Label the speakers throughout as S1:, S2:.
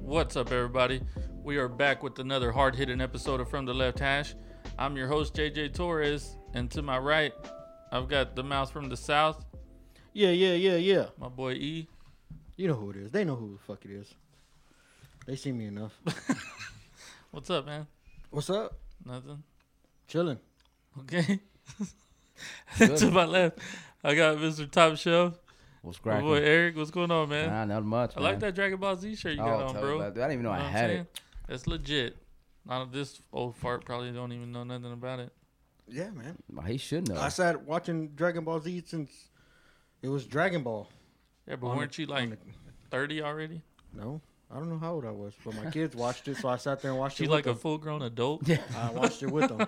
S1: What's up, everybody? We are back with another hard hitting episode of From the Left Hash. I'm your host, JJ Torres, and to my right, I've got the mouse from the south,
S2: Yeah, yeah, yeah, yeah.
S1: my boy E.
S2: You know who it is. They know who the fuck it is. They see me enough.
S1: What's up, man?
S2: What's up?
S1: Nothing.
S2: Chilling.
S1: Okay. to my left, I got Mr. Top Shelf,
S3: What's
S1: my
S3: cracking?
S1: boy Eric. What's going on, man?
S3: Nah, not much.
S1: I like
S3: man.
S1: that Dragon Ball Z shirt you got
S3: Oh,
S1: on,
S3: tell
S1: bro.
S3: you about that. I didn't even know I
S1: what I'm
S3: had
S1: saying?
S3: it.
S1: That's legit. Now, this old fart probably don't even know nothing about it.
S2: Yeah, man.
S3: Well, He should know.
S2: I sat watching Dragon Ball Z since it was Dragon Ball.
S1: Yeah, but
S2: On the-
S1: weren't you like
S2: on
S1: 30 already?
S2: No, I don't know how old I was, but my kids watched it, so I sat there and watched
S1: She's
S2: it.
S1: like
S2: With
S1: a
S2: like
S1: full grown adult.
S3: Yeah.
S2: them. I watched it with them.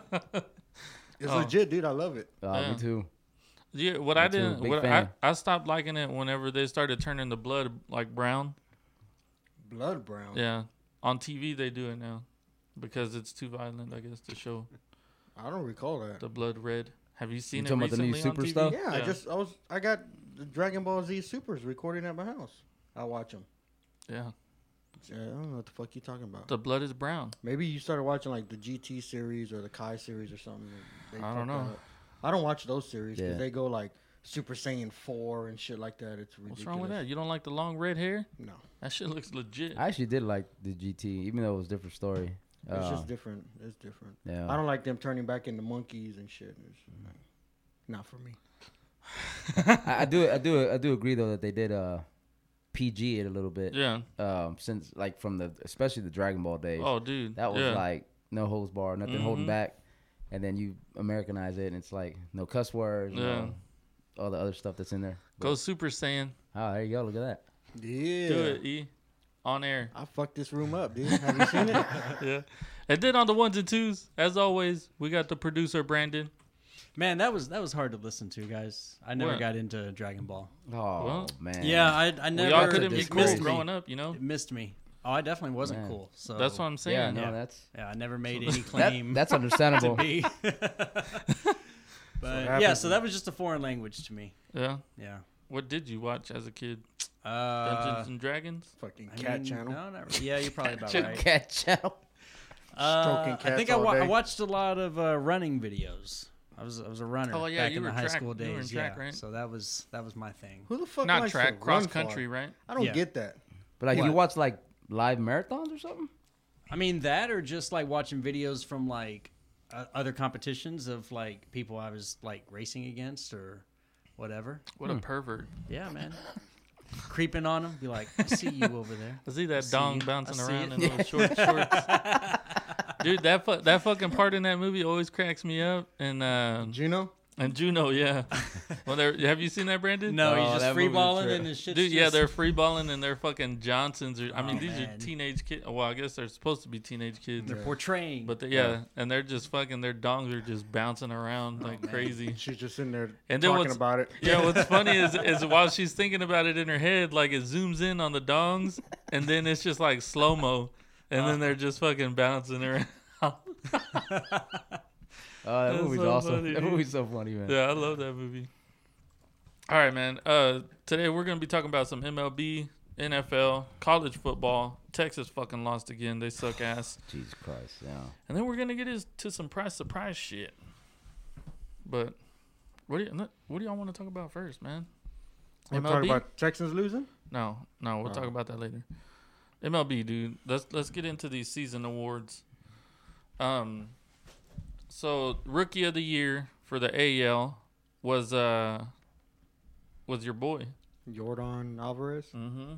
S2: It's
S1: Oh.
S2: legit, dude. I love it.
S3: Uh,
S1: Yeah.
S3: Me too.
S1: Yeah, what I
S3: Me too,
S1: didn't,
S3: big
S1: what I,
S3: fan.
S1: I stopped liking it whenever they started turning the blood like brown.
S2: Blood brown.
S1: Yeah, on TV they do it now because it's too violent, I guess, to show
S2: I don't recall that.
S1: the blood red. Have you seen
S3: You
S1: it
S3: talking about the
S1: recently
S3: new
S1: on
S3: Super
S1: TV?
S3: stuff?
S2: yeah, I just I was I got the Dragon Ball Z Supers recording at my house. I watch them.
S1: yeah.
S2: I don't know what the fuck you talking about.
S1: The blood is brown.
S2: Maybe you started watching like the GT series or the Kai series or something. They
S1: I
S2: fucked
S1: don't know.
S2: that up. I don't watch those series because
S3: Yeah.
S2: they go like Super Saiyan four and shit like that. It's ridiculous.
S1: What's wrong with that? You don't like the long red hair?
S2: No,
S1: That shit looks legit.
S3: I actually did like the GT, even though it was a different story. Uh,
S2: it's just different. It's different.
S3: yeah.
S2: I don't like them turning back into monkeys and shit. It's not for me.
S3: I, I do. I do. I do agree though that they did uh, PG it a little bit.
S1: yeah.
S3: Um, since like from the especially the Dragon Ball days,
S1: Oh, dude.
S3: that was
S1: yeah.
S3: like no holds bar, nothing holding
S1: Mhm.
S3: back, and then you Americanize it, and it's like no cuss words.
S1: Yeah.
S3: No, all the other stuff that's in there.
S1: go Super Saiyan.
S3: Oh, there you go. Look at that.
S2: Yeah,
S1: Do it, E. On air.
S2: I fucked this room up, dude. Have you seen it?
S1: yeah. And then on the ones and twos, as always, we got the producer Brandon.
S4: Man, that was that was hard to listen to, guys. I never
S1: What?
S4: got into Dragon Ball.
S3: Oh
S1: Well,
S3: man.
S4: Yeah, I, I never.
S1: we all couldn't be
S4: it
S1: cool
S4: missed
S1: growing
S4: me.
S1: up, you know.
S4: It missed me. Oh, I definitely wasn't
S3: Man.
S4: cool. So
S1: That's what I'm
S3: Yeah.
S1: saying.
S3: No,
S4: Yeah.
S3: that's
S4: Yeah, I never made any
S3: that,
S4: claim
S3: that's
S4: to
S3: understandable.
S4: be. but yeah,
S2: happens
S4: so that was just a foreign language to me.
S1: Yeah.
S4: Yeah.
S1: What did you watch as a kid?
S4: Uh,
S1: Dungeons and Dragons.
S2: Fucking
S4: I
S2: cat
S4: mean,
S2: channel.
S4: No, not really. Yeah, you're probably about
S3: Check
S4: right.
S3: cat channel.
S4: Uh,
S2: Stroking
S4: I think
S2: cats
S4: I,
S2: all
S4: wa- I
S2: day.
S4: watched a lot of uh, running videos. I was I was a runner
S1: Oh, yeah,
S4: back
S1: you
S4: in
S1: were
S4: the high
S1: track-
S4: school
S1: you were in
S4: days.
S1: track,
S4: yeah,
S1: right?
S4: so that was that was my thing.
S2: Who the fuck
S1: Not
S2: likes to
S1: track,
S2: run
S1: cross
S2: far?
S1: country, right?
S2: I don't
S4: Yeah.
S2: get that.
S3: But like you
S2: What?
S3: watch like live marathons or something?
S4: I mean that, or just like watching videos from like uh, other competitions of like people I was like racing against or whatever.
S1: What a pervert.
S4: Yeah, man. Creeping on them, be like, I see you over there.
S1: I see that
S4: see
S1: dong
S4: you. I
S1: bouncing
S4: see
S1: around in
S4: it.
S1: those short shorts. Dude, that fu- that fucking part in that movie always cracks me up. And uh,
S2: Juno.
S1: and Juno, yeah. Well, they're- have you seen that, Brandon?
S4: No,
S3: Oh,
S4: he's
S3: that
S4: just free
S3: movie's
S4: balling
S3: true.
S4: and his shit.
S1: Dude, yeah, they're free balling and they're fucking Johnsons. Or, I mean,
S4: Oh,
S1: these are
S4: man.
S1: teenage kids. Well, I guess they're supposed to be teenage kids.
S4: they're portraying.
S1: But
S4: But
S1: they, yeah, and they're just fucking their dongs are just bouncing around like
S4: man.
S1: crazy.
S2: She's just sitting there
S1: And then
S2: talking
S1: what's-
S2: about it.
S1: Yeah, what's funny is is while she's thinking about it in her head, like it zooms in on the dongs, and then it's just like slow mo, and then they're just fucking bouncing around.
S3: Uh, that
S1: That's
S3: movie's
S1: so
S3: awesome.
S1: funny,
S3: that
S1: dude.
S3: movie's so funny, man.
S1: yeah, I love that movie. All right, man. Uh, today we're gonna be talking about some MLB, NFL, college football. Texas fucking lost again. They suck ass.
S3: Jesus Christ. Yeah.
S1: And then we're gonna get is- to some price surprise shit. But what do you what do y'all want to talk about first, man?
S2: We're talking about Texans losing.
S1: No, no, we'll talk
S2: Oh.
S1: about that later. MLB, dude. Let's let's get into these season awards. Um, so rookie of the year for the AL was uh was your boy.
S2: Jordan Alvarez.
S1: Mm-hmm.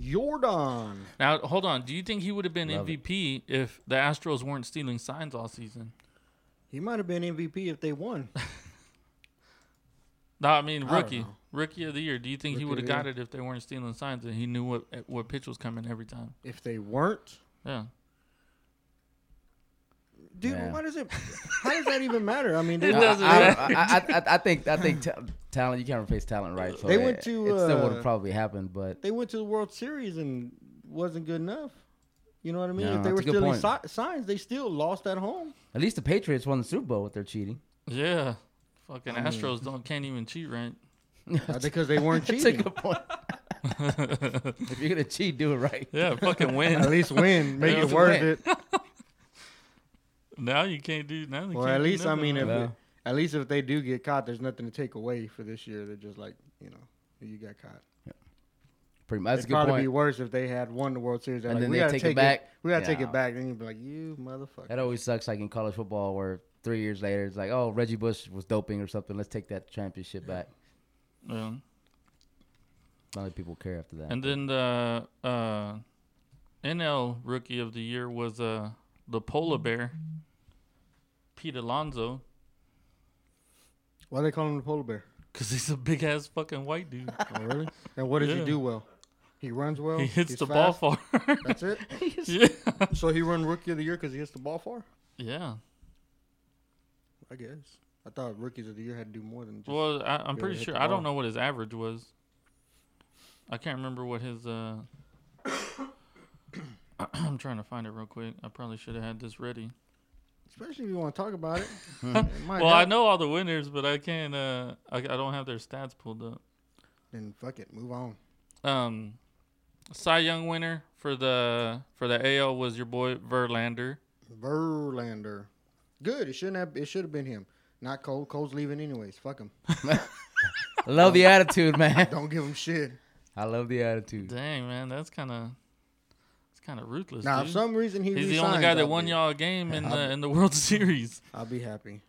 S2: Jordan.
S1: Now hold on. Do you think he would have been
S3: Love it.
S1: MVP if the Astros weren't stealing signs all season?
S2: He might have been MVP if they won.
S1: No, I mean
S2: I don't
S1: rookie,
S2: know.
S1: rookie of the year. Do you think he
S2: Rookie
S1: would have
S2: of the
S1: got it if they weren't stealing signs and he knew what what pitch was coming every time?
S2: If they weren't,
S1: Yeah,
S2: dude,
S3: Yeah.
S2: why does it? How does that even matter? I mean, they,
S1: It
S3: I,
S1: doesn't
S3: I, I, I, I think I think ta- talent. You can't replace talent, right? So
S2: They
S3: it-
S2: went to,
S3: It, still
S2: uh,
S3: would have probably happened, but
S2: they went to the World Series and wasn't good enough. You know what I mean?
S3: No,
S2: if they
S3: that's
S2: were
S3: a good
S2: still in
S3: point.
S2: si- signs, they still lost at home.
S3: at least the Patriots won the Super Bowl with their cheating.
S1: yeah. Fucking
S2: I mean-
S1: Astros don't can't even cheat, right?
S2: Uh, because they weren't
S3: That's a
S2: cheating.
S3: good point. If you're gonna cheat, do it right.
S1: yeah, fucking
S2: At
S1: win.
S2: least win, make
S1: Yeah.
S2: it worth it.
S1: now you can't do now. You
S2: Or
S1: can't
S2: at
S1: do
S2: least I
S1: nothing
S2: mean,
S1: with
S2: if
S1: it.
S3: Yeah.
S2: it- at least if they do get caught, there's nothing to take away for this year. They're just like, you know, you got caught.
S3: Pretty much. That's a
S2: It'd
S3: good
S2: probably be
S3: point.
S2: worse if they had won the World Series. They're
S3: And
S2: like,
S3: then
S2: we
S3: they
S2: gotta
S3: take it
S2: take,
S3: back.
S2: We gotta take
S3: Yeah.
S2: it back. Then you'd be like, you motherfucker.
S3: That always sucks. Like in college football, where three years later it's like, oh, Reggie Bush was doping or something. Let's take that championship back.
S1: Yeah.
S3: Not many people care after that.
S1: And then the uh, NL Rookie of the Year was uh, the polar bear, Pete Alonso,
S2: Why they call him the polar bear?
S1: because he's a big ass fucking white dude.
S2: Oh, really? And what does
S1: Yeah.
S2: he do well? He runs well.
S1: he hits
S2: he's
S1: the ball
S2: fast.
S1: far.
S2: That's it.
S1: yeah.
S2: So he run rookie of the year because he hits the ball far.
S1: yeah.
S2: I guess. I thought rookies of the year had to do more than just.
S1: Well, I, I'm
S2: be able
S1: pretty
S2: to hit
S1: sure.
S2: the
S1: I don't
S2: ball.
S1: know what his average was. I can't remember what his. uh I'm trying to find it real quick. I probably should have had this ready.
S2: especially if you want to talk about it. It might
S1: Well, I
S2: help.
S1: know all the winners, but I can't. Uh, I, I don't have their stats pulled up.
S2: Then fuck it, move on.
S1: Um, Cy Young winner for the for the AL was your boy Verlander.
S2: Verlander, good. It shouldn't have. It should have been him. Not Cole. Cole's leaving anyways. Fuck him.
S3: I love the attitude, man.
S2: Don't give him shit.
S3: I love the attitude.
S1: Dang man, that's kind of it's kind of ruthless.
S2: Now, if
S1: dude.
S2: some reason he
S1: He's the
S2: resigns,
S1: only guy
S2: I'll
S1: that won
S2: be-
S1: y'all a game in the in the World Series.
S2: I'll be happy.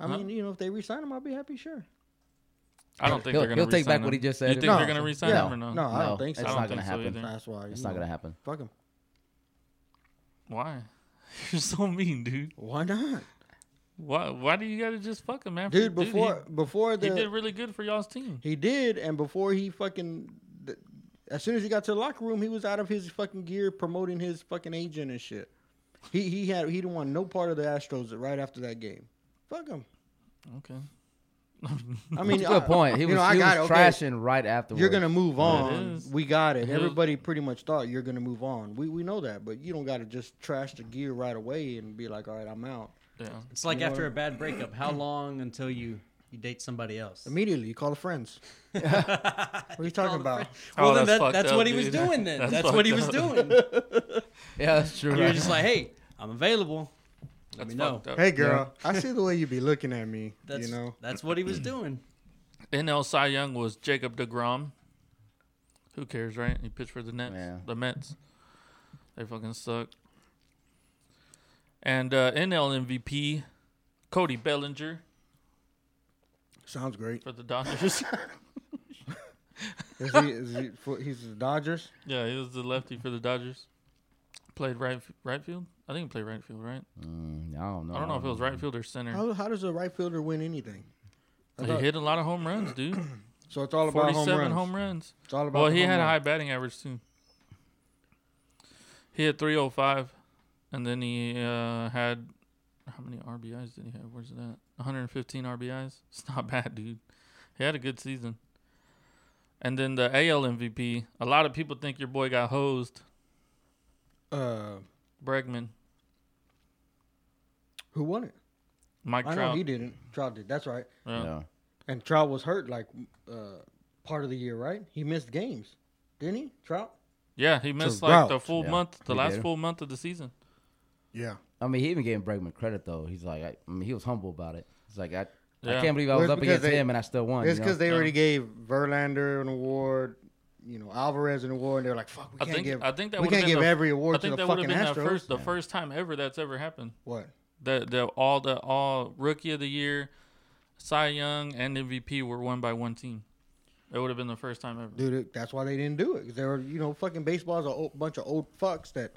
S2: I
S1: Huh?
S2: mean, you know, if they resign him, I'll be happy. Sure.
S1: I don't think
S3: He'll-
S1: they're gonna
S3: he'll take
S1: resign
S3: back what
S1: him.
S3: he just said.
S1: You think
S2: No.
S1: they're gonna resign
S2: Yeah.
S1: him or no?
S2: No, I
S3: No,
S2: don't think so.
S3: it's
S1: I don't
S3: not gonna
S1: think so
S3: happen.
S1: either.
S2: That's why.
S3: It's
S2: you
S3: not
S2: know,
S3: gonna happen.
S2: Fuck him.
S1: Why? You're so mean, dude.
S2: Why not,
S1: Why? Why do you gotta just fuck him, man?
S2: dude? Before before
S1: he,
S2: the
S1: did really good for y'all's team.
S2: He did, and before he fucking, th- as soon as he got to the locker room, he was out of his fucking gear promoting his fucking agent and shit. He he had he didn't want no part of the Astros right after that game. Fuck him.
S1: Okay.
S2: I mean,
S3: Good
S2: I-
S3: point. He
S2: you
S3: was,
S2: know, I
S3: he was
S2: got it. Okay,
S3: trashing right afterwards.
S2: You're gonna move on.
S1: is.
S2: We got it.
S1: It
S2: Everybody pretty much thought you're gonna move on. We we know that, but you don't gotta just trash the gear right away and be like, all right, I'm out
S1: Yeah.
S4: It's like
S2: You
S4: after
S2: are-
S4: a bad breakup, how long until you you date somebody else?
S2: immediately. You call the friends. What are you talking about?
S1: Oh,
S4: Well, then
S1: that's
S4: that,
S1: fucked
S4: that's
S1: up,
S4: what he was
S1: dude.
S4: doing. Then
S1: That's
S4: that's, what he was
S1: fucked
S4: doing.
S3: Yeah, that's true.
S4: you were
S3: right?
S4: just like, hey, I'm available. Let
S1: That's
S4: me know.
S1: fucked up.
S2: Hey girl, I see the way you be looking at me.
S4: That's
S2: you know,
S4: that's what he was doing.
S1: NL Cy Young was Jacob DeGrom. Who cares, right? He pitched for the Nets.
S3: Yeah.
S1: The Mets. They fucking suck. And uh, NL MVP, Cody Bellinger
S2: sounds great.
S1: for the Dodgers.
S2: Is he, is he, for, he's the Dodgers.
S1: yeah, he was the lefty for the Dodgers. Played right right field. I think he played right field, right?
S3: Mm, I don't know.
S1: I don't know if it was right field or center.
S2: How, how does a right fielder win anything? I
S1: He
S2: thought-
S1: hit a lot of home runs, dude.
S2: So it's all about home
S1: Forty-seven
S2: runs.
S1: home runs.
S2: It's all about.
S1: Well,
S2: the
S1: he
S2: home
S1: had a
S2: run.
S1: high batting average too. He had 305, and then he uh, had how many RBIs did he have? Where's that? 115 RBIs. It's not bad, dude. He had a good season. And then the AL MVP. A lot of people think your boy got hosed.
S2: Uh,
S1: Bregman,
S2: who won it?
S1: Mike
S2: I know
S1: Trout.
S2: he didn't. Trout did. That's right.
S1: Yeah.
S3: Yeah.
S2: And Trout was hurt like uh, part of the year, right? He missed games, didn't he? Trout.
S1: Yeah, he missed
S2: a
S1: like
S2: route.
S1: the full
S3: Yeah,
S1: month, the
S3: he
S1: last
S3: did.
S1: full month of the season.
S2: Yeah.
S3: I mean, he even gave Bregman credit though. He's like, I, I mean, he was humble about it. He's like, I,
S1: Yeah.
S3: I can't believe I
S2: Well,
S3: was
S2: it's
S3: up
S2: because
S3: against
S2: they-
S3: him and I still won.
S2: It's
S3: you know?
S2: because they
S1: Yeah.
S2: already gave Verlander an award, you know, Alvarez an award. And they're like, fuck, we
S1: I
S2: can't
S1: think
S2: give.
S1: I think that
S2: we
S1: would've
S2: can't
S1: been
S2: give
S1: the-
S2: every
S1: I
S2: award to
S1: think
S2: the
S1: that would
S2: fucking
S1: have been
S2: Astros.
S1: that first, the first time ever that's ever happened.
S2: What?
S1: The the all the all rookie of the year, Cy Young and MVP were won by one team. It would have been the first time ever.
S2: Dude, it- that's why they didn't do it. 'Cause They were, you know, fucking baseball's a old, bunch of old fucks that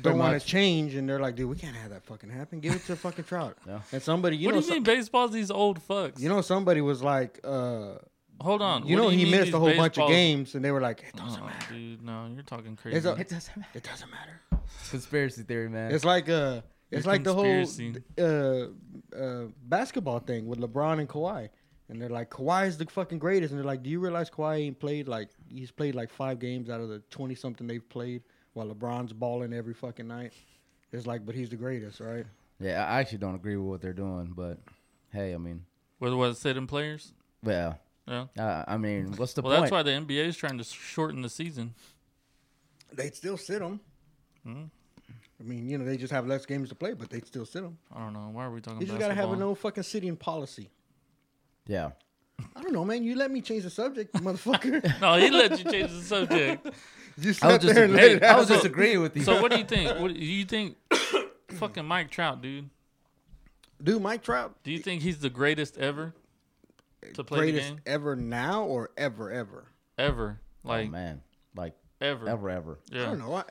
S2: don't want
S3: much.
S2: to change, and they're like, dude, we can't have that fucking happen. Give it to fucking Trout.
S3: Yeah.
S2: And somebody, you
S1: what
S2: know,
S1: do you mean baseball's these old fucks?
S2: some- you know, somebody was like, uh,
S1: Hold on.
S2: you
S1: What
S2: know,
S1: do
S2: he
S1: mean
S2: missed
S1: these
S2: a whole bunch of
S1: baseball's-
S2: games, and they were like, it doesn't
S1: Oh,
S2: matter.
S1: dude, no, you're talking
S2: It's
S1: crazy.
S2: a,
S3: it doesn't matter.
S2: it doesn't matter.
S3: Conspiracy theory, man.
S2: It's like uh, it's
S1: Your
S2: like the
S1: conspiracy.
S2: whole uh, uh, basketball thing with LeBron and Kawhi, and they're like Kawhi is the fucking greatest, and they're like, do you realize Kawhi ain't played like he's played like five games out of the twenty something they've played, while LeBron's balling every fucking night. It's like, but he's the greatest, right?
S3: yeah, I actually don't agree with what they're doing, but hey, I mean,
S1: With what sitting players?
S3: well,
S1: Yeah.
S3: Uh, I mean, what's the
S1: Well,
S3: point?
S1: that's why the NBA is trying to shorten the season.
S2: They'd still sit them.
S3: Hmm?
S2: I mean, you know, they just have less games to play, but they'd still sit them.
S1: I don't know. Why are we talking
S2: You just
S1: about
S2: gotta have an old fucking city and policy.
S3: yeah.
S2: I don't know, man. You let me change the subject, motherfucker.
S1: No, he let you change the subject.
S2: You
S3: I was,
S2: sat
S3: just
S2: there and let
S3: agree-
S2: it
S3: I was
S2: happen.
S3: just agreeing with you.
S1: So what do you think? What do you think? fucking Mike Trout, dude.
S2: Dude, Mike Trout,
S1: Do you think he's the greatest ever to play the
S2: greatest
S1: game
S2: ever now or ever ever?
S1: ever?
S3: oh,
S1: Like
S3: man, like
S1: ever.
S3: ever, ever.
S1: Yeah.
S2: I don't know. I,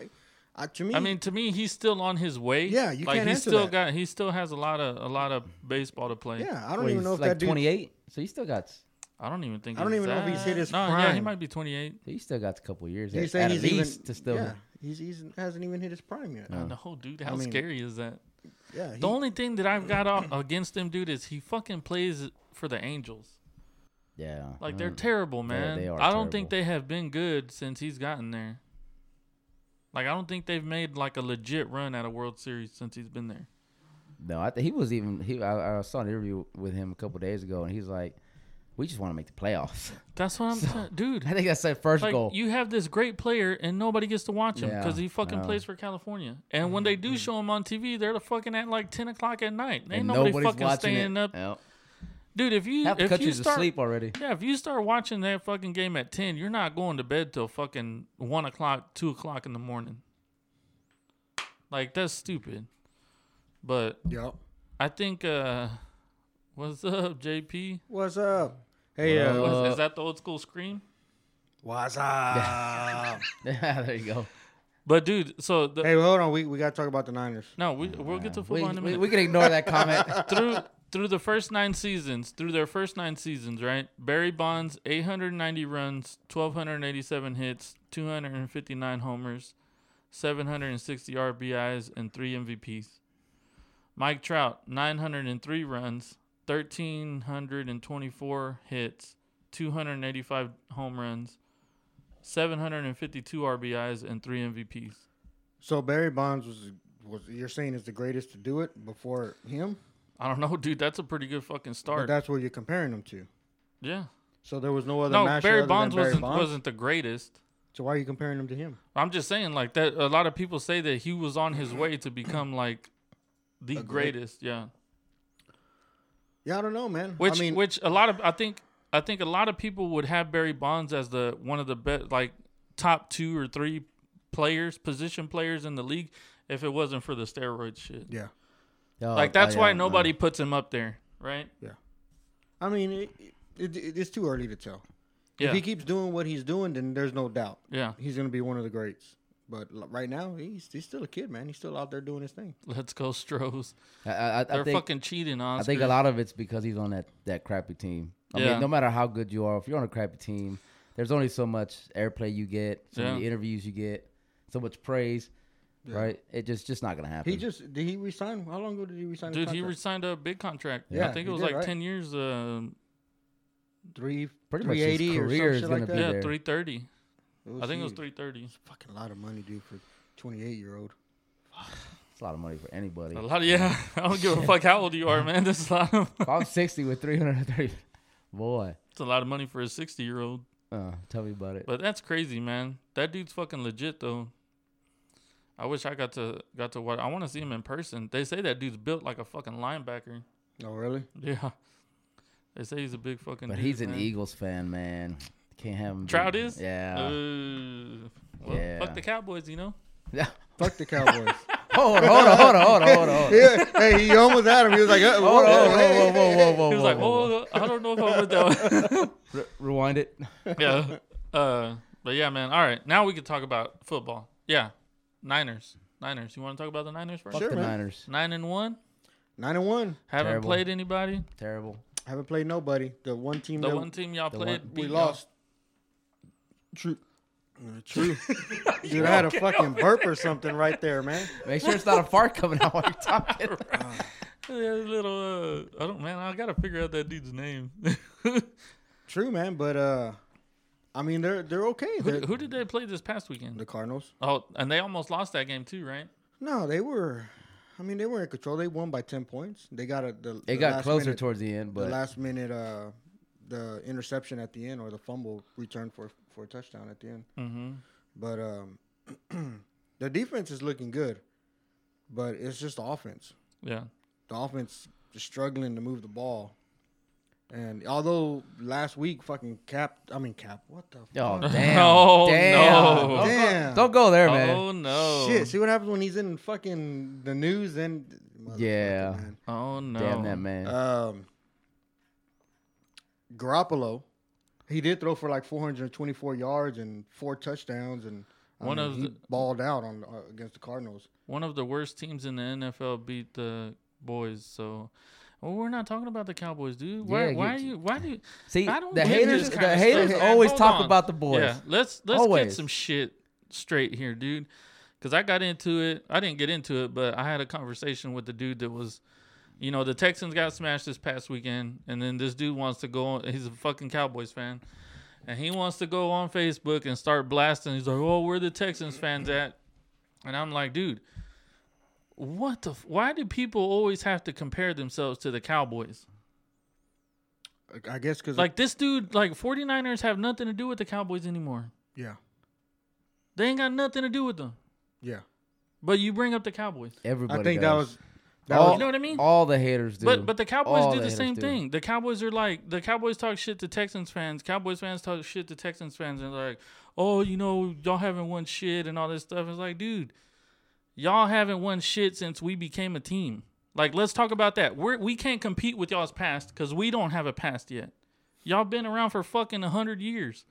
S2: I to me,
S1: I mean, to me, he's still on his way.
S2: Yeah, you
S1: like
S2: can't
S1: he's
S2: answer
S1: still
S2: that.
S1: got he still has a lot of a lot of baseball to play.
S2: yeah, I don't
S3: Well,
S2: even
S3: he's
S2: know if
S3: like
S2: that dude.
S3: 28, so he still got
S1: I don't even think.
S2: I don't
S1: he's
S2: even know if he's hit
S1: that-
S2: his
S1: No, yeah, he
S2: prime.
S1: might be 28.
S3: he still got a couple years
S2: You
S3: at,
S2: say
S3: at
S2: he's
S3: least
S2: even
S3: to still.
S2: Yeah, he's, he's hasn't even hit his prime yet.
S1: No, dude, how
S2: mean-
S1: scary is that?
S2: Yeah, he,
S1: The only thing that I've got out against him, dude, is he fucking plays for the Angels.
S3: Yeah,
S1: Like they're
S3: Mm.
S1: terrible, man.
S3: they are
S1: I don't think
S3: terrible.
S1: they have been good since he's gotten there. Like I don't think they've made like a legit run at a World Series since he's been there.
S3: No, I think he was even. He I, I saw an interview with him a couple days ago, and he's like, "We just want to make the playoffs."
S1: That's what I'm saying, dude.
S3: I think that's their first
S1: Like
S3: goal.
S1: you have this great player and nobody gets to watch him because
S3: Yeah,
S1: he fucking
S3: no. Mm-hmm.
S1: plays for California. And when they do show him on TV, they're fucking at like ten o'clock at night. Ain't
S3: and
S1: nobody
S3: nobody's
S1: fucking
S3: watching
S1: staying
S3: it.
S1: up,
S3: Yeah.
S1: dude. If you
S3: Half the
S1: if you
S3: country's
S1: start
S3: asleep already.
S1: yeah, if you start watching that fucking game at ten, you're not going to bed till fucking one o'clock, two o'clock in the morning. Like that's stupid. But
S2: Yup.
S1: I think uh what's up, JP?
S2: What's up? Hey,
S3: What
S2: uh,
S3: up?
S1: What's-
S3: Uh,
S1: is that the old school scream?
S2: what's up?
S3: Yeah, there you go.
S1: But dude, so the,
S2: hey, well, hold on. We, we gotta talk about the Niners.
S1: no, we we'll get to
S3: We,
S1: football in a
S3: we,
S1: minute.
S3: we can ignore that comment.
S1: through through the first nine seasons, through their first nine seasons, right? Barry Bonds, 890 runs, 1287 hits, 259 homers, 760 RBIs, and three MVPs. Mike Trout, 903 runs, 1324 hits, 285 home runs, 752 RBIs, and three MVPs.
S2: So Barry Bonds was was you're saying is the greatest to do it before him?
S1: I don't know, dude. That's a pretty good fucking
S2: But
S1: start.
S2: that's what you're comparing him to.
S1: Yeah.
S2: So there was no other
S1: No,
S2: match
S1: Barry
S2: other
S1: Bonds
S2: than Barry
S1: wasn't
S2: Bonds.
S1: wasn't the greatest.
S2: So why are you comparing him to him?
S1: I'm just saying, like that. A lot of people say that he was on his way to become like the
S2: great-
S1: greatest. Yeah,
S2: Yeah, I don't know, man.
S1: which
S2: I mean,
S1: which a lot of I think I think a lot of people would have Barry Bonds as the one of the best, like top two or three players, position players in the league, if it wasn't for the steroid shit.
S2: yeah, Uh,
S3: Oh,
S1: Like
S3: oh,
S1: that's
S3: yeah,
S1: why
S3: no.
S1: nobody puts him up there, right?
S2: I mean, it, it, it, it's too early to tell.
S1: Yeah,
S2: If he keeps doing what he's doing, then there's no doubt
S1: yeah.
S2: he's gonna be one of the greats. But l- right now, he's he's still a kid, man. He's still out there doing his thing.
S1: Let's go Stros.
S3: I, I, I
S1: They're
S3: think,
S1: fucking cheating, Oscar.
S3: I think a lot of it's because he's on that, that crappy team. I
S1: Yeah.
S3: mean, no matter how good you are, if you're on a crappy team, there's only so much airplay you get, so many
S1: Yeah.
S3: interviews you get, so much praise, right? It just just not gonna happen.
S2: He just did he resign? How long ago did he resign? his
S1: Dude, he
S2: contract?
S1: signed a big contract. I
S2: Yeah,
S1: think
S2: he
S1: it was
S2: did,
S1: like
S2: right?
S1: ten years. Uh,
S2: three
S3: Pretty much
S2: three
S3: his
S2: eighty or
S3: career
S2: some
S3: is
S2: shit
S3: gonna
S2: like
S3: be-
S2: that.
S1: yeah,
S3: there.
S1: three thirty. I think it was
S2: huge.
S1: three thirty.
S2: It's fucking a lot of money, dude, for twenty eight year old.
S3: it's a lot of money for anybody.
S1: A lot of yeah. I don't give a fuck how old you are, man. That's a lot of
S3: If I'm 60 with 330, boy,
S1: it's a lot of money for a sixty year old.
S3: uh, tell me about it.
S1: But that's crazy, man. That dude's fucking legit though. I wish I got to got to what I want to see him in person. They say that dude's built like a fucking linebacker.
S2: Oh really?
S1: Yeah. They say he's a big fucking.
S3: But
S1: dude,
S3: he's an
S1: man.
S3: Eagles fan, man. Can't have him.
S1: Trout
S3: be-
S1: is.
S3: Yeah.
S1: Ooh. well,
S3: Yeah.
S1: Fuck the Cowboys, you know. Uh.
S2: Fuck the Cowboys.
S3: hold on, hold on, hold on, hold on, hold on.
S2: yeah, hey, he almost had him. He was like,
S1: Oh,
S2: uh,
S3: Hold
S2: whoa, whoa,
S3: on, whoa,
S2: hey.
S3: whoa, whoa, whoa, whoa.
S1: He was like, "Oh, I don't know if I'm with that." One.
S3: Re- rewind it.
S1: yeah. Uh, but yeah, man. All right, now we can talk about football. Yeah, Niners. Niners. You want to talk about the Niners first?
S3: Fuck
S2: Sure,
S3: the
S2: man.
S3: Niners.
S1: Nine and one.
S2: Nine and one.
S1: Haven't
S3: Terrible.
S1: played anybody.
S3: Terrible.
S2: Haven't played nobody. The one team
S1: The
S2: that
S1: one team y'all
S3: the
S1: played,
S3: one-
S1: beat
S2: we
S1: y'all.
S2: lost. True. Uh, true. Dude, I had a fucking burp or something right there, man.
S3: Make sure it's not a fart coming out while you're talking.
S1: Yeah, little. Uh, I don't, man. I gotta figure out that dude's name. who,
S2: True, man. But uh, I mean, they're they're okay. They're,
S1: who did they play this past weekend?
S2: the Cardinals?
S1: Oh, and they almost lost that game too, right?
S2: No, they were. I mean, they were in control. They won by ten points. They got a. The,
S3: It
S2: the
S3: got
S2: last
S3: closer
S2: minute-
S3: towards the end,
S2: the
S3: but
S2: last minute uh the interception at the end or the fumble return for for a touchdown at the end.
S1: Mm-hmm.
S2: But um, the defense is looking good, but it's just the offense.
S1: Yeah.
S2: The offense is struggling to move the ball. And although last week fucking Cap, I mean Cap, what the
S3: Oh
S2: fuck?
S3: damn!
S1: Oh,
S3: damn.
S1: no.
S3: Don't, go-
S2: Damn.
S3: don't go there, man.
S1: Oh no.
S2: Shit, see what happens when he's in fucking the news and motherfucker,
S3: Yeah.
S2: man.
S1: Oh no.
S3: Damn that man.
S2: Um, Garoppolo, he did throw for like 424 yards and four touchdowns, and I
S1: One
S2: mean,
S1: of
S2: he
S1: the-
S2: balled out on uh, against the Cardinals.
S1: One of the worst teams in the NFL beat the boys. So, well, we're not talking about the Cowboys, dude. Why?
S3: Yeah, you-
S1: why are you? Why do? You,
S3: See,
S1: I don't
S3: the
S1: get
S3: haters,
S1: this
S3: the
S1: kinda stuff,
S3: haters
S1: man.
S3: always
S1: Hold
S3: talk
S1: on.
S3: about the boys.
S1: Yeah, let's let's get
S3: Always.
S1: some shit straight here, dude. Because I got into it. I didn't get into it, but I had a conversation with the dude that was, you know, the Texans got smashed this past weekend, and then this dude wants to go. on He's a fucking Cowboys fan, and he wants to go on Facebook and start blasting. He's like, "Oh, where the Texans fans at?" And I'm like, dude. What the? F- why do people always have to compare themselves to the Cowboys?
S2: I- I guess because
S1: Like this dude, like 49ers have nothing to do with the Cowboys anymore.
S2: yeah,
S1: They ain't got nothing to do with them.
S2: yeah.
S1: But you bring up the Cowboys.
S3: Everybody.
S2: I think that
S3: does.
S2: was that
S3: All-
S1: you know what I mean?
S3: all the haters do.
S1: But but the Cowboys
S3: All
S1: do
S3: the
S1: the
S3: haters
S1: same
S3: do.
S1: thing. The Cowboys are like the Cowboys talk shit to Texans fans. Cowboys fans talk shit to Texans fans and they're like, oh, you know, y'all haven't won shit and all this stuff. It's like, dude, y'all haven't won shit since we became a team. Like, let's talk about that. We're we can't compete with y'all's past because we don't have a past yet. Y'all been around for fucking hundred years.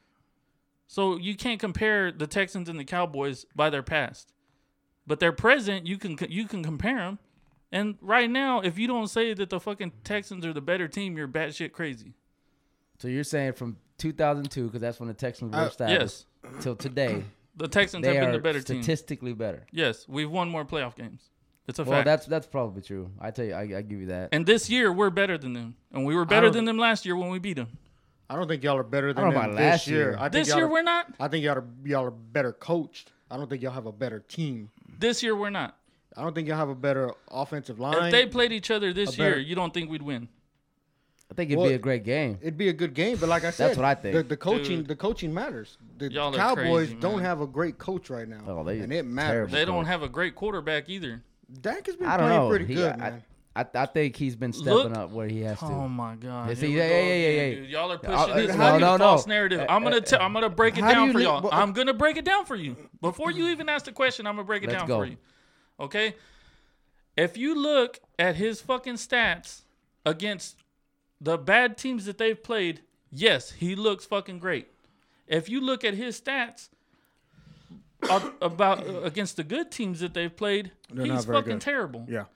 S1: So you can't compare the Texans and the Cowboys by their past. But their present, you can you can compare them. And right now, if you don't say that the fucking Texans are the better team, you're batshit crazy.
S3: so you're saying from 2002 because that's when the Texans were
S2: Uh,
S3: established till today
S1: The Texans
S3: they
S1: have
S3: are
S1: been the better team.
S3: statistically better.
S1: Yes, we've won more playoff games. It's a
S3: Well,
S1: fact.
S3: that's that's probably true. I tell you, I, I give you that.
S1: and this year, we're better than them. And we were better
S2: don't-
S1: than them last year when we beat them.
S2: I don't think y'all are better than
S3: don't know
S2: them
S3: about
S2: this
S3: last
S2: year.
S3: year.
S2: I think
S1: This
S2: y'all
S1: year,
S2: are-
S1: we're not.
S2: I think y'all are y'all are better coached. I don't think y'all have a better team.
S1: This year, we're not.
S2: I don't think y'all have a better offensive line.
S1: if they played each other this
S2: a better-
S1: year, you don't think we'd win.
S3: I think it'd
S2: Well,
S3: be a great game.
S2: It'd be a good game, but like I said,
S3: what I think.
S2: The, the coaching,
S1: Dude.
S2: the coaching matters. The
S1: Y'all are
S2: Cowboys
S1: crazy,
S2: don't
S1: man.
S2: have a great coach right now,
S3: Oh, they
S2: and it matters.
S3: terrible.
S1: They don't have a great quarterback either.
S2: Dak has been
S3: I don't
S2: playing
S3: know.
S2: pretty
S3: He-
S2: good,
S3: I,
S2: man.
S3: I, I think he's been stepping
S1: Look-
S3: up where he has to.
S1: Oh my god!
S3: Yeah,
S1: Here
S3: see,
S1: we
S3: yeah,
S1: go
S3: yeah, yeah,
S1: again,
S3: yeah.
S1: dude. Y'all are
S3: Uh,
S1: pushing this
S3: no,
S1: fucking
S3: no, no.
S1: false narrative. I'm gonna
S3: Uh,
S1: tell. I'm gonna break it
S2: how do
S1: down
S2: you
S1: for
S2: li-
S1: y'all.
S2: well,
S1: I'm gonna break it down for you before you even ask the question. I'm gonna break it
S3: Let's
S1: down
S3: go.
S1: for you. Okay. If you look at his fucking stats against the bad teams that they've played, yes, he looks fucking great. If you look at his stats a- about uh, against the good teams that they've played,
S2: They're not
S1: he's
S2: very
S1: fucking
S2: good.
S1: terrible.
S2: yeah,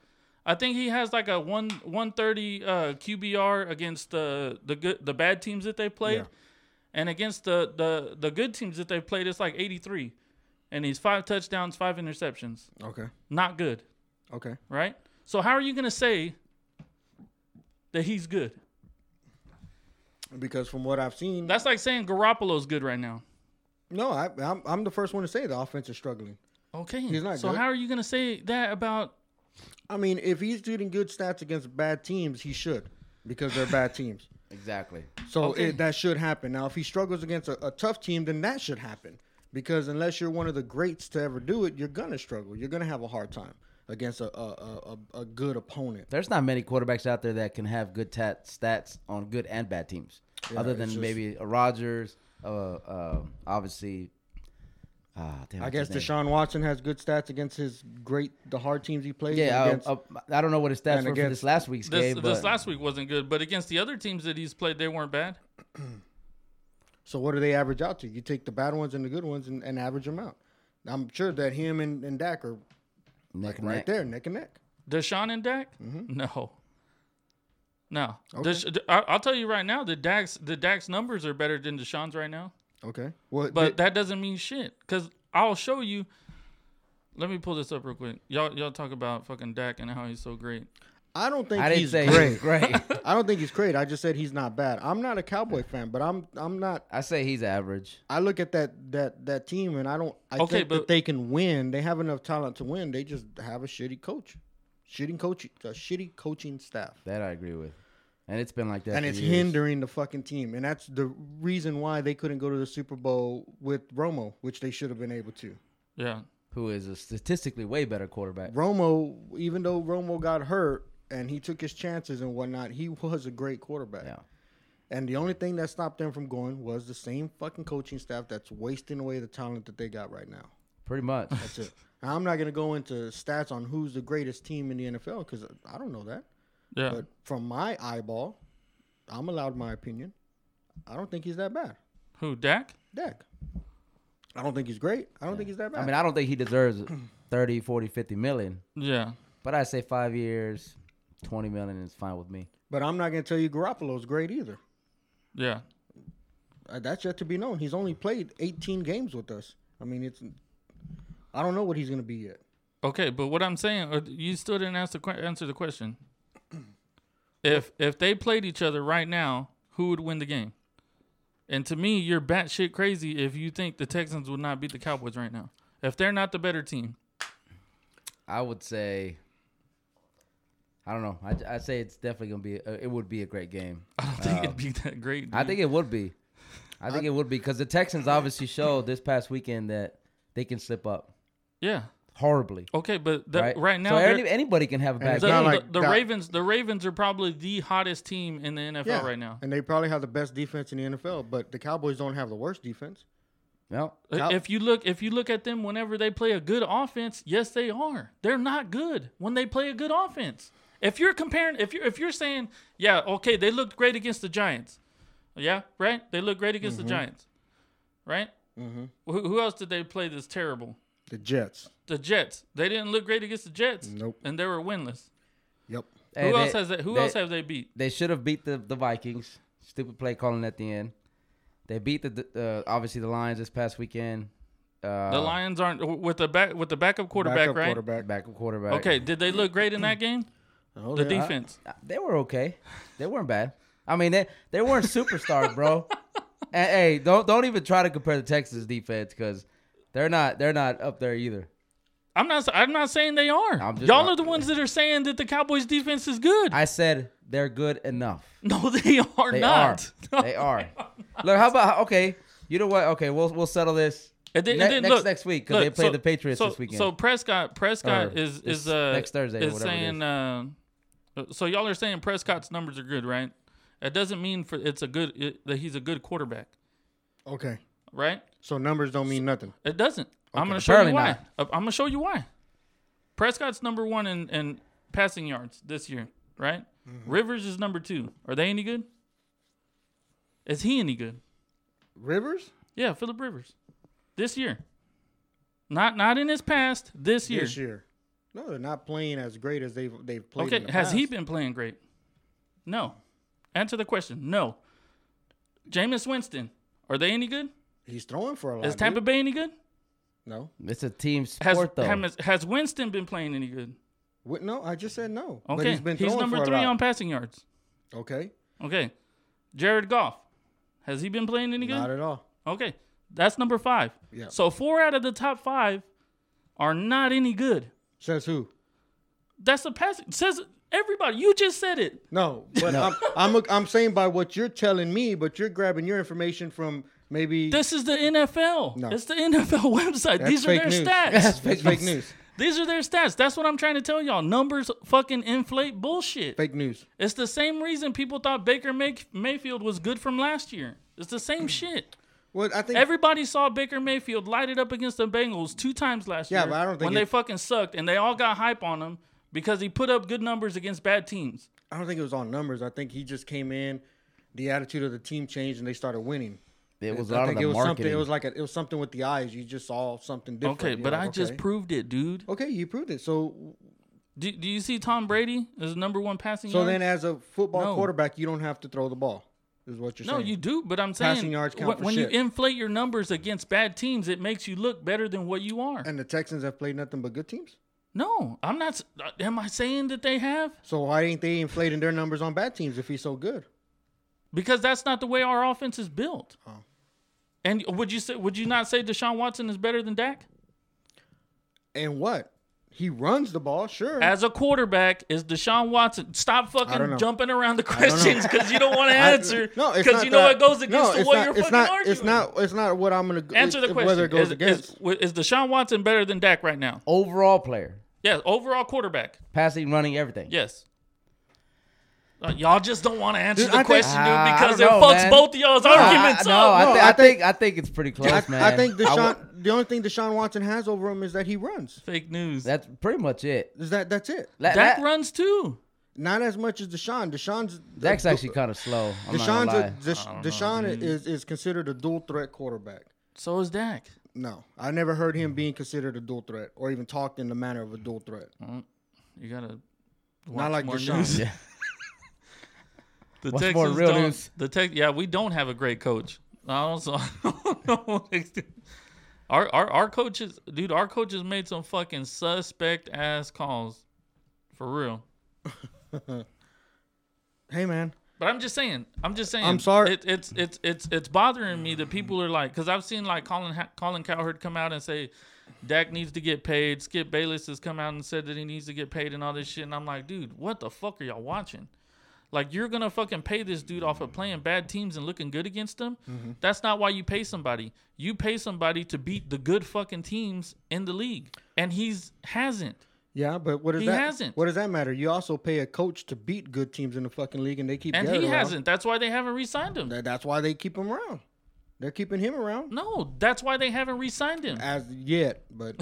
S1: I think he has like a one one thirty uh, QBR against the the good the bad teams that they played,
S2: Yeah.
S1: and against the, the the good teams that they played, it's like eighty three, and he's five touchdowns, five interceptions.
S2: okay,
S1: Not good,
S2: okay.
S1: right? So how are you gonna say that he's good?
S2: Because from what I've seen,
S1: That's like saying Garoppolo's good right now.
S2: no, I, I'm, I'm the first one to say the offense is struggling.
S1: Okay,
S2: He's not
S1: so
S2: good.
S1: how are you gonna say that about?
S2: I mean, if he's getting good stats against bad teams, he should, because they're bad teams.
S3: Exactly.
S2: So
S1: Okay.
S2: it, that should happen. Now, if he struggles against a, a tough team, then that should happen. Because unless you're one of the greats to ever do it, you're gonna struggle. You're gonna have a hard time against a a, a, a, a good opponent.
S3: There's not many quarterbacks out there that can have good tat, stats on good and bad teams, other
S2: it's
S3: than
S2: just-
S3: maybe a Rodgers. Uh, uh, obviously. Ah, damn,
S2: I
S3: what's
S2: guess
S3: his name?
S2: Deshaun Watson has good stats against his great the hard teams he plays.
S3: Yeah,
S2: and
S3: I-
S2: against,
S3: I, I don't know what his stats
S2: and
S3: were for
S2: against-
S3: this last week's
S1: This,
S3: game,
S1: this
S3: but
S1: last week wasn't good, but against the other teams that he's played, they weren't bad.
S2: so what do they average out to? You take the bad ones and the good ones and, and average them out. I'm sure that him and, and Dak are
S3: neck and
S2: right
S3: neck.
S2: there, neck and neck.
S1: Deshaun and Dak? No. No.
S2: Mm-hmm. Okay.
S1: Desha- D- I- I'll tell you right now, the Dak's the Dak's numbers are better than Deshaun's right now,
S2: Okay. Well,
S1: but
S2: th-
S1: that doesn't mean shit. Cause I'll show you. Let me pull this up real quick. Y'all y'all talk about fucking Dak and how he's so great.
S2: I don't think
S3: I didn't
S2: he's
S3: say
S2: great.
S3: he's great.
S2: I don't think he's great. I just said he's not bad. I'm not a Cowboy fan, but I'm I'm not
S3: I say he's average.
S2: I look at that that that team and I don't. I
S1: Okay,
S2: think
S1: but-
S2: that they can win. They have enough talent to win. They just have a shitty coach, shitty coach, a shitty coaching staff.
S3: That I agree with. and it's been like that.
S2: and
S3: for
S2: it's
S3: years.
S2: hindering the fucking team. And that's the reason why they couldn't go to the Super Bowl with Romo, which they should have been able to.
S1: Yeah.
S3: Who is a statistically way better quarterback?
S2: Romo, even though Romo got hurt and he took his chances and whatnot, he was a great quarterback.
S3: Yeah.
S2: And the only thing that stopped them from going was the same fucking coaching staff that's wasting away the talent that they got right now.
S3: Pretty much.
S2: That's it. Now, I'm not going to go into stats on who's the greatest team in the NFL because I don't know that.
S1: Yeah.
S2: But from my eyeball, I'm allowed my opinion. I don't think he's that bad.
S1: Who? Dak?
S2: Dak. I don't think he's great. I don't think he's that bad.
S3: I mean, I don't think he deserves 30, 40, 50 million,
S1: Yeah.
S3: but I say five years, 20 million is fine with me.
S2: but I'm not going to tell you Garoppolo's great either.
S1: Yeah.
S2: Uh, that's yet to be known. He's only played 18 games with us. I mean, it's. I don't know what he's going to be yet.
S1: Okay, but what I'm saying, uh, you still didn't answer the que- answer the question. If if they played each other right now, who would win the game? And to me, you're batshit crazy if you think the Texans would not beat the Cowboys right now. If they're not the better team,
S3: I would say, I don't know. I, I say it's definitely gonna be. A, it would be a great game.
S1: I don't think it'd be that great.
S3: I
S1: dude.
S3: think it would be. I think it would be because the Texans obviously showed this past weekend that they can slip up
S1: yeah.
S3: horribly.
S1: Okay, but the, right.
S3: right?
S1: now
S3: So
S1: they're-
S3: any, anybody can have a bad
S2: it's
S1: the,
S2: not
S3: game.
S2: like
S1: the, the
S2: that-
S1: Ravens the Ravens are probably the hottest team in the NFL right now.
S2: And they probably have the best defense in the NFL, but the Cowboys don't have the worst defense.
S3: no,
S2: Cow-
S1: Uh, If you look if you look at them whenever they play a good offense, yes they are. They're not good when they play a good offense. If you're comparing if you are if you're saying, yeah, okay, they looked great against the Giants. Yeah, right? They looked great against
S2: Mm-hmm.
S1: the Giants. Right? Mm-hmm. Who, who else did they play that's terrible?
S2: The Jets.
S1: The Jets. They didn't look great against the Jets.
S2: Nope.
S1: And they were winless.
S2: Yep.
S3: Hey,
S1: who
S3: they-
S1: else has that? Who
S3: they-
S1: else have they beat?
S3: They should have beat the, the Vikings. Stupid play calling at the end. They beat the- the uh, obviously the Lions this past weekend. Uh,
S1: The Lions aren't with the back with the backup quarterback,
S2: Oh. Backup
S1: right?
S2: quarterback.
S3: backup quarterback.
S1: Okay, did they look great in that game?
S2: Oh,
S1: The
S2: yeah.
S1: defense.
S3: Uh, they were okay. They weren't bad. I mean, they they weren't superstars, bro. And hey, don't don't even try to compare the Texas defense because they're not they're not up there either.
S1: I'm not. I'm not saying they are.
S3: I'm just-
S1: Y'all are the ones that are saying that the Cowboys defense is good.
S3: I said they're good enough.
S1: no, they are
S3: They
S1: not.
S3: are. They are. Look, how about okay? You know what? Okay, we'll we'll settle this.
S1: And then,
S3: Ne-
S1: and then
S3: next-
S1: look,
S3: next week, 'cause
S1: look,
S3: they play the Patriots
S1: so,
S3: this weekend.
S1: So Prescott, Prescott
S3: Or
S1: is
S3: this
S1: is uh,
S3: next Thursday or
S1: is
S3: whatever it
S1: saying.
S3: is.
S1: Uh, so y'all are saying Prescott's numbers are good, right? That doesn't mean for it's a good it, that he's a good quarterback,
S2: Okay.
S1: right?
S2: So numbers don't mean nothing.
S1: It doesn't. I'm gonna show you
S3: apparently
S1: why. Uh, I'm gonna show you why. Prescott's number one in, in passing yards this year, right?
S2: Mm-hmm.
S1: Rivers is number two. Are they any good? Is he any good?
S2: Rivers?
S1: Yeah, Philip Rivers. This year. Not not in his past, this year.
S2: This year. No, they're not playing as great as they've they've played.
S1: okay,
S2: in the
S1: has he
S2: past.
S1: been playing great? No. Answer the question. No. Jameis Winston, are they any good?
S2: He's throwing for a lot.
S1: Is Tampa
S2: dude.
S1: Bay any good?
S2: No.
S3: It's a team
S1: Has,
S3: sport though.
S1: has has Winston been playing any good?
S2: Wait, no, I just said no. But
S1: Okay.
S2: he's been
S1: he's
S2: throwing
S1: number
S2: for
S1: three
S2: a
S1: on
S2: lot.
S1: passing yards.
S2: Okay.
S1: Okay. Jared Goff. Has he been playing any
S2: Not
S1: good?
S2: at all.
S1: Okay. That's number five.
S2: Yeah.
S1: So four out of the top five are not any good.
S2: Says who?
S1: That's a pass. Says everybody. You just said it.
S2: No, but I'm, I'm I'm saying by what you're telling me, but you're grabbing your information from maybe
S1: This is the NFL.
S2: No.
S1: It's the NFL website.
S2: That's
S1: These are
S2: fake
S1: their
S2: news.
S1: stats.
S2: That's fake, news.
S1: These are their stats. That's what I'm trying to tell y'all. Numbers fucking inflate bullshit.
S2: Fake news.
S1: It's the same reason people thought Baker May- Mayfield was good from last year. It's the same shit.
S2: Well, I think
S1: Everybody saw Baker Mayfield light it up against the Bengals two times last
S2: Yeah,
S1: year.
S2: but I don't think
S1: when
S2: it-
S1: they fucking sucked, and they all got hype on him because he put up good numbers against bad teams.
S2: I don't think it was on numbers. I think he just came in, the attitude of the team changed, and they started winning.
S3: it was a
S2: I
S3: lot of
S2: think
S3: the
S2: it was something.
S3: marketing.
S2: It was like a, it was something with the eyes. You just saw something different.
S1: Okay,
S2: You're
S1: but
S2: like,
S1: I just
S2: okay. Oh.
S1: proved it, dude.
S2: okay, you proved it. So
S1: Do, do you see Tom Brady as the number one passing?
S2: so
S1: yards?
S2: then, as a football
S1: No.
S2: quarterback, you don't have to throw the ball. Is what you're
S1: no,
S2: saying?
S1: you do. But I'm saying
S2: Passing yards count
S1: when,
S2: for
S1: when
S2: shit.
S1: you inflate your numbers against bad teams, it makes you look better than what you are.
S2: And the Texans have played nothing but good teams.
S1: no, I'm not. s- uh, Am I saying that they have?
S2: So why ain't they inflating their numbers on bad teams if he's so good?
S1: Because that's not the way our offense is built.
S2: Oh.
S1: And would you say? Would you not say Deshaun Watson is better than Dak?
S2: And what? He runs the ball, sure.
S1: As a quarterback, is Deshaun Watson? Stop
S2: don't
S1: fucking
S2: know.
S1: jumping around the questions because you don't want to
S2: I-
S1: answer.
S2: No, it's
S1: because
S2: not
S1: you know
S2: that-
S1: it goes against
S2: no,
S1: the
S2: it's
S1: what
S2: not,
S1: you're
S2: it's
S1: fucking
S2: not,
S1: arguing.
S2: It's not. It's not what I'm gonna
S1: Answer the
S2: it-
S1: question.
S2: Whether it goes
S1: is,
S2: against.
S1: Is, is Deshaun Watson better than Dak right now?
S3: Overall player,
S1: Yes, overall quarterback.
S3: passing, running, everything.
S1: Yes. Uh, y'all just don't want to answer
S2: Dude,
S1: the
S2: I think-
S1: question, dude,
S3: Ah, I
S1: because it
S3: don't know,
S1: fucks
S3: man.
S1: both of y'all's
S3: I-
S1: arguments
S3: I, no,
S1: up.
S3: I,
S2: No,
S3: thi-
S2: I
S3: I think I think it's pretty close,
S2: I,
S3: man.
S2: I think Deshaun.
S3: I wa-
S2: the only thing Deshaun Watson has over him is that he runs.
S1: Fake news.
S3: that's pretty much it.
S2: Is that that's it?
S3: La-
S1: Dak
S3: la-
S1: runs too.
S2: Not as much as Deshaun. Deshaun's
S3: Dak's
S2: Du-
S3: actually kind of slow. I'm not gonna
S2: Deshaun's
S3: lie.
S2: a, Desh, Deshaun
S1: Mm-hmm.
S2: is is considered a dual threat quarterback.
S1: So is Dak.
S2: No, I never heard him being considered a dual threat or even talked in the manner of a dual threat.
S1: You gotta watch
S2: Not like
S1: more
S2: Deshaun.
S1: news.
S3: Yeah.
S1: The
S3: Watch
S1: Texans
S3: more real
S1: don't-
S3: news.
S1: The Tex, yeah, we don't have a great coach. I don't, so I don't know. what they do. Our our our coaches, dude, our coaches made some fucking suspect ass calls, for real.
S2: Hey man,
S1: But I'm just saying. I'm just saying.
S2: I'm sorry.
S1: It, it's it's it's it's bothering me that people are like, because I've seen like Colin Ha- Colin Cowherd come out and say, Dak needs to get paid. Skip Bayless has come out and said that he needs to get paid and all this shit. And I'm like, dude, what the fuck are y'all watching? Like you're gonna fucking pay this dude off of playing bad teams and looking good against them.
S2: Mm-hmm.
S1: That's not why you pay somebody. You pay somebody to beat the good fucking teams in the league, and he's hasn't.
S2: yeah, but what does
S1: He
S2: that?
S1: hasn't.
S2: What does that matter? You also pay a coach to beat good teams in the fucking league, and they keep
S1: And
S2: Garrett
S1: he
S2: around.
S1: hasn't. That's why they haven't re-signed him.
S2: That- That's why they keep him around. They're keeping him around
S1: No, that's why they haven't re-signed him.
S2: as yet, but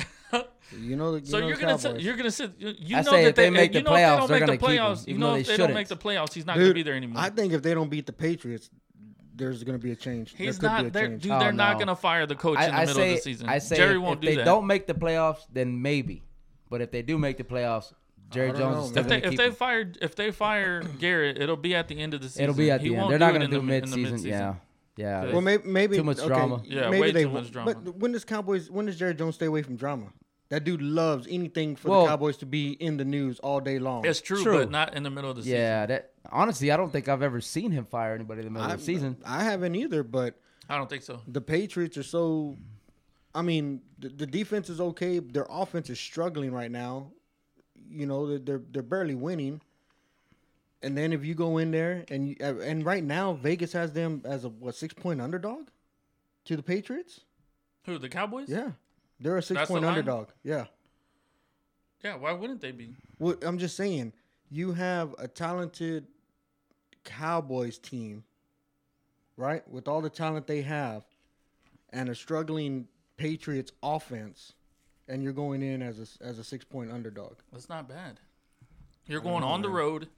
S2: you know. You
S1: So
S2: know
S1: you are
S2: the
S1: gonna sit,
S2: Cowboys.
S1: you're gonna sit. You you
S3: I
S1: know
S3: say
S1: that
S3: if they
S1: they,
S3: make
S1: you
S3: the
S1: know if they
S3: playoffs, they're
S1: don't make the
S3: gonna keep him,
S1: playoffs. You
S3: even
S1: know
S3: though
S1: if
S3: they
S1: they don't make the
S3: shouldn't.
S1: playoffs, he's not
S2: Dude,
S1: gonna be there anymore.
S2: I think if they don't beat the Patriots, there's gonna be a change.
S1: he's
S2: there could
S1: not.
S2: Be a
S1: They're,
S2: change.
S1: dude, they're
S3: Oh,
S1: not
S3: no.
S1: gonna fire the coach in the
S3: I, I
S1: middle
S3: say,
S1: of the season.
S3: I say,
S1: Jerry
S3: if,
S1: won't
S3: if
S1: do
S3: they
S1: that.
S3: don't make the playoffs, then maybe. But if they do make the playoffs, Jerry
S2: I don't
S3: Jones
S2: know,
S3: is still
S1: if
S2: man.
S1: they
S3: gonna
S1: if
S3: keep
S1: they
S3: him.
S1: fired if they fire Garrett, it'll be at the end of the season.
S3: It'll be at
S1: He
S3: the end.
S1: won't
S3: They're not
S1: it
S3: gonna
S1: in
S3: do
S1: the- in the
S3: midseason. Yeah, yeah.
S1: Well,
S2: Well, maybe, maybe
S3: Too much
S2: okay,
S3: drama.
S1: Yeah,
S2: maybe
S1: way
S2: they
S1: too much
S2: won't.
S1: drama.
S2: But when does Cowboys? When does Jared Jones stay away from drama? That dude loves anything for
S3: Well-
S2: the Cowboys to be in the news all day long.
S1: It's true,
S3: True.
S1: but not in the middle of the season.
S3: yeah, that honestly, I don't think I've ever seen him fire anybody in the middle
S2: I,
S3: of the season.
S2: I haven't either, but
S1: I don't think so.
S2: the Patriots are so. I mean, the, the defense is okay. Their offense is struggling right now. You know, they're they're, they're barely winning. And then if you go in there and you, uh, and right now Vegas has them as a what six point underdog to the Patriots.
S1: Who the Cowboys?
S2: Yeah, they're a six point
S1: line?
S2: underdog. Yeah.
S1: Yeah, Why wouldn't they be?
S2: Well, I'm just saying, you have a talented Cowboys team, right? With all the talent they have, and a struggling Patriots offense, and you're going in as a as a six point underdog.
S1: That's not bad. You're going on the road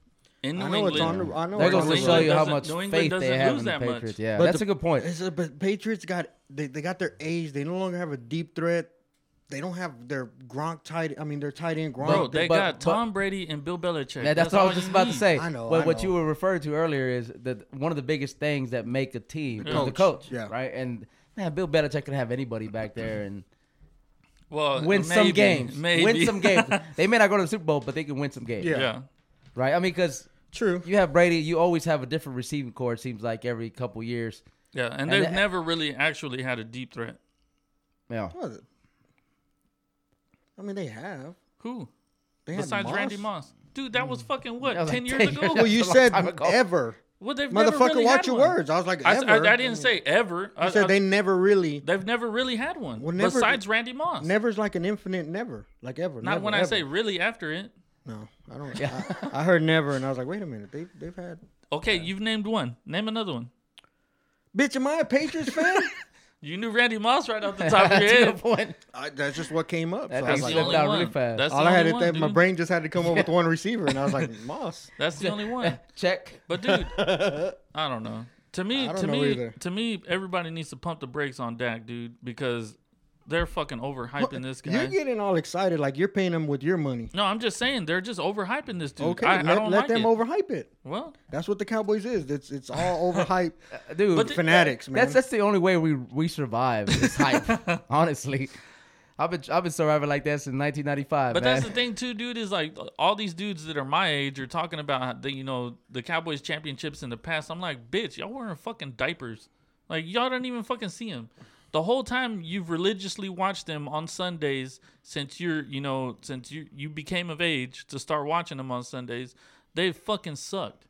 S1: in New
S2: I know it's on
S1: England.
S2: the. I know
S3: That
S2: it's
S3: goes
S2: on
S3: to
S2: the
S1: England
S3: show you how
S1: doesn't-
S3: much
S1: New England
S3: faith they
S1: doesn't
S3: have
S1: lose
S3: in the
S1: that much.
S3: Patriots. Yeah,
S2: But
S3: that's
S2: the-
S3: a good point.
S2: It's a, but Patriots got they, they got their age. They no longer have a deep threat. They don't have their Gronk tight. I mean, their tight end Gronk.
S1: Bro, they
S3: but-
S1: got
S3: but-
S1: Tom Brady and Bill Belichick.
S3: Yeah, that's, what I
S1: all
S3: was just
S1: you
S3: about
S1: need.
S3: to say.
S2: I know,
S3: But
S2: I
S3: what you
S2: know.
S3: were referred to earlier is that one of the biggest things that make a team is the
S2: coach,
S3: coach.
S2: yeah.
S3: Right. And man, Bill Belichick can have anybody back there and
S1: Well,
S3: win some
S1: Uh, maybe,
S3: games.
S1: Maybe.
S3: Win some games. they may not go to the Super Bowl, but they can win some games.
S2: Yeah.
S1: yeah.
S3: Right. I mean, because
S2: True.
S3: you have Brady, you always have a different receiving core. It seems like every couple years.
S1: Yeah, and they've
S3: that-
S1: never really actually had a deep threat.
S3: Yeah.
S2: What is it? I mean, they have.
S1: Who
S2: They had
S1: besides Randy Moss? Dude, that was fucking what
S3: Hmm. That was
S1: ten
S3: like
S1: years
S3: 10
S1: ago.
S3: years
S2: Well,
S1: Well,
S2: you
S3: That's a long
S2: said
S3: time ago.
S2: ever.
S1: they've never
S2: Motherfucker,
S1: really
S2: watch
S1: had
S2: your
S1: one.
S2: words. I was like,
S1: I, s-
S2: ever.
S1: I- I didn't say ever. I,
S2: You said
S1: I-
S2: they never really.
S1: they've never really had one.
S2: Well, never-
S1: besides Randy Moss,
S2: Never's like an infinite never. Like ever.
S1: Not
S2: never,
S1: when I
S2: ever.
S1: say really after it.
S2: No, I don't. I, I heard never, and I was like, wait a minute. They've, they've had.
S1: Okay, you've named one. Name another one.
S2: Bitch, am I a Patriots fan?
S1: You knew Randy Moss right off the top of your
S3: To the
S1: head.
S3: point.
S2: I, that's just what came up. So
S3: That
S2: I was
S1: That's
S2: like,
S3: thing
S1: the
S3: slipped
S1: only
S3: out
S1: one.
S3: really fast.
S1: That's
S2: all
S1: the
S2: I had
S1: only
S2: to
S1: one,
S2: think, my
S1: dude.
S2: brain just had to come up with one receiver, and I was like, Moss.
S1: That's the only one.
S3: Check.
S1: But dude, I don't know. To me,
S2: I don't
S1: to
S2: know
S1: me,
S2: either.
S1: to me, everybody needs to pump the brakes on Dak, dude, because they're fucking overhyping this guy.
S2: You're getting all excited, like you're paying them with your money.
S1: no, I'm just saying they're just overhyping this dude.
S2: Okay,
S1: I, I
S2: let,
S1: don't
S2: let
S1: like
S2: them
S1: it.
S2: overhype it.
S1: well,
S2: That's what the Cowboys is. It's it's all overhyped
S3: Dude,
S1: But the-
S2: fanatics, man.
S3: That's that's the only way we we survive is hype. honestly, I've been I've been surviving like that since 1995.
S1: but
S3: man.
S1: that's the thing too, dude. Is like all these dudes that are my age are talking about how the you know the Cowboys championships in the past. I'm like, bitch, y'all wearing fucking diapers. Like y'all don't even fucking see him. the whole time you've religiously watched them on Sundays since you're, you know, since you you became of age to start watching them on Sundays, they've fucking sucked.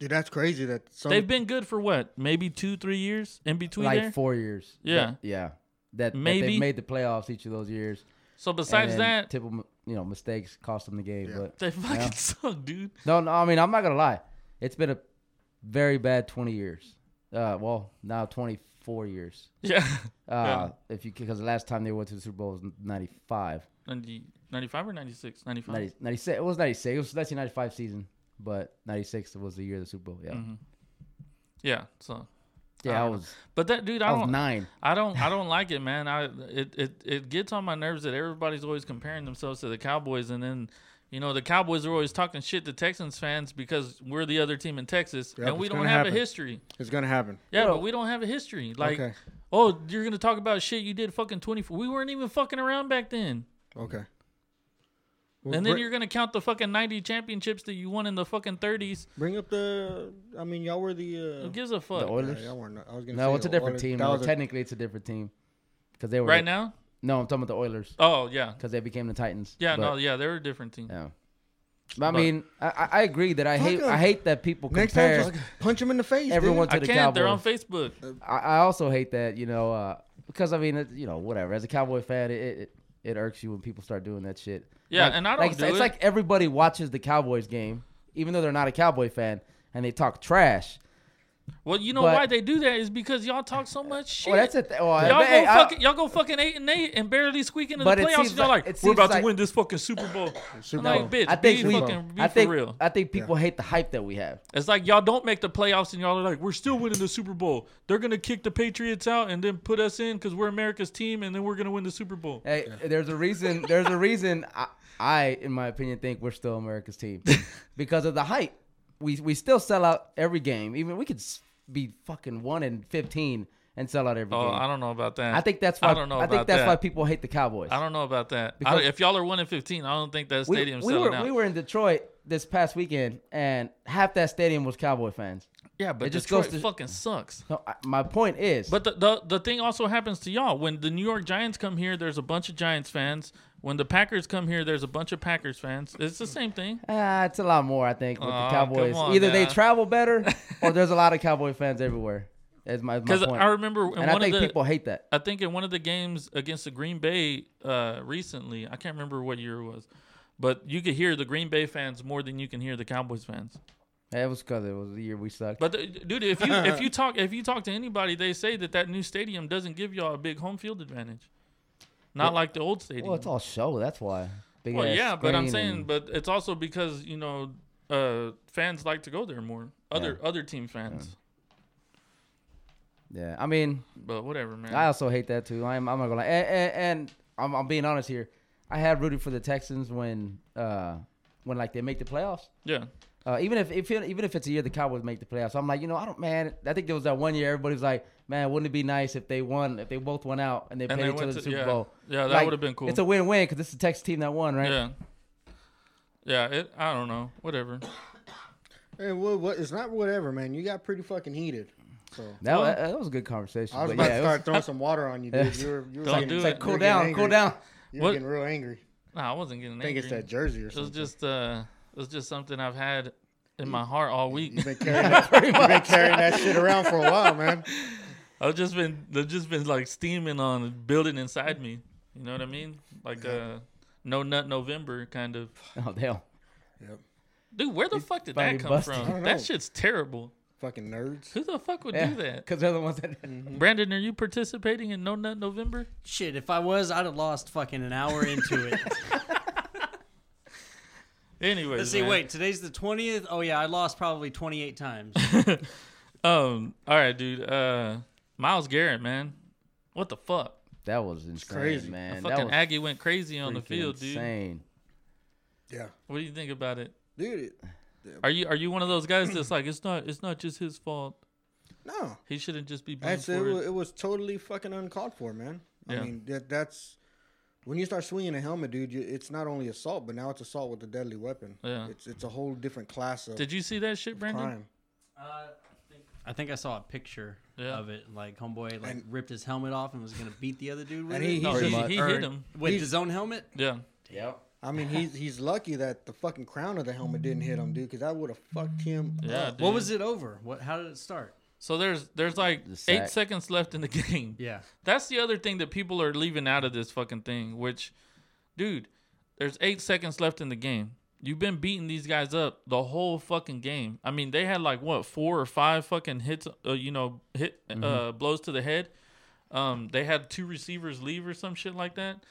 S2: Dude, that's crazy. That some,
S1: They've been good for what? Maybe 2 3 years in between
S3: like
S1: there.
S3: four years.
S1: Yeah.
S3: That- yeah. That maybe
S1: Maybe.
S3: they made the playoffs each of those years.
S1: So besides
S3: And then
S1: that,
S3: typical you know mistakes cost them the game. But
S1: they fucking
S3: Yeah.
S1: suck, dude.
S3: no, no, I mean I'm not gonna lie, it's been a very bad 20 years. Uh, well now 24 years.
S1: Yeah.
S3: Uh, if you because the last time they went to the Super Bowl was '95,
S1: 90, 95 or 96? 95.
S3: 90, 96. It was '96. It was 1995 season, but '96 was the year of the Super Bowl. Yeah,
S1: Mm-hmm. Yeah, so
S3: yeah, I
S1: don't know.
S3: was
S1: but that dude, I
S3: I was
S1: don't
S3: nine.
S1: I don't I don't like it, man. I it, it it gets on my nerves that everybody's always comparing themselves to the Cowboys and then you know the Cowboys are always talking shit to Texans fans because we're the other team in Texas
S2: Yep,
S1: and we
S2: it's
S1: don't
S2: gonna
S1: have a
S2: happen.
S1: history.
S2: it's gonna happen.
S1: Yeah,
S3: Well-
S1: but we don't have a history. Like,
S2: Okay.
S1: oh, you're gonna talk about shit you did fucking twenty four. We weren't even fucking around back then.
S2: Okay. Well,
S1: And then
S2: br-
S1: you're gonna count the fucking ninety championships that you won in the fucking thirties.
S2: bring up the. I mean, y'all were the. Uh,
S1: Who gives a
S3: The
S1: fuck?
S3: Oilers.
S2: yeah, y'all were not, I was gonna
S3: no,
S2: say
S3: it's a
S2: the
S3: different
S2: Oilers-
S3: team.
S2: that
S3: No,
S2: was a-
S3: technically, it's a different team because they were
S1: Right now?
S3: No, I'm talking about the Oilers
S1: Oh yeah,
S3: because they became the Titans.
S1: yeah, no,
S3: but-
S1: yeah, they're a different team.
S3: yeah. But I mean, I- I, I agree that I
S2: Fuck
S3: hate
S2: 'em.
S3: I hate that people
S2: Next time,
S3: compare.
S2: just punch him in the face.
S3: Everyone-
S2: Everyone.
S1: I
S3: To the
S1: can't. They're on
S3: Cowboys.
S1: Facebook.
S3: I, I also hate that, you know, uh, because I mean, it, you know, whatever. As a Cowboy fan, it, it it irks you when people start doing that shit.
S1: Yeah,
S3: Like-
S1: and I don't
S3: like, it's-
S1: do
S3: It's
S1: it.
S3: like everybody watches the Cowboys game, even though they're not a Cowboy fan, and they talk trash. Oh,
S1: Well, you know
S3: But-
S1: why they do that is because y'all talk so much shit.
S3: Well, that's a th- well,
S1: Y'all
S3: but,
S1: go,
S3: hey, I-
S1: fucking, y'all go fucking eight and eight and barely squeak into the
S3: But it
S1: playoffs.
S3: seems
S1: And y'all
S3: like-
S1: like,
S3: it
S1: we're
S3: seems
S1: about
S3: like-
S1: to win this fucking Super Bowl.
S2: Super
S1: I'm
S2: Bowl.
S1: like, bitch,
S3: I think
S1: be
S3: we,
S1: fucking, be
S3: I think,
S1: for real.
S3: I think people hate the hype that we have.
S1: It's like y'all don't make the playoffs and y'all are like, we're still winning the Super Bowl. They're gonna kick the Patriots out and then put us in because we're America's team and then we're gonna win the Super Bowl.
S3: Hey, there's a reason. There's a reason. I, I, in my opinion, think we're still America's team because of the hype. We we still sell out every game. Even we could s- be fucking one and fifteen and sell out every
S1: Oh,
S3: game.
S1: I don't know about that.
S3: I think that's why.
S1: I don't know
S3: I think
S1: about
S3: that's
S1: that.
S3: why people hate the Cowboys.
S1: I don't know about that. I
S3: Because-
S1: don't- if y'all are one in fifteen, I don't think that
S3: we,
S1: stadium's
S3: we
S1: selling
S3: were
S1: out.
S3: we were in Detroit this past weekend, and half that stadium was Cowboy fans.
S1: yeah, but
S3: it just
S1: Detroit
S3: goes to-
S1: fucking sucks.
S3: So I, my point is,
S1: But the, the the thing also happens to y'all when the New York Giants come here. There's a bunch of Giants fans. When the Packers come here, there's a bunch of Packers fans. It's the same thing.
S3: ah, it's a lot more. I think with
S1: Aw,
S3: the
S1: come
S3: Cowboys,
S1: on
S3: either they
S1: now.
S3: travel better or there's a lot of Cowboy fans everywhere. That's my, my
S1: Because
S3: point.
S1: I remember in
S3: and I
S1: one of
S3: think
S1: the
S3: people hate that.
S1: I think in one of the games against the Green Bay uh, recently, I can't remember what year it was, but you could hear the Green Bay fans more than you can hear the Cowboys fans.
S3: It was because it was the year we sucked.
S1: But the, dude, if you if you talk if you talk to anybody, they say that that new stadium doesn't give y'all a big home field advantage. Not like the old stadium.
S3: well, it's all show. That's why. Big
S1: Well,
S3: ass
S1: yeah, but I'm
S3: screen
S1: saying,
S3: and-
S1: but it's also because you know uh, fans like to go there more. Other other team fans,
S3: yeah, I mean,
S1: but whatever, man.
S3: I also hate that too. I'm, I'm not gonna lie, and, and, and I'm, I'm being honest here. I had rooted for the Texans when, uh, when like they make the playoffs.
S1: yeah,
S3: Uh, even if, if even if it's a year the Cowboys make the playoffs, I'm like, you know, I don't, man. I think there was that one year everybody was like, man, wouldn't it be nice if they won, if they both won out and they
S1: and
S3: played
S1: they
S3: each other
S1: went
S3: the
S1: to
S3: Super
S1: yeah,
S3: Bowl.
S1: yeah, that
S3: Like,
S1: would have been cool.
S3: It's a win-win because it's the Texas team that won, right?
S1: yeah, yeah. It, I don't know, whatever.
S2: Hey, well, what, it's not whatever, man. You got pretty fucking heated. So
S3: That,
S1: Well-
S3: that, that was a good conversation.
S2: I was
S3: but
S2: about
S3: yeah,
S2: to
S3: it was-
S2: start throwing some water on you, dude. You were, you were
S1: Don't
S2: getting-
S1: do
S3: it's like,
S1: it.
S3: cool
S2: you were
S3: down,
S2: getting
S3: cool
S2: angry.
S3: down.
S2: You
S1: What-
S2: were getting real angry.
S1: No, I wasn't getting
S2: I think
S1: angry.
S2: it's that jersey
S1: it
S2: or
S1: was
S2: something.
S1: just uh, it was just something I've had in my heart all week.
S2: You've been carrying that, you've been carrying that shit around for a while, man.
S1: I've just been, they've just been like steaming on, building inside me. You know what I mean? Like uh, no nut November kind of.
S3: Oh damn!
S2: Yep.
S1: Dude, where the fuck did
S3: finally
S1: that come
S3: busted.
S2: I don't
S1: from? That
S2: know.
S1: shit's terrible.
S2: Fucking nerds.
S1: Who the fuck would do that?
S3: because they're the ones that.
S1: Brandon, are you participating in No Nut November?
S4: Shit, if I was, I'd have lost fucking an hour into it.
S1: Anyways,
S4: Let's see.
S1: man.
S4: Wait, today's the twentieth. Oh yeah, I lost probably twenty eight times. Uh,
S1: Um, all right, dude. Uh, Miles Garrett, man, what the fuck?
S3: That was insane,
S2: crazy.
S3: man. That
S1: Fucking
S3: was
S1: Aggie went crazy on the
S3: freaking
S1: field, dude.
S3: insane.
S2: Yeah.
S1: What do you think about it?
S2: Dude, it,
S1: Are you are you one of those guys that's like it's not it's not just his fault.
S2: no.
S1: He shouldn't just be blamed
S2: That's it,
S1: for
S2: wa-
S1: it.
S2: it was totally fucking uncalled for, man.
S1: Yeah.
S2: I mean, that that's when you start swinging a helmet, dude. You, it's not only assault, but now it's assault with a deadly weapon.
S1: Yeah.
S2: It's it's a whole different class of
S1: Did you see that shit, Brandon?
S2: crime.
S4: Uh, I think I think I saw a picture
S1: Yeah.
S4: of it. Like homeboy like
S2: And-
S4: ripped his helmet off and was gonna beat the other dude with
S2: And
S4: it.
S2: he-
S1: No,
S2: He's
S1: he,
S2: just
S1: he hit
S2: earned-
S1: him.
S4: with
S2: he's-
S4: his own helmet.
S1: Yeah.
S3: Yep.
S2: I mean, he's he's lucky that the fucking crown of the helmet didn't hit him, dude, because that would have fucked him.
S1: Yeah.
S2: up.
S1: dude.
S4: What was it over? What? How did it start?
S1: So there's there's like
S3: The sack.
S1: eight seconds left in the game.
S4: Yeah.
S1: That's the other thing that people are leaving out of this fucking thing, which, dude, there's eight seconds left in the game. You've been beating these guys up the whole fucking game. I mean, they had like what four or five fucking hits, uh, you know, hit uh, blows to the head. Um, they had two receivers leave or some shit like that.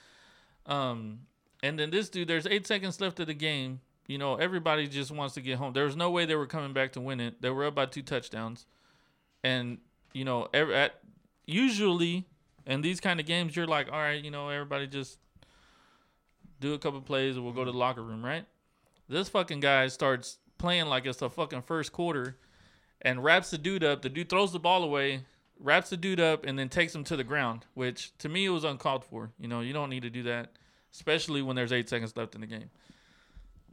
S1: Um, and then this dude, there's eight seconds left of the game. You know, everybody just wants to get home. There was no way they were coming back to win it. They were up by two touchdowns, and you know, ev at, usually in these kind of games, you're like, all right, you know, everybody just do a couple plays, and we'll go to the locker room, right? This fucking guy starts playing like it's the fucking first quarter, and wraps the dude up. The dude throws the ball away, wraps the dude up, and then takes him to the ground, which to me it was uncalled for. You know, you don't need to do that especially when there's eight seconds left in the game.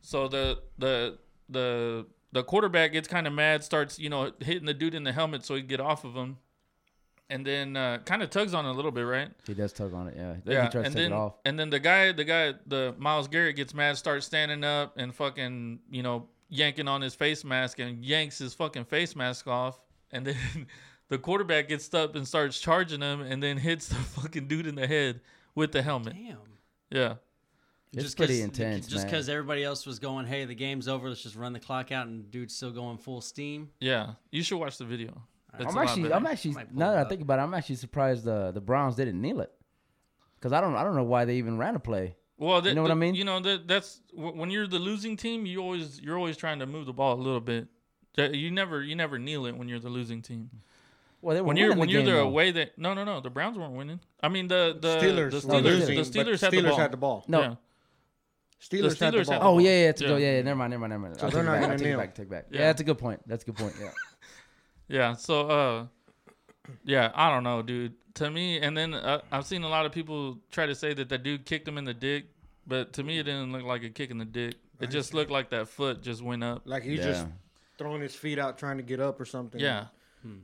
S1: So the the the the quarterback gets kind of mad, starts you know hitting the dude in the helmet so he can get off of him, and then uh, kind of tugs on it a little bit, right?
S3: He does tug on it. Yeah. Then
S1: yeah,
S3: He
S1: and
S3: tries to take
S1: then
S3: it off.
S1: and then the guy the guy the Miles Garrett gets mad, starts standing up and fucking you know yanking on his face mask and yanks his fucking face mask off, and then. The quarterback gets up and starts charging him, and then hits the fucking dude in the head with the helmet.
S4: Damn.
S1: Yeah,
S3: It's
S4: 'cause-
S3: pretty intense, man.
S4: Just because everybody else was going, hey, the game's over. Let's just run the clock out, and dude's still going full steam.
S1: Yeah, you should watch the video. It's
S3: I'm
S1: a lot
S3: actually,
S1: better.
S3: I'm actually.
S4: Might pull
S3: Now
S4: it
S3: that I
S4: up.
S3: think about it, I'm actually surprised the the Browns didn't kneel it. Cause I don't, I don't know why they even ran a play.
S1: well, that-
S3: know what
S1: that-
S3: I mean?
S1: You know that that's wh- when you're the losing team, you always you're always trying to move the ball a little bit. That- You never you never kneel it when you're the losing team.
S3: Well, they were
S1: When you're
S3: winning
S1: when
S3: the
S1: you're
S3: game,
S1: the
S3: though.
S1: away that no no no the Browns weren't winning. I mean the the
S2: Steelers,
S1: the
S2: were
S1: Steelers,
S2: losing,
S1: the
S2: but
S1: Steelers, had, the ball.
S2: had the ball.
S3: No.
S1: Yeah.
S2: Steelers, had the
S1: Steelers had
S2: ball.
S1: the
S3: Oh yeah, yeah, it's a
S1: Yeah.
S3: go- yeah, yeah. Never mind, never mind, never mind. I'll
S2: they're
S3: take it
S2: not
S3: back,
S2: gonna
S3: I'll take it
S2: kneel.
S3: back. Take it back. Yeah.
S1: Yeah.
S3: that's a good point. That's a good point. Yeah.
S1: Yeah. So, uh, yeah, I don't know, dude. To me, and then uh, I've seen a lot of people try to say that that dude kicked him in the dick, but to me, it didn't look like a kick in the dick. It just looked like that foot just went up.
S2: Like he's
S3: Yeah.
S2: just throwing his feet out trying to get up or something.
S1: Yeah.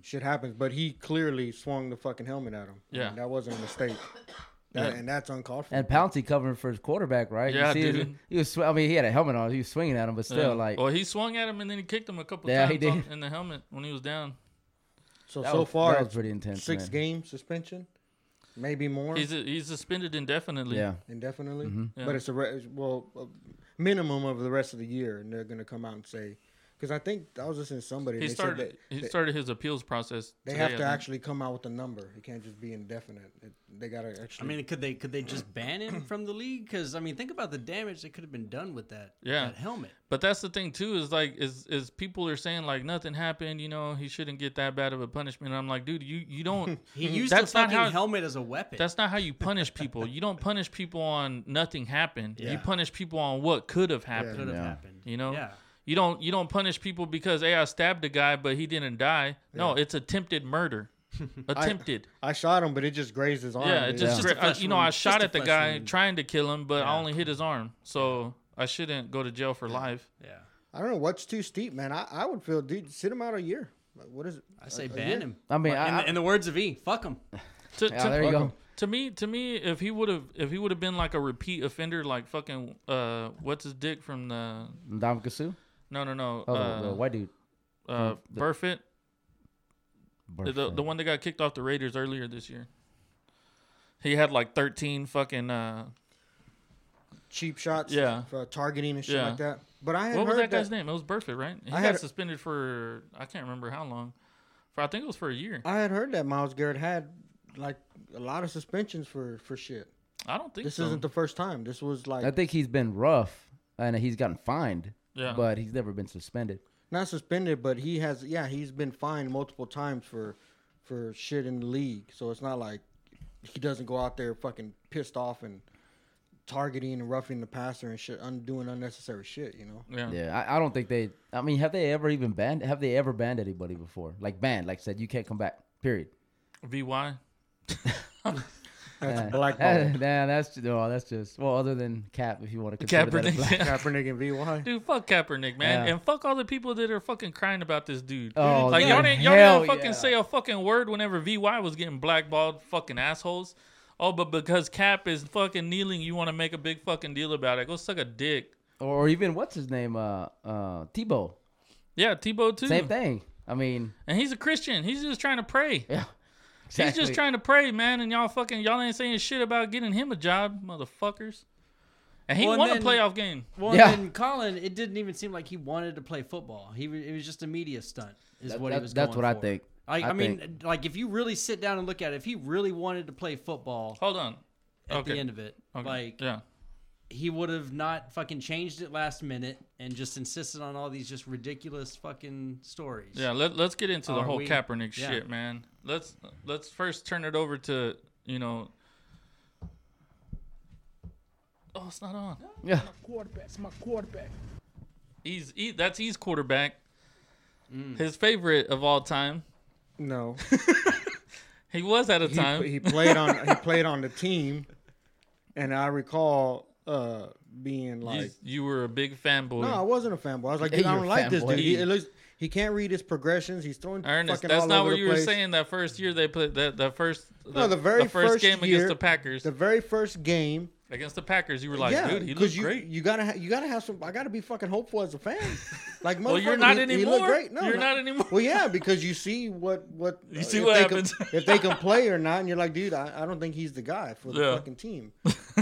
S2: Shit happens, but he clearly swung the fucking helmet at him.
S1: Yeah.
S2: that wasn't a mistake. That-
S1: Yeah.
S2: And that's uncalled for.
S3: And Pouncey covering for his quarterback, right? You
S1: Yeah,
S3: see his-
S1: dude.
S3: He was. sw- I mean, he had a helmet on. He was swinging at him, but still,
S1: Yeah.
S3: like,
S2: Oh,
S1: well, he swung at him and then he kicked him a couple
S3: Yeah, he
S1: times on-
S3: did.
S1: in the helmet when he was down.
S2: so
S3: that
S2: so
S3: was-
S2: far,
S3: that was pretty intense.
S2: six
S3: man.
S2: game suspension, maybe more
S1: He's he's suspended indefinitely.
S3: Yeah.
S2: indefinitely.
S3: Mm-hmm.
S1: Yeah.
S2: But it's a re- well a minimum of the rest of the year, and they're gonna come out and say because I think I was listening to somebody.
S1: He
S2: and they
S1: started
S2: said
S1: he
S2: that,
S1: started his appeals process.
S2: they
S1: today,
S2: have
S1: I
S2: to
S1: think.
S2: actually come out with a number. It can't just be indefinite. It, they gotta
S4: I
S2: actually.
S4: mean, could they could they just ban him from the league? Because I mean, think about the damage that could have been done with that
S1: Yeah.
S4: that helmet.
S1: But that's the thing too is like is is people are saying like nothing happened, you know, he shouldn't get that bad of a punishment. I'm like, dude, you you don't
S4: He used
S1: That's
S4: the
S1: not
S4: fucking
S1: how-
S4: helmet as a weapon.
S1: That's not how you punish people. You don't punish people on nothing happened. You
S4: Yeah.
S1: punish people on what could have
S4: could
S1: happened.
S4: have
S3: Yeah.
S4: happened.
S1: You know?
S4: Yeah.
S1: You don't you don't punish people because hey I stabbed a guy but he didn't die. No, it's attempted murder. attempted.
S2: I shot him, but it just grazed his arm.
S1: yeah, it
S2: dude.
S1: just,
S4: Just a
S1: gra-
S4: flesh
S1: you know I
S4: wound.
S1: shot
S4: Just a
S1: at the
S4: flesh
S1: guy
S4: wound.
S1: trying to kill him but I
S4: Yeah.
S1: only hit his arm. So I shouldn't go to jail for life.
S4: Yeah.
S2: I don't know what's too steep, man. I, I would feel, dude, sit him out a year. Like, what is it?
S4: I
S2: A-
S4: say
S2: a
S4: ban
S2: year?
S4: him.
S3: Uh, I mean,
S4: in,
S3: I-
S4: the, in the words of E, fuck him.
S1: To,
S3: Yeah,
S1: to-
S3: Ah, there you go.
S1: to me to me if he would have if he would have been like a repeat offender like fucking uh what's his dick from the
S3: Ndamukong Suh?
S1: no no no
S3: Oh,
S1: uh,
S3: the white dude.
S1: uh Burfitt The- the,
S3: Burford.
S1: the one that got kicked off the Raiders earlier this year. He had like 13 fucking. Uh,
S2: Cheap shots,
S1: Yeah.
S2: for targeting and shit
S1: Yeah.
S2: like that. But I had
S1: what was
S2: heard
S1: that guy's
S2: that,
S1: name? It was Burfitt, right? He
S2: I
S1: got
S2: had-
S1: suspended for I can't remember how long. For I think it was for a year.
S2: I had heard that Miles Garrett had like a lot of suspensions for for shit.
S1: I don't think
S2: This
S1: so.
S2: isn't the first time. This was like
S3: I think he's been rough, and he's gotten fined.
S1: Yeah.
S3: But he's never been suspended.
S2: not suspended, but he has yeah he's been fined multiple times for for shit in the league. So it's not like he doesn't go out there fucking pissed off and targeting and roughing the passer and shit, undoing unnecessary shit. You know.
S1: yeah.
S3: Yeah, I, I don't think they. I mean, have they ever even banned? Have they ever banned anybody before? Like banned, like said, you can't come back. Period.
S1: Vy.
S2: That's
S3: Yeah.
S2: blackball.
S3: That, nah, that's ju- no, that's just well, other than Cap, if you want to consider that a
S1: Kaepernick.
S3: black.
S2: Kaepernick and VY.
S1: Dude, fuck Kaepernick, man,
S3: Yeah.
S1: and fuck all the people that are fucking crying about this dude.
S3: Oh,
S1: like
S3: yeah.
S1: y'all didn't, y'all
S3: Hell
S1: didn't fucking
S3: yeah.
S1: say a fucking word whenever Vy was getting blackballed, fucking assholes. Oh, but because Cap is fucking kneeling, you want to make a big fucking deal about it? Go suck a dick.
S3: or even what's his name, uh, uh, Tebow.
S1: Yeah, Tebow too.
S3: Same thing. I mean,
S1: And he's a Christian. He's just trying to pray.
S3: yeah,
S1: He's just
S3: exactly.
S1: trying to pray, man. And y'all fucking y'all ain't saying shit about getting him a job, motherfuckers. And he
S4: Well, and
S1: won a
S4: then-
S1: playoff game.
S4: Well,
S3: Yeah.
S4: and Colin, it didn't even seem like he wanted to play football. He wa- it was just a media stunt, is
S3: That-
S4: what he
S3: that-
S4: was.
S3: that's
S4: going
S3: what I
S4: for.
S3: think.
S4: Like, I,
S3: I
S4: mean, like if you really sit down and look at it, if he really wanted to play football
S1: Hold on.
S4: at
S1: okay.
S4: the end of it,
S1: okay.
S4: like
S1: yeah.
S4: he would have not fucking changed it last minute and just insisted on all these just ridiculous fucking stories.
S1: Yeah, let, let's get into the
S4: Are
S1: whole
S4: we-
S1: Kaepernick
S4: yeah.
S1: shit, man. Let's let's first turn it over to you know. Oh, it's not on.
S3: yeah.
S5: quarterback's my quarterback.
S1: He's he, that's he's quarterback.
S2: Mm.
S1: His favorite of all time.
S2: No,
S1: He was at a
S2: he,
S1: time.
S2: he played on he played on the team, and I recall uh being
S1: You-
S2: like,
S1: you were a big fanboy.
S2: no, I wasn't a fanboy. I was like,
S3: Yeah,
S2: dude, I
S3: you're
S2: don't
S3: a
S2: like this
S3: fanboy.
S2: dude. He,
S1: He-
S2: it looks, he can't read his progressions. He's throwing
S1: Ernest,
S2: fucking
S1: that's
S2: all
S1: not what
S2: over the
S1: you were
S2: place.
S1: saying that first year they played that that first
S2: No, the very
S1: first,
S2: first
S1: game
S2: year-
S1: against the Packers.
S2: The very first game,
S1: against the Packers, you were like,
S2: yeah,
S1: Oh, dude, he looks
S2: you
S1: great.
S2: you gotta ha- you gotta have some. I gotta be fucking hopeful as a fan. Like,
S1: well, you're
S2: motherfucker,
S1: not
S2: he- he
S1: anymore.
S2: looked great. No,
S1: you're
S2: no.
S1: not anymore.
S2: Well, yeah, because you see what what
S1: You see
S2: if
S1: what
S2: they
S1: happens.
S2: Can, if they can play or not, and you're like, dude, I, I don't think he's the guy for the
S1: Yeah.
S2: fucking team.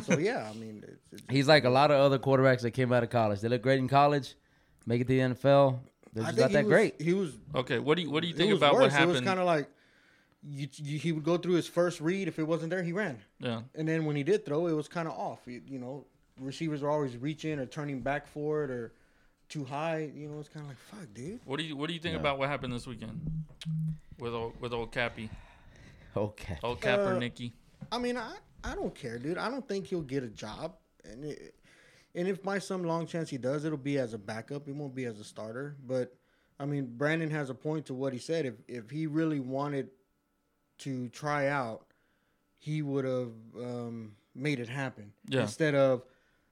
S2: So yeah, I mean, it's, it's,
S3: He's like a lot of other quarterbacks that came out of college. They look great in college, make it to the NFL. They're
S2: I
S3: just
S2: think
S3: not
S2: he
S3: that
S2: was,
S3: great.
S2: He was.
S1: Okay, what do you what do you
S2: it
S1: think
S2: was
S1: about what
S2: worse. It
S1: happened?
S2: was kind of like you, you, he would go through his first read. If it wasn't there, he ran.
S1: yeah.
S2: And then when he did throw, it was kind of off. You, you know, receivers were always reaching or turning back for it or too high. You know, it's kind of like fuck, dude.
S1: What do you What do you think about what happened this weekend with old with old Cappy,
S3: Okay.
S1: old Capper Nicky?
S2: I mean, I I don't care, dude. I don't think he'll get a job, and it, and if by some long chance he does, it'll be as a backup. It won't be as a starter. But I mean, Brandon has a point to what he said. If if he really wanted to try out, he would have um, made it happen
S1: Yeah.
S2: instead of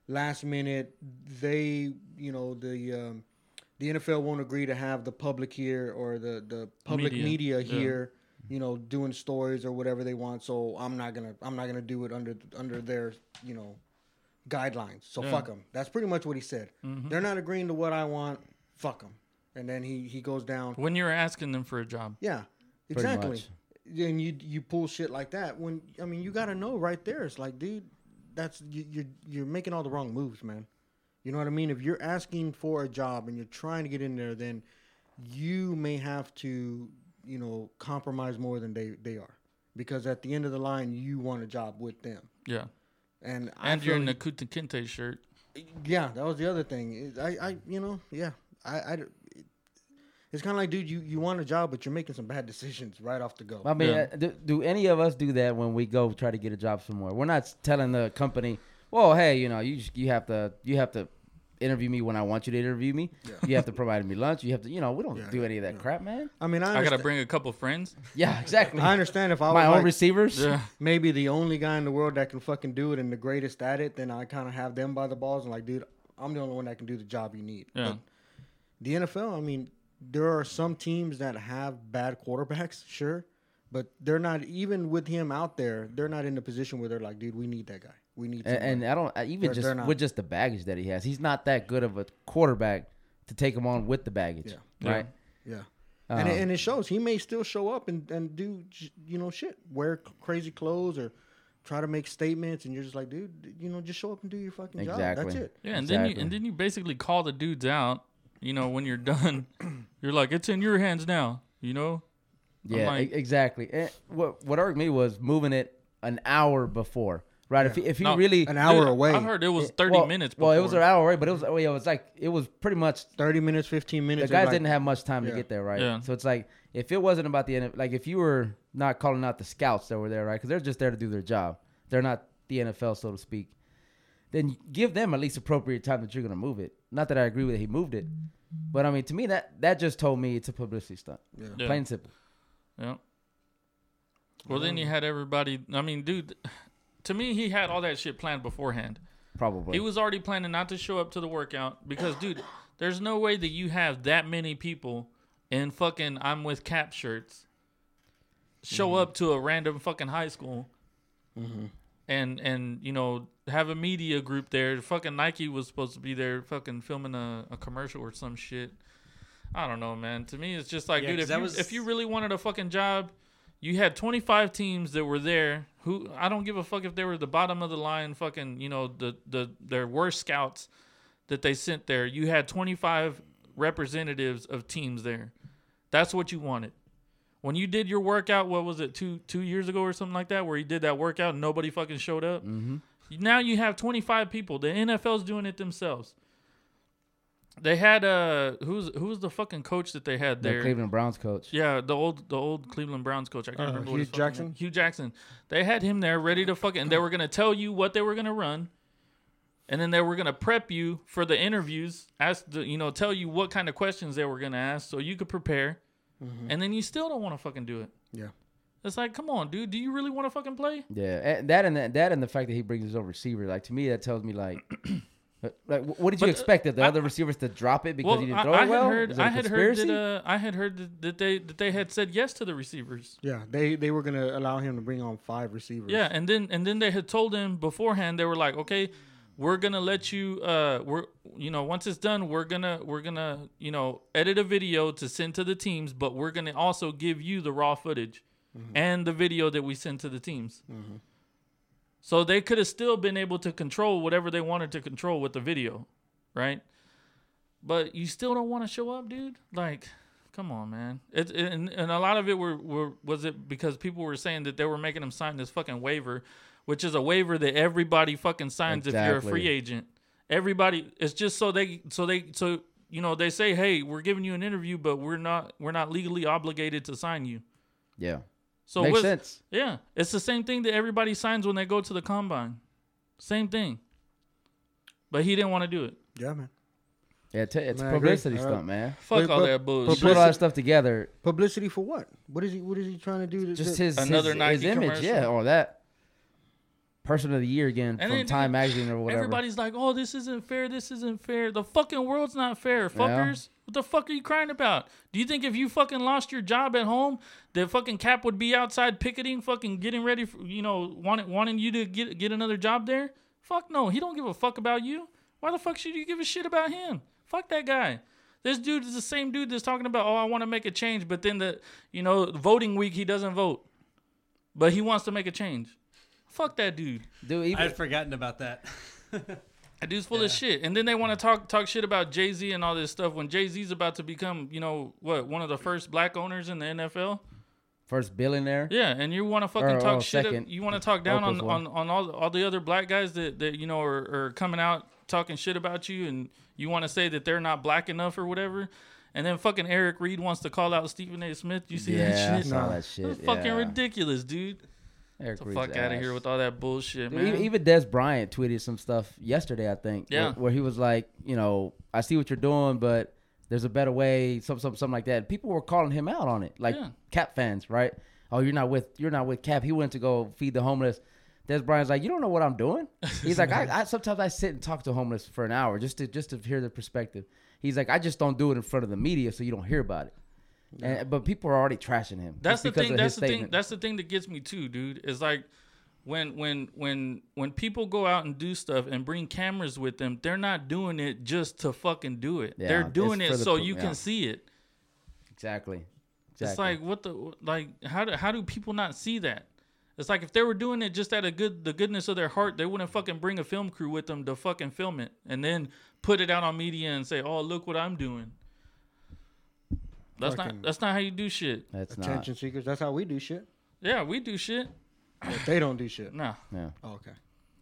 S2: last minute. They, you know, the um, the NFL won't agree to have the public here or the the public
S1: Media.
S2: media,
S1: Yeah.
S2: here you know doing stories or whatever they want so i'm not gonna i'm not gonna do it under under their you know guidelines so fuck 'em. fuck them that's pretty much what he said
S1: Mm-hmm.
S2: they're not agreeing to what i want fuck them and then he he goes down
S1: When you were asking them for a job,
S2: yeah exactly
S3: much.
S2: and you you pull shit like that when i mean you gotta know right there it's like dude that's you, you're you're making all the wrong moves man you know what i mean if you're asking for a job and you're trying to get in there then you may have to, you know, compromise more than they, they are. Because at the end of the line, you want a job with them.
S1: yeah,
S2: And, I
S1: and you're in
S2: feel-
S1: the Kuta Kinte shirt.
S2: yeah, that was the other thing. It- I, I you know, yeah, I, I it's kind of like, dude, you, you want a job, but you're making some bad decisions right off the go.
S3: I mean,
S1: Yeah.
S3: uh, do, do any of us do that when we go try to get a job somewhere? We're not telling the company, "Well, hey, you know, you sh- you have to you have to interview me when I want you to interview me. You have to provide me lunch. You have to, you know, we don't do any of that crap, man.
S2: I mean, I,
S1: I gotta
S2: understand,
S1: bring a couple friends.
S3: Yeah, exactly.
S2: I understand if I was
S3: My own
S2: like,
S3: receivers.
S1: Yeah,
S2: maybe the only guy in the world that can fucking do it and the greatest at it, then I kind of have them by the balls and like, dude, I'm the only one that can do the job you need.
S1: yeah,
S2: But the NFL, I mean, there are some teams that have bad quarterbacks, sure, but they're not even with him out there. They're not in the position where they're like, dude, we need that guy. We need.
S3: And,
S2: somebody."
S3: and I don't I even
S2: They're-
S3: just
S2: they're not.
S3: with just the baggage that he has. He's not that good of a quarterback to take him on with the baggage,
S1: Yeah.
S3: right?
S2: yeah, and,
S3: Um,
S2: it, and it shows. He may still show up and and do j- you know shit, wear c- crazy clothes or try to make statements, and you're just like, dude, you know, just show up and do your fucking job.
S3: Exactly.
S2: That's it.
S1: yeah. And then you
S3: Exactly.
S1: and then you basically call the dudes out. You know, when you're done, you're like, it's in your hands now. You know,
S3: Yeah,
S1: like-
S3: e- exactly. And what what irked me was moving it an hour before, right? If he, if he
S1: No,
S3: really
S2: An hour
S1: Dude,
S2: away,
S1: I heard it was thirty
S3: well,
S1: minutes. Before.
S3: Well, it was an hour away, but it was oh, yeah, it was like it was pretty much
S2: thirty minutes, fifteen
S3: the
S2: minutes.
S3: guys
S2: they're like-
S3: didn't have much time
S2: Yeah.
S3: to get there, right?
S1: Yeah.
S3: So it's like if it wasn't about the NFL, like if you were not calling out the scouts that were there, right? Because they're just there to do their job. They're not the NFL, so to speak. Then give them at least appropriate time that you're gonna move it. Not that I agree with he moved it, but I mean to me that that just told me it's a publicity stunt,
S1: Yeah.
S3: plain and simple.
S1: Yeah. Well, then you had everybody. I mean, dude, to me, he had all that shit planned beforehand.
S3: Probably.
S1: He was already planning not to show up to the workout because, dude, there's no way that you have that many people in fucking I'm with cap shirts show up to a random fucking high school and and you know have a media group there. Fucking Nike was supposed to be there, fucking filming a, a commercial or some shit. I don't know, man. To me, it's just like,
S4: Yeah,
S1: dude,
S4: 'cause
S1: if
S4: that
S1: you,
S4: was-
S1: if you really wanted a fucking job, you had 25 teams that were there. Who I don't give a fuck if they were the bottom of the line, fucking, you know, the the their worst scouts that they sent there. You had 25 representatives of teams there. That's what you wanted. When you did your workout, what was it, two two years ago or something like that, where you did that workout and nobody fucking showed up? Mm-hmm. Now you have 25 people. The NFL's doing it themselves. They had uh who's who's the fucking coach that they had
S3: the
S1: there?
S3: Cleveland Browns coach.
S1: Yeah, the old the old Cleveland Browns coach. I can't
S2: Uh,
S1: remember what
S2: Hugh
S1: his fucking name-
S2: Jackson?
S1: Hugh Jackson. They had him there ready to fucking. They were gonna tell you what they were gonna run, and then they were gonna prep you for the interviews. Ask the you know tell you what kind of questions they were gonna ask so you could prepare,
S3: Mm-hmm.
S1: and then you still don't want to fucking do it.
S2: Yeah.
S1: It's like, come on, dude. Do you really want to fucking play?
S3: Yeah, and that and that, that and the fact that he brings his own receiver, like to me, that tells me like, like wh- what did you
S1: But, uh,
S3: expect that the
S1: I-
S3: other receivers to drop it because
S1: Well,
S3: you
S1: I,
S3: didn't throw
S1: I
S3: it well?
S1: had heard,
S3: Is it a
S1: I had heard that,
S3: conspiracy?
S1: uh, I had heard that, that they that they had said yes to the receivers.
S2: Yeah, they they were gonna allow him to bring on five receivers.
S1: Yeah, and then and then they had told him beforehand. They were like, okay, we're gonna let you. Uh, we're you know once it's done, we're gonna we're gonna you know edit a video to send to the teams, but we're gonna also give you the raw footage and the video that we send to the teams. So they could have still been able to control whatever they wanted to control with the video, right? But you still don't want to show up, dude. Like, come on, man. It, and, and a lot of it were, were was it because people were saying that they were making him sign this fucking waiver, which is a waiver that everybody fucking signs if you're a
S3: Exactly.
S1: free agent. Everybody, it's just so they so they so you know they say, hey, we're giving you an interview, but we're not we're not legally obligated to sign you.
S3: yeah,
S1: So
S3: makes
S1: what's-
S3: sense.
S1: yeah, it's the same thing that everybody signs when they go to the combine. Same thing. But he didn't want to do it.
S2: yeah, man.
S3: Yeah, t- it's
S2: Man,
S3: a
S2: I agree.
S3: publicity
S2: I-
S3: stunt, man.
S1: Fuck
S2: But-
S1: all
S2: but-
S1: that
S3: He
S1: bullshit.
S3: put all that stuff together.
S2: Publicity for what? What is he? What is he trying to do? To,
S3: Just
S2: to-
S3: his
S1: Another
S3: his, his
S1: Nike
S3: image,
S1: commercial.
S3: yeah, or that person of the year again
S1: And
S3: from
S1: then
S3: Time Magazine or whatever.
S1: Everybody's like, "Oh, this isn't fair. This isn't fair. The fucking world's not fair, fuckers. What the fuck are you crying about? Do you think if you fucking lost your job at home, that fucking Cap would be outside picketing, fucking getting ready for, you know, wanting wanting you to get get another job there? Fuck no. He don't give a fuck about you. Why the fuck should you give a shit about him? Fuck that guy. This dude is the same dude that's talking about, "Oh, I want to make a change," but then the, you know, voting week he doesn't vote. But he wants to make a change. Fuck that dude.
S3: Dude, even,
S4: I'd forgotten about that.
S1: That dude's full of shit. And then they want to talk talk shit about Jay Z and all this stuff when Jay Z's about to become, you know, what, one of the first black owners in the NFL.
S3: first billionaire.
S1: Yeah, and you want to fucking
S3: Or,
S1: talk
S3: oh,
S1: shit. uh,
S3: second.
S1: You want to talk down on,
S3: Oprah's
S1: on,
S3: one.
S1: on all all the other black guys that, that you know are, are coming out talking shit about you, and you want to say that they're not black enough or whatever. And then fucking Eric Reed wants to call out Stephen A. Smith. You see
S3: yeah, I
S1: that shit?
S3: saw
S2: No.
S3: that shit.
S1: That's fucking
S3: yeah.
S1: ridiculous, dude. Get
S3: Eric
S1: the
S3: Reed's
S1: fuck out of here
S3: ass.
S1: with all that bullshit,
S3: Dude,
S1: man.
S3: e- Even Des Bryant tweeted some stuff yesterday, I think. where-
S1: Yeah.
S3: Where, he was like, you know, I see what you're doing, but there's a better way, some some something like that. People were calling him out on it, like
S1: Yeah.
S3: Cap fans, right? Oh, you're not with you're not with Cap. He went to go feed the homeless. Des Bryant's like, you don't know what I'm doing. He's like, I, I sometimes I sit and talk to homeless for an hour just to just to hear their perspective. He's like, I just don't do it in front of the media, so you don't hear about it. And, but people are already trashing him.
S1: That's
S3: just
S1: the
S3: because
S1: thing.
S3: of
S1: That's the
S3: his
S1: thing.
S3: statement.
S1: That's the thing that gets me too, dude. Is like when when when when people go out and do stuff and bring cameras with them, they're not doing it just to fucking do it.
S3: Yeah,
S1: they're doing
S3: it's
S1: it
S3: for the
S1: so
S3: pro-
S1: you
S3: yeah.
S1: can see it.
S3: exactly. Exactly.
S1: It's like what the like how do how do people not see that? It's like if they were doing it just out of good the goodness of their heart, they wouldn't fucking bring a film crew with them to fucking film it and then put it out on media and say, "Oh, look what I'm doing." That's
S2: Fucking-
S1: not that's not how you do shit.
S3: that's not.
S2: attention seekers. That's how we do shit.
S1: Yeah, we do shit.
S2: But they don't do shit.
S1: Nah,
S3: Yeah,
S2: Oh, okay.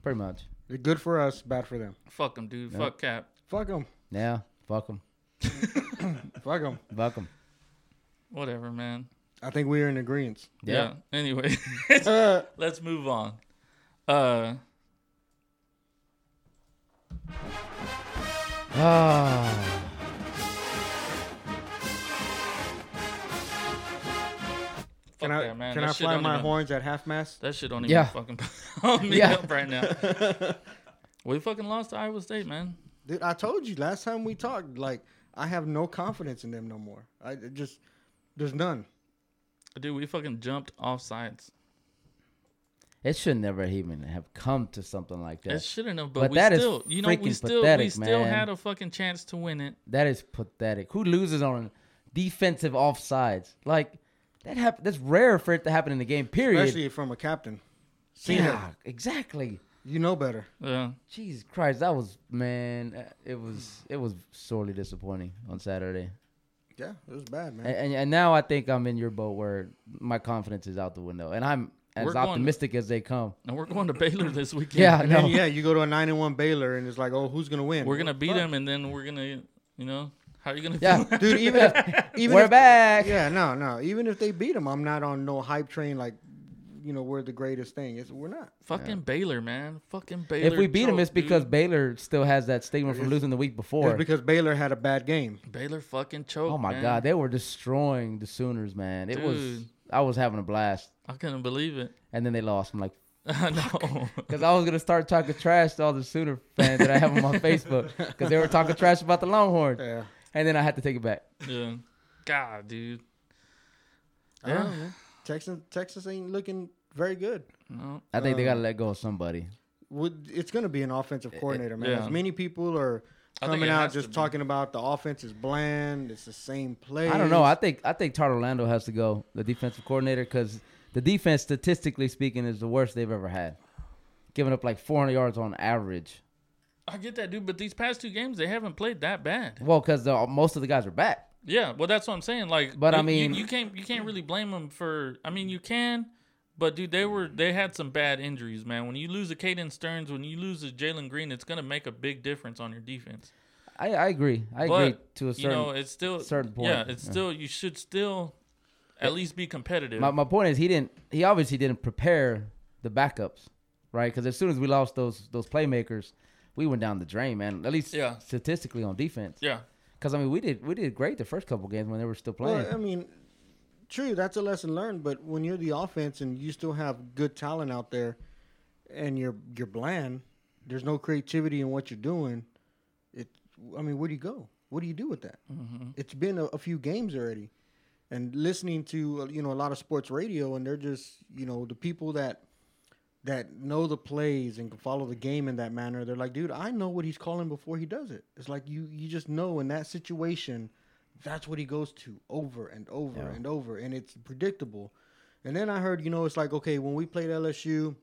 S3: pretty much.
S2: They're good for us, bad for them.
S1: fuck them, dude.
S3: Nope.
S1: Fuck Cap.
S2: Fuck them.
S3: Yeah, fuck them,
S2: Fuck them.
S3: fuck them.
S1: Whatever, man.
S2: I think we are in agreement.
S1: Yeah. Anyway, let's move on. Uh,
S3: Ah,
S1: Fuck
S2: Can I
S1: that, man.
S2: can
S1: that
S2: I
S1: shit
S2: fly
S1: don't
S2: my
S1: even-
S2: horns at half mast?
S1: That shit don't even
S3: Yeah.
S1: fucking pump me
S3: Yeah.
S1: up right now. we fucking lost to Iowa State, man.
S2: Dude, I told you last time we talked. Like I have no confidence in them no more. I it just there's none.
S1: Dude, we fucking jumped off sides.
S3: It should never even have come to something like that.
S1: It shouldn't have, but,
S3: But
S1: we
S3: that is
S1: still, you know, we
S3: freaking
S1: still, we
S3: pathetic,
S1: still
S3: man.
S1: had a fucking chance to win it.
S3: That is pathetic. Who loses on defensive offsides? Like that hap- That's rare for it to happen in the game. Period.
S2: Especially from a captain. Senior.
S3: yeah, exactly.
S2: You know better.
S1: Yeah.
S3: Jesus Christ, that was man. uh, It was it was sorely disappointing on Saturday,
S2: Yeah, it was bad, man.
S3: and, and and now I think I'm in your boat where my confidence is out the window, and I'm as
S1: We're going-
S3: optimistic as they come.
S1: And we're going to Baylor this weekend.
S3: Yeah,
S2: And
S3: no,
S2: yeah, you go to a nine and one Baylor, and it's like, oh, who's gonna win?
S1: We're going to
S2: What
S1: beat
S2: the fuck?
S1: them, and then we're going to, you know, how are you going to
S3: yeah,
S2: dude. Even if, even
S3: We're
S2: if-
S3: back.
S2: Yeah, no, no. Even if they beat them, I'm not on no hype train. Like, you know, we're the greatest thing. It's, we're not.
S1: Fucking Baylor, man. Fucking Baylor.
S3: if we beat them,
S1: choked,
S3: it's because
S1: dude.
S3: Baylor still has that stigma from losing the week before.
S2: It's because Baylor had a bad game.
S1: Baylor fucking choked.
S3: oh my
S1: man.
S3: God, they were destroying the Sooners, man. It was
S1: Dude.
S3: I was having a blast,
S1: I couldn't believe it.
S3: and then they lost. I'm like,
S1: I know.
S3: Because I was gonna start talking trash to all the Sooner fans that I have on my Facebook because they were talking trash about the Longhorns,
S2: Yeah.
S3: and then I had to take it back.
S1: yeah. God, dude.
S2: I don't
S1: Yeah.
S2: know, man. Texas, Texas ain't looking very good.
S1: No.
S3: I think they
S1: Uh.
S3: gotta let go of somebody.
S2: Would it's going to be an offensive coordinator, man?
S1: yeah.
S2: As many people are
S1: I think
S2: coming
S1: it
S2: out
S1: has to
S2: just
S1: be.
S2: talking about the offense is bland. It's the same play.
S3: I don't know. I think I think Todd Orlando has to go the defensive coordinator because the defense, statistically speaking, is the worst they've ever had, giving up like 400 yards on average.
S1: I get that, dude. But these past two games, they haven't played that bad.
S3: Well, because most of the guys are back.
S1: Yeah, well, that's what I'm saying. Like,
S3: But, I
S1: you- you-
S3: mean-
S1: you, can't you can't really blame them for. I mean, you can, but dude, they were they had some bad injuries, man. When you lose a Caden Stearns, when you lose a Jalen Green, it's gonna make a big difference on your defense.
S3: I, I agree. I
S1: But,
S3: agree to a certain.
S1: you know, it's still
S3: certain point.
S1: Yeah, it's
S3: Yeah.
S1: still you should still at least be competitive.
S3: My, my point is he didn't. He obviously didn't prepare the backups, right? Because as soon as we lost those those playmakers, we went down the drain, man. At least
S1: Yeah.
S3: statistically on defense.
S1: yeah,
S3: Because I mean, we did we did great the first couple games when they were still playing.
S2: Well, I mean, true, that's a lesson learned. But when you're the offense and you still have good talent out there, and you're you're bland, there's no creativity in what you're doing. It, I mean, where do you go? What do you do with that?
S1: Mm-hmm.
S2: It's been a, a few games already, and listening to uh, you know a lot of sports radio, and they're just you know the people that that know the plays and can follow the game in that manner, they're like, dude, I know what he's calling before he does it. It's like you you just know in that situation, that's what he goes to over and over and over, and it's predictable. And then I heard, you know, it's like okay, when we played LSU,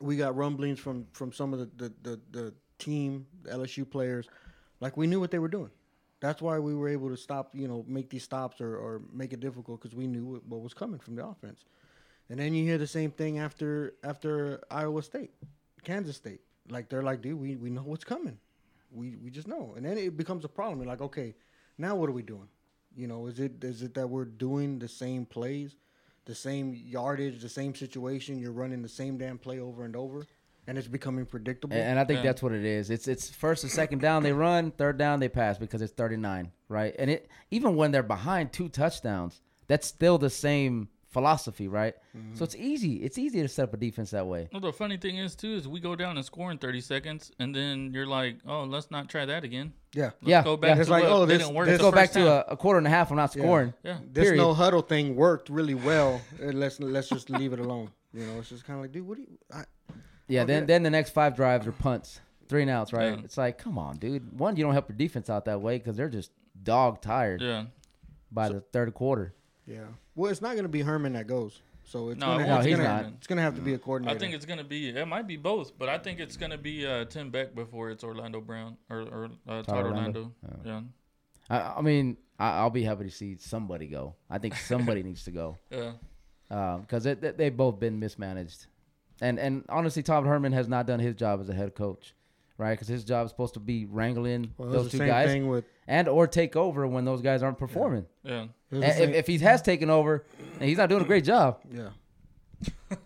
S2: we got rumblings from from some of the the the, the team the LSU players, like we knew what they were doing. That's why we were able to stop, you know, make these stops or, or make it difficult because we knew what, what was coming from the offense. And then you hear the same thing after after Iowa State, Kansas State. Like they're like, dude, we, we know what's coming. We we just know. And then it becomes a problem. You're like, okay, now what are we doing? You know, is it is it that we're doing the same plays, the same yardage, the same situation? You're running the same damn play over and over, and it's becoming predictable.
S3: And, and I think
S1: Yeah.
S3: that's what it is. It's it's first and second down they run, third down they pass because it's 39, right? And it even when they're behind two touchdowns, that's still the same philosophy, right?
S1: Mm-hmm.
S3: So it's easy. It's easy to set up a defense that way.
S1: Well, the funny thing is too is we go down and score in 30 seconds, and then you're like, oh, let's not try that again.
S2: yeah,
S1: Let's
S3: Yeah,
S1: go
S3: yeah.
S1: back
S3: It's
S1: to
S2: like,
S1: what
S2: oh, this-
S1: didn't work.
S2: this-
S1: the
S3: Go back
S1: first
S3: to
S1: time.
S3: a, a quarter and a half. I'm not scoring.
S1: yeah.
S2: this
S3: Period.
S2: no huddle thing worked really well. and let's let's just leave it alone. You know, it's just kind of like, dude, what do you? I,
S3: Yeah, then
S2: Okay.
S3: then the next five drives are punts, three and outs, right?
S1: Yeah.
S3: It's like, come on, dude. One, you don't help your defense out that way because they're just dog tired
S1: Yeah.
S3: by the third quarter.
S2: Yeah. Well, it's not going to be Herman that goes. So it's
S1: No,
S2: gonna,
S1: it
S3: won't
S2: it's
S3: be
S2: gonna-
S3: Herman.
S2: it's gonna have to be a coordinator.
S1: I think it's gonna be. It might be both, but I think it's gonna be uh, Tim Beck before it's Orlando Brown or, or uh, Todd Orlando.
S3: Orlando.
S1: Yeah,
S3: I, I mean, I, I'll be happy to see somebody go. I think somebody needs to go
S1: yeah.
S3: because it they- they've both been mismanaged, and and honestly, Todd Herman has not done his job as a head coach, right? Because his job is supposed to be wrangling
S2: Well, it was
S3: those
S2: the
S3: two
S2: same
S3: guys
S2: thing with.
S3: and or take over when those guys aren't performing.
S1: yeah.
S2: it was the
S3: And If,
S2: same-
S3: if he has taken over and he's not doing a great job
S2: yeah.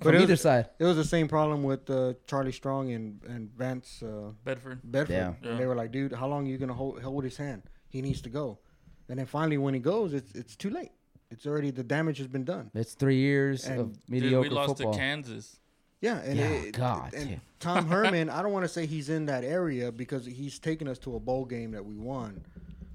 S3: from
S2: it was,
S3: either side,
S2: It was the same problem with uh, Charlie Strong and and Vance uh,
S1: Bedford.
S2: Bedford.
S3: Yeah.
S1: Yeah.
S2: And they were like, dude, how long are you gonna hold hold his hand? He needs to go. And then finally, when he goes, it's it's too late. It's already the damage has been done.
S3: It's three years
S2: And-
S3: of
S1: Dude,
S3: mediocre
S1: we lost
S3: football.
S1: to Kansas.
S2: Yeah, and
S3: Yeah,
S2: it-
S3: God,
S2: and
S3: yeah.
S2: Tom Herman, I don't want to say he's in that area because he's taken us to a bowl game that we won.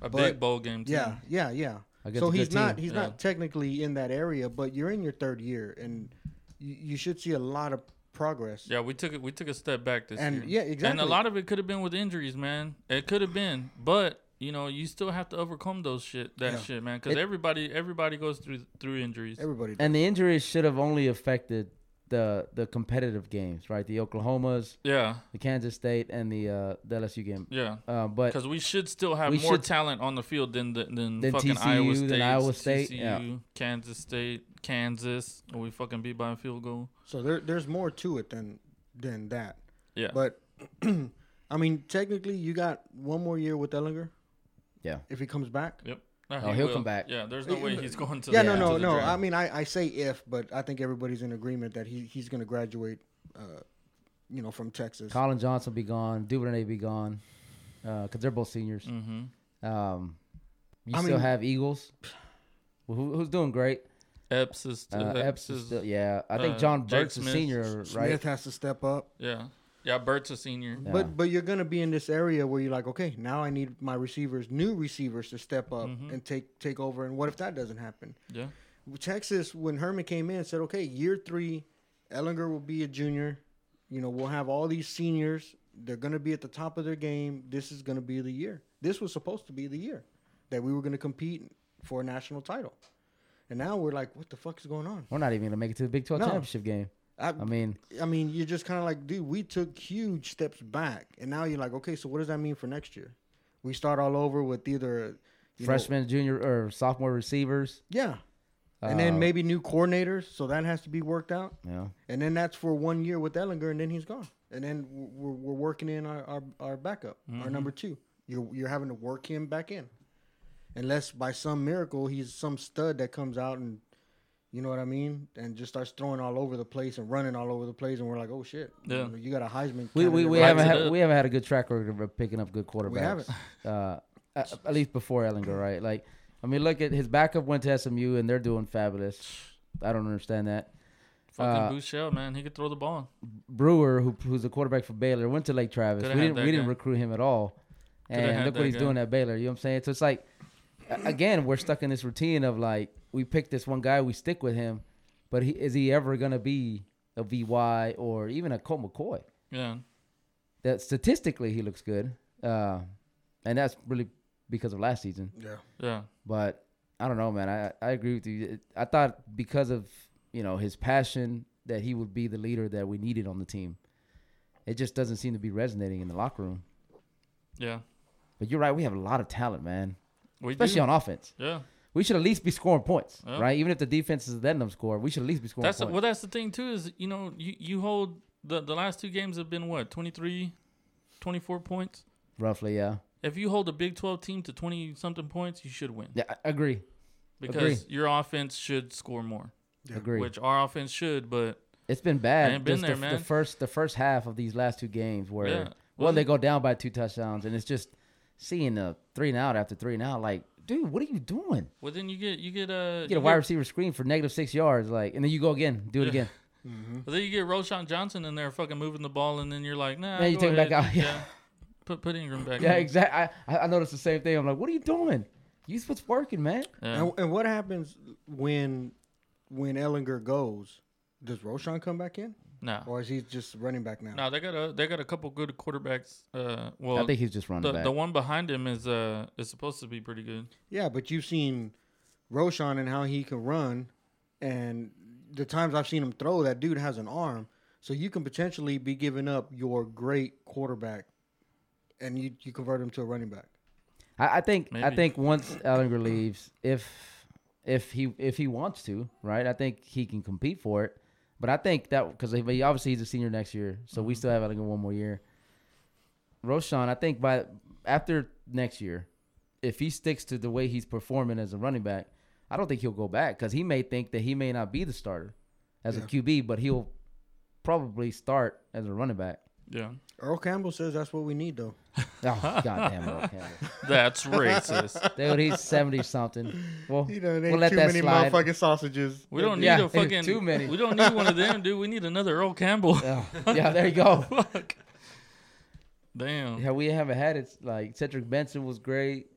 S1: A
S2: But-
S1: big bowl game too.
S2: Yeah, yeah, yeah.
S3: Against
S2: So
S3: a good
S2: he's not
S3: team.
S2: he's
S1: Yeah.
S2: not technically in that area, but you're in your third year, and you, you should see a lot of progress.
S1: Yeah, we took it. We took a step back this
S2: And-
S1: year.
S2: yeah,
S1: And a
S2: exactly.
S1: lot of it could have been with injuries, man. It could have been, but you know, you still have to overcome those shit, that
S2: Yeah.
S1: shit, man. Because
S3: It-
S1: everybody, everybody goes through through injuries.
S2: Everybody. Does.
S3: and the injuries should have only affected the the competitive games, right? The Oklahomas,
S1: yeah,
S3: the Kansas State, and the uh, the LSU game.
S1: yeah.
S3: Uh, but
S1: Because we should still have
S3: We
S1: more
S3: should-
S1: talent on the field than the, than,
S3: Than
S1: fucking
S3: TCU,
S1: Iowa
S3: than
S1: State,
S3: Iowa State,
S1: TCU,
S3: yeah.
S1: Kansas State, Kansas. and we fucking beat by a field goal.
S2: So there, there's more to it than than that.
S1: Yeah,
S2: But I mean, technically, you got one more year with Ellinger.
S3: Yeah.
S2: If he comes back.
S1: yep. No,
S3: Oh, he'll come back.
S1: Yeah, there's no way he's going to.
S2: yeah,
S1: the,
S2: no,
S1: to
S2: no,
S1: the
S2: no.
S1: draft.
S2: I mean, I, I say if, but I think everybody's in agreement that he, he's going to graduate, uh, you know, from Texas.
S3: Colin Johnson be gone, Duvernay be gone, because they're both seniors.
S1: Mm-hmm.
S3: Um, you
S2: I
S3: still
S2: mean-
S3: have Eagles, who, who's doing great.
S1: Epps is.
S3: Uh, Epps is still, yeah. I think
S1: uh,
S3: John
S1: Jake
S3: Burks is
S1: Smith,
S3: senior, right?
S2: Smith has to step up.
S1: yeah, yeah. Bert's a senior.
S3: Yeah.
S2: But but you're gonna be in this area where you're like, okay, now I need my receivers, new receivers, to step up
S1: Mm-hmm.
S2: and take take over. And what if that doesn't happen?
S1: Yeah.
S2: Texas, when Herman came in, said, okay, year three, Ellinger will be a junior. You know, we'll have all these seniors. They're gonna be at the top of their game. This is gonna be the year. This was supposed to be the year that we were gonna compete for a national title. And now we're like, what the fuck is going on?
S3: We're not even gonna make it to the Big Twelve
S2: No.
S3: championship game.
S2: I,
S3: I mean,
S2: I mean, you're just kind of like, dude, we took huge steps back, and now you're like, okay, so what does that mean for next year? We start all over with either you know-
S3: freshman, junior, or sophomore receivers.
S2: yeah, and then
S3: Uh,
S2: maybe new coordinators, so that has to be worked out,
S3: Yeah.
S2: and then that's for one year with Ellinger, and then he's gone, and then w- we're, we're working in our our, our backup, our number two. You're you're having to work him back in, unless by some miracle he's some stud that comes out and. You know what I mean, and just starts throwing all over the place and running all over the place, and we're like, "Oh shit!"
S1: Yeah.
S2: You, know, you got a Heisman.
S3: We, we,
S2: candidate
S3: we
S2: right
S3: haven't
S1: it
S3: had,
S1: up.
S3: we haven't had a good track record of picking up good quarterbacks.
S2: haven't.
S3: Uh, at, at least before Ellinger, right? Like, I mean, look at his backup went to SMU and they're doing fabulous. I don't understand that.
S1: Fucking
S3: Uh,
S1: Bouchel, man. He could throw the ball.
S3: Brewer, who, who's a quarterback for Baylor, went to Lake Travis.
S1: Coulda
S3: we
S1: had
S3: didn't
S1: that
S3: we didn't
S1: guy.
S3: recruit him at all,
S1: Coulda
S3: and
S1: had
S3: look
S1: that
S3: what he's
S1: guy.
S3: doing at Baylor. You know what I'm saying? So it's like, a- again, we're stuck in this routine of like we pick this one guy, we stick with him, but he, is he ever gonna be a VY or even a Colt McCoy?
S1: Yeah.
S3: that statistically he looks good, uh, and that's really because of last season.
S2: Yeah.
S1: Yeah.
S3: But I don't know, man. I I agree with you. It- I thought because of you know his passion that he would be the leader that we needed on the team. It just doesn't seem to be resonating in the locker room.
S1: Yeah.
S3: But you're right. We have a lot of talent, man,
S1: We
S3: especially
S1: do.
S3: on offense.
S1: yeah.
S3: We should at least be scoring points,
S1: Yeah.
S3: right? Even if the defense is letting them score, we should at least be scoring
S1: That's
S3: points.
S1: well. That's the thing too. Is you know you you hold the the last two games have been what 23, 24 points.
S3: Roughly, yeah.
S1: If you hold a Big Twelve team to twenty something points, you should win
S3: Yeah, I agree.
S1: because your offense should score more,
S3: Agree.
S1: which our offense should. But
S3: It's been
S1: I
S3: bad.
S1: ain't been
S3: just
S1: there,
S3: the,
S1: man.
S3: the first the first half of these last two games where
S1: Yeah.
S3: well
S1: Wasn't-
S3: they go down by two touchdowns and it's just seeing the three and out after three and out like dude what are you doing?
S1: well, then you get you get uh,
S3: You get a wide receiver screen for negative six yards like and then you go again do it
S1: Yeah.
S3: again
S1: but then you get Roshan Johnson in there fucking moving the ball, and then you're like, nah.
S3: Yeah, you
S1: go
S3: take him back
S1: ahead.
S3: out. Yeah.
S1: Put put Ingram back.
S3: yeah
S1: in.
S3: exactly I I noticed the same thing I'm like what are you doing? You what's working man?
S1: Yeah.
S2: And, and what happens when when Ellinger goes? Does Roshan come back in,
S1: Nah.
S2: or is he just running back now?
S1: No, they got a they got a couple good quarterbacks. Uh, well,
S3: I think he's just running
S1: the,
S3: back.
S1: the one behind him is uh is supposed to be pretty good.
S2: Yeah, but you've seen Roshan and how he can run, and the times I've seen him throw, that dude has an arm. So you can potentially be giving up your great quarterback, and you, you convert him to a running back.
S3: I, I think I
S1: Maybe.
S3: think once Ellinger leaves, if if he if he wants to, right? I think he can compete for it. But I think that because obviously he's a senior next year, so we still have Ellinger one more year. Roshan, I think by after next year, if he sticks to the way he's performing as a running back, I don't think he'll go back because he may think that he may not be the starter as a QB, but he'll probably start as a running back.
S1: Yeah.
S2: Earl Campbell says that's what we need, though.
S3: Oh, goddamn Earl Campbell.
S1: That's racist.
S3: Dude, he's 70 something. Well,
S2: You know, there
S3: we'll
S2: ain't
S3: let
S2: too
S3: that
S2: many
S3: slide.
S2: motherfucking sausages.
S1: We don't need
S3: Yeah,
S1: a fucking
S3: too many.
S1: We don't need one of them, dude. We need another Earl Campbell.
S3: Yeah. yeah, there you go.
S1: Fuck. Damn.
S3: Yeah, we haven't had it. Like, Cedric Benson was great.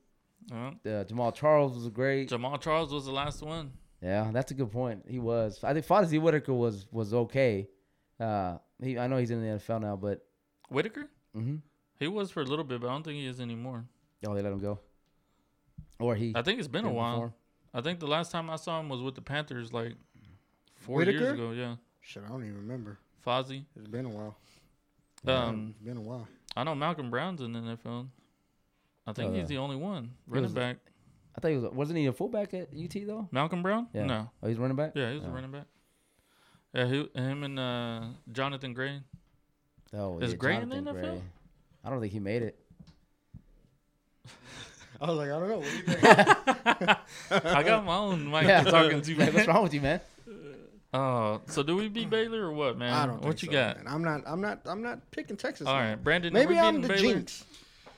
S1: Yeah.
S3: Uh, Jamal Charles was great.
S1: Jamal Charles was the last one.
S3: Yeah, that's a good point. He was. I think Fonzie Whitaker was was okay. Uh, he I know he's in the NFL now, but
S1: Whitaker?
S3: Mhm.
S1: He was for a little bit, but I don't think he is anymore.
S3: oh, they let him go. Or he
S1: I think it's been a
S3: didn't
S1: while.
S3: perform.
S1: I think the last time I saw him was with the Panthers like four years
S2: Whitaker?
S1: ago. Yeah.
S2: Shit, I don't even remember.
S1: Fozzie.
S2: It's been a while.
S1: Um,
S2: it's been a while.
S1: I know Malcolm Brown's in the NFL. I think
S3: Oh,
S1: he's
S3: yeah.
S1: the only one.
S3: He
S1: Running
S3: was-
S1: back.
S3: I thought he was wasn't he a fullback at UT though?
S1: Malcolm Brown?
S3: Yeah.
S1: No.
S3: Oh, he's running back.
S1: Yeah, he was a
S3: Oh.
S1: running back. Yeah, he, him and uh, Jonathan Gray.
S3: Oh,
S1: Is
S3: yeah,
S1: Gray in the
S3: Jonathan
S1: NFL?
S3: Gray. I don't think he made it.
S2: I was like, I don't know. What do you think?
S1: I got my own mic
S3: Yeah.
S1: to talking to you.
S3: Like, what's
S1: man.
S3: wrong with you, man?
S1: Oh, so do we beat Baylor or what, man?
S2: I don't.
S1: um, What
S2: think
S1: you
S2: so,
S1: got?
S2: man. I'm not. I'm not. I'm not picking Texas.
S1: All
S2: man.
S1: right, Brandon. are we
S2: Maybe I'm the
S1: beating Baylor?
S2: jinx.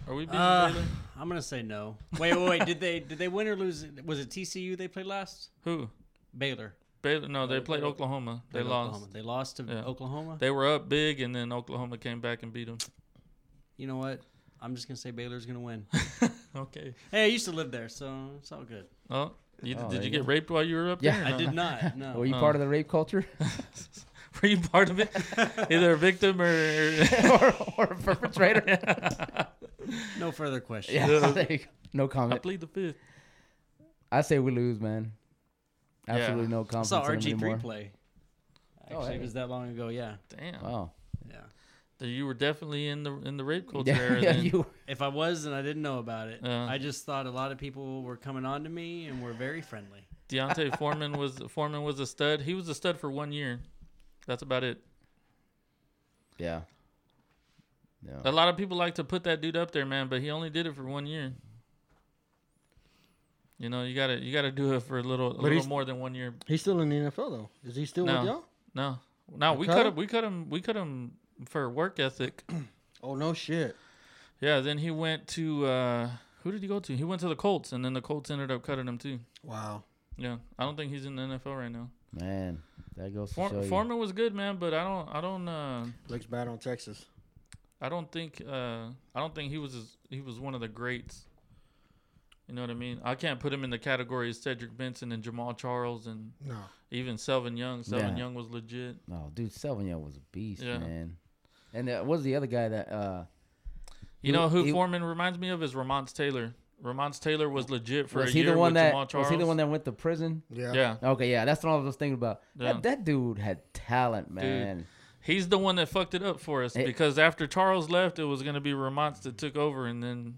S1: Are we beating
S4: Uh,
S1: Baylor?
S4: I'm gonna say no. Wait, wait, wait. Did they did they win or lose? Was it TCU they played last?
S1: Who?
S4: Baylor.
S1: Baylor? No, they played Oklahoma. They
S4: Played
S1: lost.
S4: Oklahoma. They lost to
S1: Yeah.
S4: Oklahoma.
S1: They were up big, and then Oklahoma came back and beat them.
S4: You know what? I'm just gonna say Baylor's gonna win.
S1: Okay.
S4: hey, I used to live there, so it's all good.
S1: Oh, you,
S3: Oh,
S1: did
S3: there
S1: you
S3: you
S1: get
S3: go.
S1: raped while you were up
S3: Yeah.
S1: there? or
S4: I
S1: no?
S4: did not. No.
S3: Were you
S1: Oh.
S3: part of the rape culture
S1: Were you part of it? Either a victim or.
S3: or, or a perpetrator?
S4: No further questions.
S3: yeah.
S1: Yeah.
S3: there you go. No
S1: I
S3: comment.
S1: plead the fifth.
S3: I say we lose, man.
S1: Yeah.
S3: Absolutely no
S4: I
S3: confidence
S4: saw
S3: in him
S4: RG three
S3: anymore.
S4: play. Actually,
S3: Oh,
S4: it
S3: hey.
S4: was that long ago. Yeah,
S1: Damn.
S3: Wow.
S4: yeah.
S1: So you were definitely in the in the rape culture
S3: Yeah,
S1: era.
S3: yeah,
S1: then.
S3: you.
S4: If I was, and I didn't know about it.
S1: Yeah.
S4: I just thought a lot of people were coming on to me and were very friendly.
S1: Deontay Foreman was Foreman was a stud. He was a stud for one year. That's about it.
S3: Yeah. No.
S1: A lot of people like to put that dude up there, man, but he only did it for one year. You know, you gotta you gotta do it for a little a little
S2: he's-
S1: more than one year.
S2: He's still in the NFL though. Is he still
S1: No.
S2: with y'all?
S1: No, no,
S2: You
S1: we
S2: cut
S1: cut
S2: him?
S1: him. We cut him. We cut him for work ethic.
S2: Oh no shit.
S1: Yeah. Then he went to uh who did he go to? He went to the Colts, and then the Colts ended up cutting him too.
S2: Wow.
S1: Yeah, I don't think he's in the NFL right now.
S3: Man, that goes to
S1: For-
S3: show you.
S1: Foreman was good, man, but I don't I don't uh
S2: Looks bad on Texas.
S1: I don't think uh, I don't think he was as, he was one of the greats. You know what I mean? I can't put him in the category as Cedric Benson and Jamal Charles and
S2: No.
S1: even Selvin Young. Selvin
S3: Yeah.
S1: Young was legit.
S3: Oh, dude, Selvignon was a beast,
S1: Yeah.
S3: man. And uh, what was the other guy that? uh
S1: You
S3: He-
S1: know who
S3: he-
S1: Foreman reminds me of is Ramonts Taylor. Ramonts Taylor was legit for
S3: Was
S1: a
S3: he
S1: year
S3: the one
S1: with
S3: that?
S1: Jamal Charles.
S3: Was he the one that went to prison?
S2: Yeah.
S1: yeah,
S3: Okay, yeah, that's what I was thinking about.
S1: Yeah.
S3: That, that dude had talent, man.
S1: he's the one that fucked it up for us
S3: It-
S1: because after Charles left, it was going to be Ramonts that took over, and then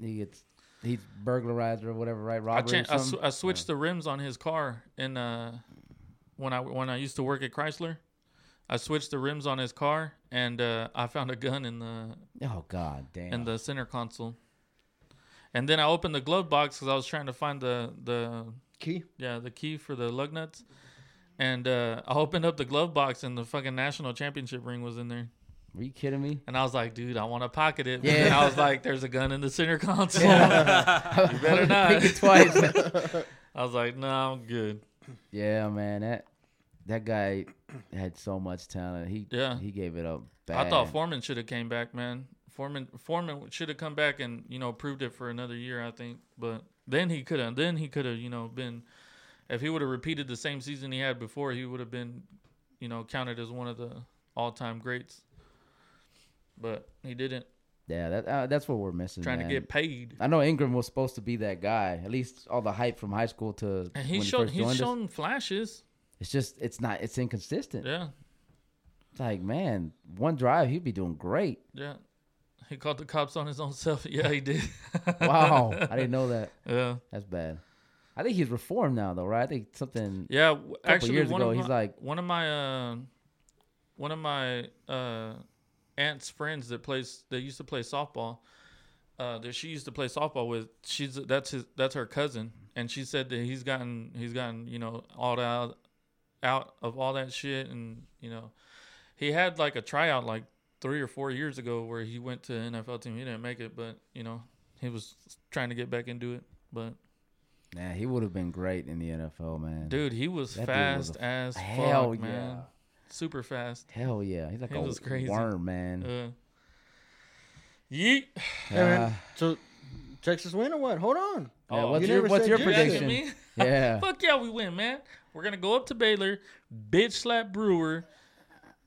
S3: He gets he's burglarized or whatever, right?
S1: I,
S3: Robbery. or
S1: chan- I, sw-
S3: something.
S1: I switched the rims on his car and uh, when I when I used to work at Chrysler, I switched the rims on his car and uh, I found a gun in the
S3: oh God, damn.
S1: in the center console. And then I opened the glove box because I was trying to find the the
S2: Key.
S1: yeah the key for the lug nuts, and uh, I opened up the glove box and the fucking national championship ring was in there.
S3: Are you kidding me?
S1: And I was like, dude, I want to pocket it. But
S3: Yeah.
S1: then I was like, there's a gun in the center console.
S3: you
S1: better not.
S3: Think it twice. man.
S1: I was like, no, I'm good.
S3: yeah, man. That that guy had so much talent. He
S1: Yeah.
S3: he gave it up. Bad.
S1: I thought Foreman should have came back, man. Foreman Foreman should have come back and you know proved it for another year, I think. But then he could have. Then he could have you know been. If he would have repeated the same season he had before, he would have been, you know, counted as one of the all-time greats. But he didn't.
S3: Yeah, that uh, that's what we're missing.
S1: Trying
S3: man.
S1: to get paid,
S3: I know Ingram was supposed to be that guy. At least all the hype from high school to
S1: and
S3: when
S1: he's
S3: he
S1: shown
S3: first joined
S1: he's
S3: us.
S1: shown flashes.
S3: It's just it's not it's inconsistent.
S1: Yeah,
S3: It's like man, one drive he'd be doing great.
S1: yeah. He called the cops on his own self. Yeah, he did.
S3: Wow, I didn't know that.
S1: yeah,
S3: That's bad. I think he's reformed now though, right? I think something.
S1: Yeah, w- actually,
S3: years
S1: one
S3: ago,
S1: of my,
S3: he's like-
S1: one of my uh, one of my uh, aunt's friends that plays that used to play softball. Uh, that she used to play softball with. She's that's his that's her cousin, and she said that he's gotten he's gotten you know all out out of all that shit, and you know he had like a tryout like three or four years ago where he went to NFL team. He didn't make it, but you know he was trying to get back into it. But
S3: Nah, he would have been great in the NFL, man.
S1: dude, he was
S3: That dude was
S1: fast
S3: a-
S1: as
S3: hell
S1: fuck, man.
S3: yeah.
S1: Super fast.
S3: Hell yeah, he's like
S1: He
S3: a
S1: was crazy.
S3: worm, man.
S1: Uh, yeet.
S2: Hey, man,
S3: Uh,
S2: so Texas win or what? Hold on.
S3: yeah,
S1: Oh,
S3: what's
S2: you
S3: your
S2: never
S3: what's
S2: said
S3: your
S2: you
S1: You asking
S3: prediction?
S1: me?
S3: Yeah,
S1: Fuck yeah, we win, man. We're gonna go up to Baylor, bitch slap Brewer,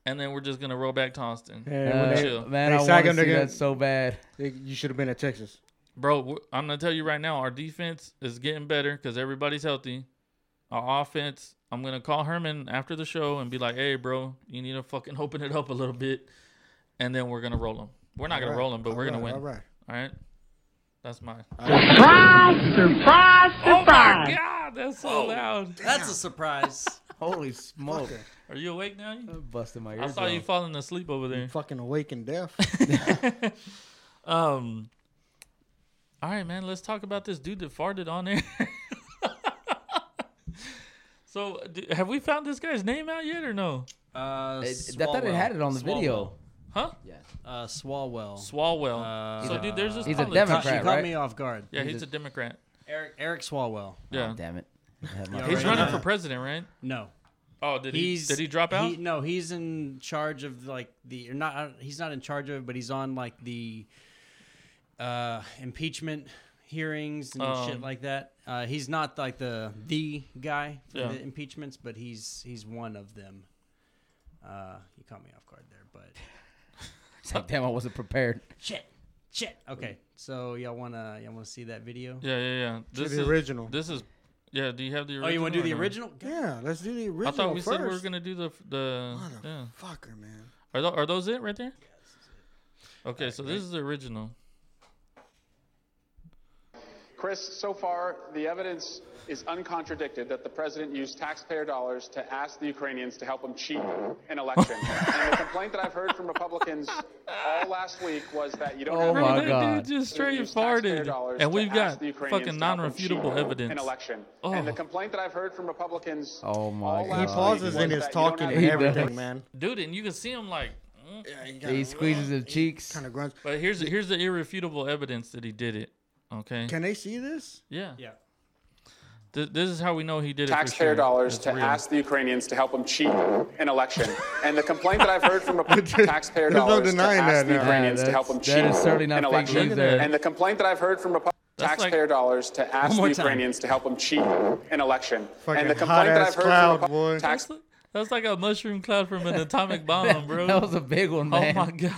S1: and then we're just gonna roll back to Austin.
S2: Hey,
S3: Uh,
S2: when they-
S1: Chill.
S3: man,
S2: they
S3: I
S2: sack
S3: want to
S2: him,
S3: see
S2: they're gonna-
S3: that so bad.
S2: they- you should have been at Texas.
S1: Bro, we're- I'm gonna tell you right now, our defense is getting better because everybody's healthy. Our offense, I'm gonna call Herman after the show and be like, "Hey, bro, you need to fucking open it up a little bit," and then we're gonna roll them. We're not gonna
S2: All right,
S1: roll them, but
S2: all
S1: we're gonna
S2: right,
S1: win.
S2: All right.
S1: All right, that's my.
S5: Surprise, surprise,
S1: Oh my
S5: surprise.
S1: god, that's so loud.
S4: That's a surprise.
S3: Holy smoke!
S2: Fucker.
S1: Are you awake now? You-
S3: I'm busting my
S1: I
S3: eardrum.
S1: saw you falling asleep over there.
S2: Fucking awake and deaf.
S1: Um. All right, man. Let's talk about this dude that farted on air. so, d- have we found this guy's name out yet, or no?
S4: Uh,
S3: It- I thought it had it on the video.
S1: Huh?
S4: Uh, Swalwell.
S1: Swalwell.
S4: Uh,
S1: so, dude, there's this.
S3: He's
S1: politician-
S3: a
S4: Caught-
S3: Democrat,
S4: she caught
S3: right?
S4: me off guard.
S1: Yeah, he's a Democrat.
S4: Eric, Eric Swalwell.
S1: Yeah,
S3: Oh, damn it. I had my-
S4: Yeah,
S1: he's
S4: right.
S1: running for president, right?
S4: No,
S1: Oh, did
S4: he's
S1: he? Did he drop out?
S4: no, he's in charge of like the or not. uh, He's not in charge of, it, but he's on like the uh, impeachment hearings and
S1: Um,
S4: shit like that. Uh, he's not like the the guy for
S1: Yeah.
S4: the impeachments, but he's he's one of them. Uh, you caught me off guard there, but
S3: Damn, I wasn't prepared.
S4: shit, shit. Okay, so y'all wanna y'all wanna see that video?
S1: yeah, yeah, yeah. This
S2: the
S1: is
S2: original.
S1: This is. Yeah. Do you have the
S4: Oh,
S1: original?
S4: you want to do
S1: or
S4: the
S1: no?
S4: original?
S2: yeah, let's do the original
S1: I thought we
S2: first.
S1: said we were gonna do the the. Yeah.
S2: Motherfucker, man.
S1: Are those, are those it right there? Okay, so this is the original.
S6: Chris, so far, the evidence is uncontradicted that the president used taxpayer dollars to ask the Ukrainians to help him cheat an election. and the complaint that I've heard from Republicans all last week was that you don't
S3: Oh
S6: have
S1: Bro,
S3: my
S1: that
S3: God.
S1: dude just straight
S6: Use taxpayer
S1: farted,
S6: dollars
S1: and
S6: to
S1: we've
S6: ask
S1: got
S6: the Ukrainians
S1: fucking
S6: to help them
S1: non-refutable
S6: cheat
S1: evidence.
S6: An election.
S1: Oh.
S6: And the complaint that I've heard from Republicans.
S3: Oh my
S6: all
S3: God.
S6: last
S2: He
S6: week
S2: pauses
S6: was
S2: in his
S6: that you don't
S2: talking
S6: have
S2: and
S3: He
S2: everything,
S3: does.
S2: man.
S1: dude, and you can see him like. mm.
S3: He squeezes his cheeks.
S2: Kind of grunts.
S1: But here's here's the irrefutable evidence that he did it. Okay.
S2: Can they see this?
S1: yeah.
S4: Yeah.
S1: Th- this is how we know he did it. for
S6: taxpayer
S1: sure.
S6: dollars
S1: It's
S6: to
S1: real.
S6: ask the Ukrainians to help them cheat an election. and the complaint that I've heard from the taxpayer
S2: There's no
S6: dollars to
S2: denying
S6: ask
S2: that
S6: the
S2: now.
S6: Ukrainians
S3: Yeah,
S6: to help them
S3: that's-
S6: cheat
S3: that is certainly not
S6: an
S3: fake
S6: election.
S1: news there.
S6: And the complaint that I've heard from Repu-
S1: That's like-
S6: taxpayer dollars to ask
S4: more
S6: the
S4: time.
S6: Ukrainians to help them cheat an election.
S2: Fucking
S6: and the
S2: hot
S6: complaint that
S2: ass
S6: I've heard
S2: cloud,
S6: from
S2: boy.
S6: Repu- tax-
S1: That's, li- that's like a mushroom cloud from an atomic bomb, bro.
S3: That was a big one,
S1: oh
S3: man.
S1: my gosh.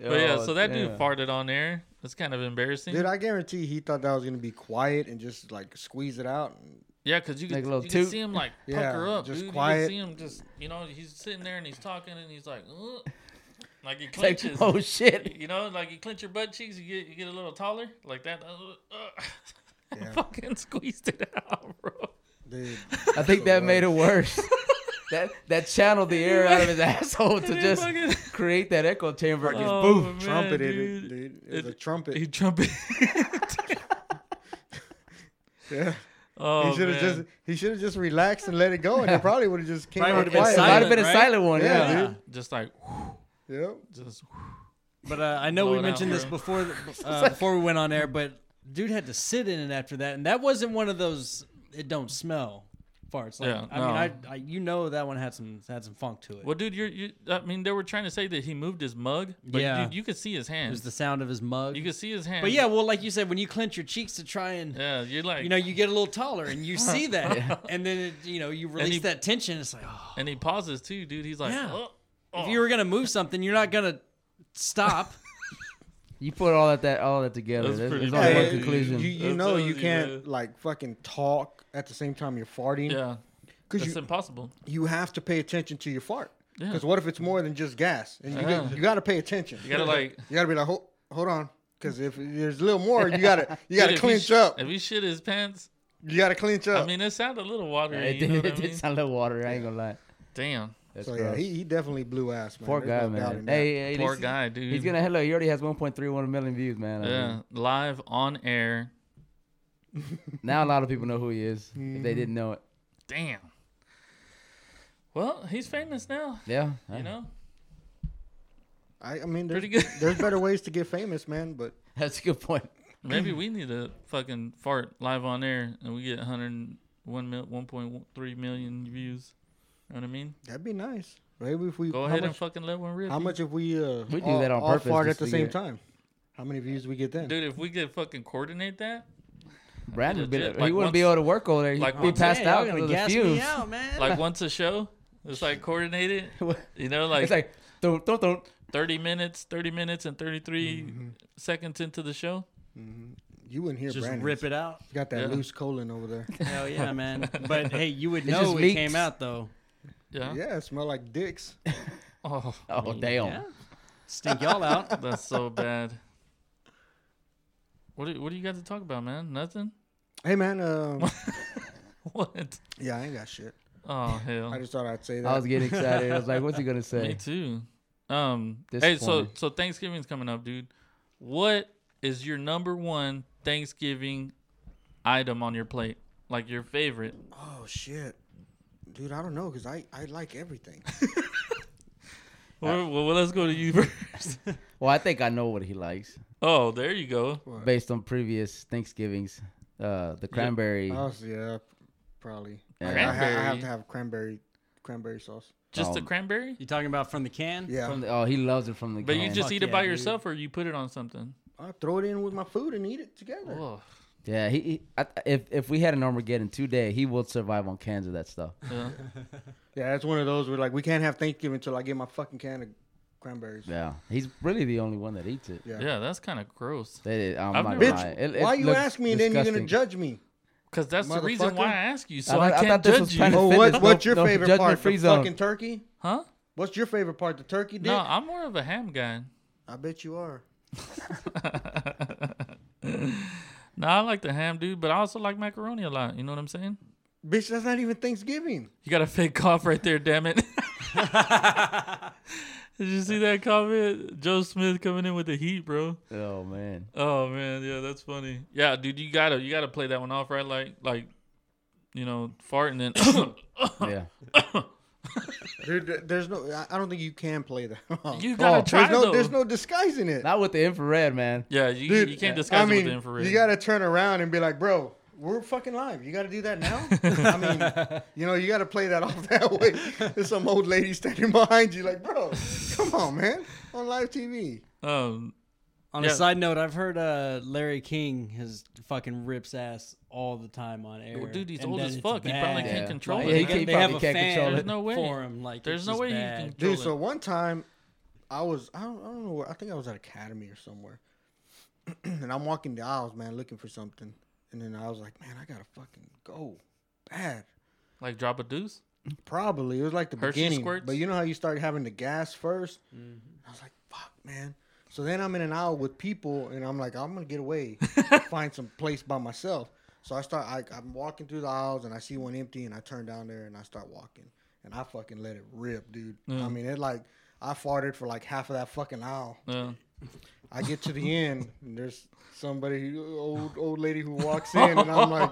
S1: But yeah,
S3: Oh,
S1: so that dude
S3: damn.
S1: farted on there. That's kind of embarrassing.
S2: Dude, I guarantee he thought that was gonna be quiet and just like squeeze it out.
S1: Yeah, because you,
S3: Like
S1: could
S3: a little
S1: you could
S3: toot.
S1: see him like
S2: Yeah,
S1: pucker up,
S2: just
S1: dude.
S2: quiet.
S1: You can see him just, you know, he's sitting there and he's talking and he's like, "Ugh." like he
S3: Like,
S1: clenches.
S3: oh shit!
S1: You know, like you clench your butt cheeks, you get you get a little taller, like that. Uh,
S2: Yeah.
S1: fucking squeezed it out, bro.
S2: Dude,
S3: I think that made it worse. that that channeled the air out of his asshole to
S1: It
S3: just
S1: fucking-
S3: create that echo chamber.
S2: Fucking
S1: Oh,
S3: boom.
S1: man,
S2: trumpeted
S1: dude.
S2: it, dude. It was
S1: It-
S2: a trumpet.
S1: He trumpet.
S2: yeah.
S1: Oh
S2: He should have
S1: man.
S2: just he should have just relaxed and let it go, and it probably would have just came
S4: Probably
S2: out
S4: would've been
S2: quiet.
S3: It might
S4: silent.
S3: have been a
S4: right?
S3: silent one,
S2: Yeah,
S3: yeah.
S2: dude.
S1: just like whew,
S2: Yep.
S1: just. whew.
S4: But uh, I know
S1: Blow
S4: we
S1: it
S4: mentioned
S1: out,
S4: this
S1: bro.
S4: before uh, before we went on air, but dude had to sit in it after that, and that wasn't one of those it don't smell farts. Like,
S1: Yeah,
S4: I mean,
S1: no.
S4: I, I you know that one had some had some funk to it.
S1: Well, dude, you're you. I mean, they were trying to say that he moved his mug, but
S4: Yeah.
S1: dude, you could see his
S4: It was
S1: hands.
S4: the sound of his mug.
S1: you could see his hands.
S4: but yeah, well, like you said, when you clench your cheeks to try and
S1: yeah, you're like,
S4: you know you get a little taller, and you see that, and then it, you know you release
S1: he-
S4: that tension. It's like oh.
S1: and he pauses too, dude. He's like,
S4: Yeah.
S1: "Oh."
S4: if you were gonna move something, you're not gonna stop.
S3: You put all that, that all that together.
S1: That's
S3: There's,
S1: pretty
S3: there's only
S1: bad.
S3: one
S1: Hey,
S3: conclusion.
S2: You, you
S1: That's
S2: know
S1: tells you,
S2: you can't
S1: man.
S2: like fucking talk at the same time you're farting.
S1: yeah,
S2: Because
S1: that's
S2: you,
S1: impossible.
S2: you have to pay attention to your fart.
S1: Yeah.
S2: Because what if it's more than just gas? And you,
S1: Yeah.
S2: got, you got to pay attention.
S1: You gotta like.
S2: You got to be like, hold, hold on. Because if there's a little more, you got to you
S1: Dude,
S2: got to
S1: if he
S2: clinch
S1: sh-
S2: up. Uh,
S1: If he shit his pants,
S2: You got to clinch up.
S1: I mean, it sounded a little watery.
S3: it
S1: you
S3: did,
S1: know what
S3: it
S1: I
S3: did
S1: mean?
S3: sound a little watery. I ain't gonna lie.
S1: Damn,
S3: That's
S2: so
S3: gross.
S2: yeah, he, he definitely blew ass, man.
S3: Poor
S2: There's
S3: guy,
S2: no doubt in
S3: man.
S2: that.
S3: Hey, hey,
S1: poor
S3: this-
S1: guy, dude.
S3: He's gonna hello. He already has 1.31 million views, man. I
S1: yeah,
S3: mean,
S1: live on air.
S3: now a lot of people know who he is.
S2: Mm-hmm.
S3: If they didn't know it,
S1: Damn. Well, he's famous now.
S3: yeah.
S1: You know,
S2: I, I mean, there's,
S1: Pretty good.
S2: there's better ways to get famous, man. But
S3: That's a good point.
S1: Maybe we need to fucking fart live on air and we get 101 mil, 1.3 million views. You know what I mean?
S2: that'd be nice. Maybe if we
S1: Go
S2: how
S1: ahead
S2: much,
S1: and fucking let one rip.
S2: How much if we uh,
S3: We do
S2: all,
S3: that on
S2: all
S3: purpose
S2: fart at
S3: just
S2: the
S3: to
S2: same
S3: get-
S2: time? How many views we get then?
S1: Dude, if we could fucking coordinate that,
S3: Brad would be,
S1: Legit,
S3: he
S1: like
S3: wouldn't be
S1: once-
S3: able to work over there. He'd
S1: like
S3: be
S1: once-
S3: passed
S4: Hey, y'all
S3: out
S4: gonna
S3: because of the
S4: gas
S3: fumes.
S4: me out, man.
S1: like once a show, it's like coordinated. You know, like,
S3: it's like, don't, don't, don't.
S1: 30 minutes, 30 minutes and 33 seconds into the show.
S2: you wouldn't hear
S4: just
S2: Brandon.
S4: rip it out.
S2: You got that
S1: Yeah.
S2: loose colon over there.
S4: Hell yeah, man. But hey, you would
S3: just
S4: know it
S3: leaks.
S4: came out though.
S1: Yeah.
S2: yeah, it smell like dicks.
S1: Oh,
S3: Oh, damn.
S4: Yeah. Stink y'all out.
S1: that's so bad. What do, what do you got to talk about, man? Nothing?
S2: Hey man, um,
S1: What?
S2: yeah, I ain't got shit.
S1: Oh,
S2: I
S1: hell.
S2: just thought I'd say that.
S3: I was getting excited. I was like, what's he going to say?
S1: Me too. Um, hey, so
S3: Disappointing.
S1: so Thanksgiving's coming up, dude. What is your number one Thanksgiving item on your plate? Like your favorite?
S2: oh shit, dude, I don't know because I I like everything.
S3: Uh,
S1: Well, well, let's go to you first.
S3: Well, I think I know what he likes
S1: oh, there you go.
S3: based on previous Thanksgivings. Uh, the cranberry.
S2: Oh yeah, probably. I- I, ha- I
S1: Cranberry.
S2: have to have cranberry cranberry sauce.
S1: Just the
S3: Um,
S1: cranberry?
S4: You talking about from the can?
S2: Yeah,
S3: from the- oh, he loves it from the.
S1: But you
S3: can.
S1: just
S4: Fuck
S1: eat it
S4: yeah,
S1: by
S4: dude.
S1: yourself, or you put it on something.
S2: I throw it in with my food and eat it together.
S1: Whoa.
S3: Yeah, he, he I, if if we had an Armageddon today, he would survive on cans of that stuff.
S1: Yeah.
S2: Yeah, that's one of those where like we can't have Thanksgiving until I get my fucking can of cranberries.
S3: Yeah, he's really the only one that eats it.
S2: Yeah.
S1: yeah, that's kind of gross.
S3: That is, I'm
S1: I've
S3: not
S1: never-
S3: gonna lie.
S2: Bitch,
S3: It- it
S2: why you
S3: looks
S2: ask me and then you're gonna
S3: disgusting.
S2: judge me?
S1: Because that's the reason why I
S2: Motherfucker.
S1: ask you,
S3: I
S1: so
S3: thought-
S1: I,
S3: I
S1: can't
S3: thought this
S1: judge
S3: was
S1: you.
S3: kind of-
S2: Oh,
S3: fit
S2: what,
S3: this
S2: what's
S3: no-
S2: your
S3: no
S2: favorite
S3: judgment
S2: part?
S3: free
S2: The
S3: zone.
S2: fucking turkey?
S1: Huh?
S2: What's your favorite part? The turkey dick?
S1: No, I'm more of a ham guy.
S2: I bet you are.
S1: No, I like the ham, dude, but I also like macaroni a lot. You know what I'm saying?
S2: Bitch, that's not even Thanksgiving.
S1: You got a fake cough right there, damn it. Did you see that comment? Joe Smith coming in with the heat, bro.
S3: Oh man,
S1: Oh man, yeah, that's funny. Yeah, dude, you gotta you gotta play that one off, right? Like like you know, fart and then
S3: yeah.
S2: Dude, there- there's no. I- I don't think you can play that. wrong.
S1: you gotta
S3: Oh, there's
S1: try
S2: there's no.
S1: though.
S2: There's no disguising it.
S3: Not with the infrared, man.
S1: yeah, you,
S2: Dude,
S1: you can't disguise
S2: I mean,
S1: it with the infrared.
S2: You gotta turn around and be like, bro, we're fucking live. You gotta do that now. I mean, you know, you gotta play that off that way. There's some old lady standing behind you, like, bro, come on, man, on live TV.
S1: um,
S4: On
S1: Yeah.
S4: a side note, I've heard uh, Larry King has fucking rips ass all the time on air.
S1: Well, dude, he's
S4: and
S1: old
S4: then
S1: as
S4: it's
S1: fuck. He probably
S4: bad.
S1: can't
S3: Yeah.
S1: control
S3: Like,
S1: it.
S3: he
S1: man.
S3: can't-
S4: they
S3: probably
S4: have a
S3: can't
S4: fan
S3: control it.
S1: There's no way.
S4: for him. Like,
S1: There's
S4: it's
S1: no
S4: just
S1: way he
S4: bad.
S1: can
S2: Dude,
S1: control
S2: so
S1: it.
S2: one time, I was I don't, I don't know where I think I was at Academy or somewhere, and I'm walking the aisles, man, looking for something, and then I was like, man, I gotta fucking go, bad.
S1: Like drop a deuce.
S2: Probably it was like the
S1: Hershey
S2: beginning,
S1: squirts? Mm-hmm.
S2: but you know how you start having the gas 1st I was like, "Fuck, man!" So then I'm in an aisle with people, and I'm like, "I'm gonna get away, find some place by myself." So I start, I, I'm walking through the aisles, and I see one empty, and I turn down there, and I start walking, and I fucking let it rip, dude.
S1: Mm.
S2: I mean, it like I farted for like half of that fucking aisle.
S1: Yeah.
S2: I get to the end, and there's somebody, who- old old lady who walks in, and I'm like,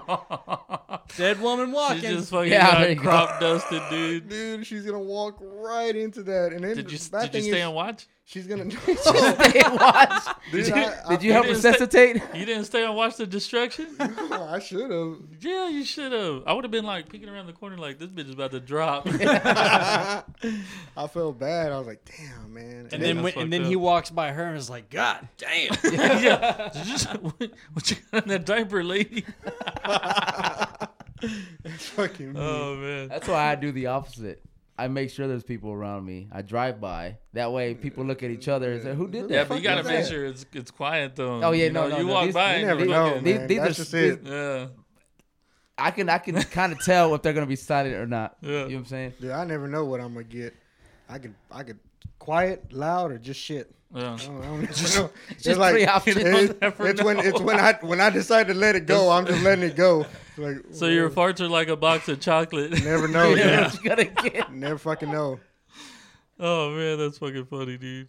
S4: Dead woman
S1: She
S4: walking.
S1: just fucking
S3: Yeah, there
S1: got
S3: you go.
S1: crop dusted, dude.
S2: "Dude, she's gonna walk right into that." And then
S1: Did you
S2: that
S1: did you
S2: thing
S1: stay
S2: is-
S1: and watch?
S2: She's gonna.
S3: Hey, watch.
S2: Dude, I, I,
S3: Did you help
S1: didn't
S3: resuscitate?
S1: You didn't stay and watch the destruction?
S2: I should have.
S1: yeah, you should have. I would have been like peeking around the corner, like this bitch is about to drop.
S2: I felt bad. I was like, damn, man.
S4: and then,
S1: That's
S4: when,
S1: fucked
S4: and then
S1: up.
S4: he walks by her and is like, God damn.
S1: yeah, Did you just- what, what you got in that diaper, lady?
S2: fucking.
S1: Oh man,
S3: That's why I do the opposite. I make sure there's people around me. I drive by. That way, people look at each other and say, "Who did that?"
S1: yeah, but you
S2: fuck
S1: gotta
S2: was
S1: make
S2: that?
S1: sure it's it's quiet though.
S3: Oh, yeah,
S1: you
S3: no,
S1: know,
S3: no,
S1: you
S3: no,
S1: walk
S3: these-
S1: by,
S2: you
S1: and
S2: never
S1: you're
S2: know,
S1: looking-
S3: These-
S2: man.
S3: these
S2: That's
S3: are-
S2: just it.
S1: yeah,
S3: I can I can kind of tell if they're gonna be silent or not.
S1: Yeah.
S3: You know what I'm saying?
S2: Dude, I never know what I'm gonna get. I could, I could, quiet, loud, or just shit.
S1: yeah.
S2: I don't, I don't just, know. It's
S3: just
S2: like
S3: three options.
S2: it-
S1: You'll never
S2: it's when it's
S1: know.
S2: when I when I decide to let it go, I'm just letting it go. It's Like,
S1: So your farts are like a box of chocolate.
S2: Oh, never know, dude.
S3: Yeah. What you gonna get?
S2: Never fucking know.
S1: Oh man, that's fucking funny, dude.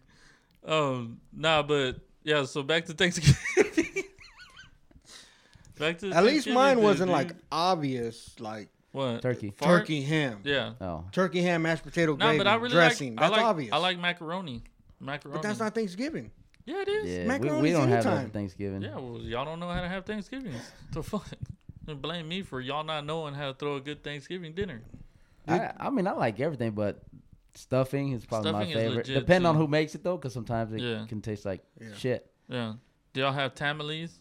S1: Um, nah, but yeah. So back to Thanksgiving. back to
S2: At least
S1: Thanksgiving
S2: mine
S1: then,
S2: wasn't
S1: dude.
S2: like obvious, like
S1: what
S3: Turkey.
S1: Fart?
S2: turkey ham,
S1: Yeah.
S3: Oh,
S2: turkey ham, mashed potato
S1: No,
S2: gravy,
S1: but I really
S2: dressing.
S1: like.
S2: That's
S1: I like.
S2: obvious.
S1: I like macaroni. macaroni.
S2: But that's not Thanksgiving.
S1: Yeah, it is.
S3: Yeah, we,
S2: Macaroni's
S3: we don't have that
S2: anytime.
S3: for Thanksgiving.
S1: Yeah, well, y'all don't know how to have Thanksgivings. So fuck. Don't blame me for y'all not knowing how to throw a good Thanksgiving dinner.
S3: I, I mean, I like everything, but stuffing is probably
S1: Stuffing is
S3: my favorite.
S1: legit,
S3: Depending on
S1: too.
S3: who makes it though, because sometimes it
S1: Yeah.
S3: can taste like
S2: Yeah.
S3: shit.
S1: Yeah. Do y'all have tamales?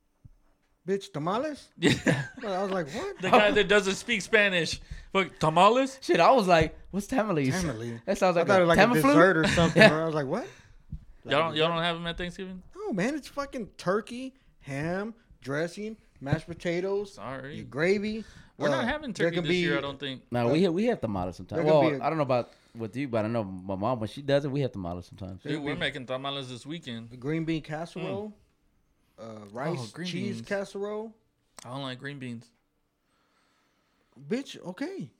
S2: Bitch, tamales?
S1: Yeah.
S2: Well, I was like, what?
S1: the guy that doesn't speak Spanish. Fuck tamales?
S3: Shit, I was like, "What's tamales?"
S2: Tamale.
S3: That sounds
S2: I
S3: like,
S2: thought it
S3: a,
S2: was like a
S3: Tamiflu?
S2: dessert or something.
S3: Yeah.
S2: bro. I was like, what?
S1: Y'all don't, y'all don't have them at Thanksgiving?
S2: No, man, it's fucking turkey, ham, dressing, mashed potatoes, your
S1: Sorry.
S2: gravy.
S1: We're
S2: Uh,
S1: not having
S2: there
S1: turkey
S2: can
S1: this
S2: be-
S1: year, I don't think.
S3: No, we have, we have tamales sometimes.
S2: There could
S3: Well,
S2: be a-
S3: I don't know about with you, but I know my mom when she does it, we have tamales sometimes.
S1: Dude, we're making tamales this weekend.
S2: green bean casserole, uh, rice
S1: Oh, green
S2: cheese
S1: beans.
S2: casserole.
S1: I don't like green beans.
S2: Bitch, okay.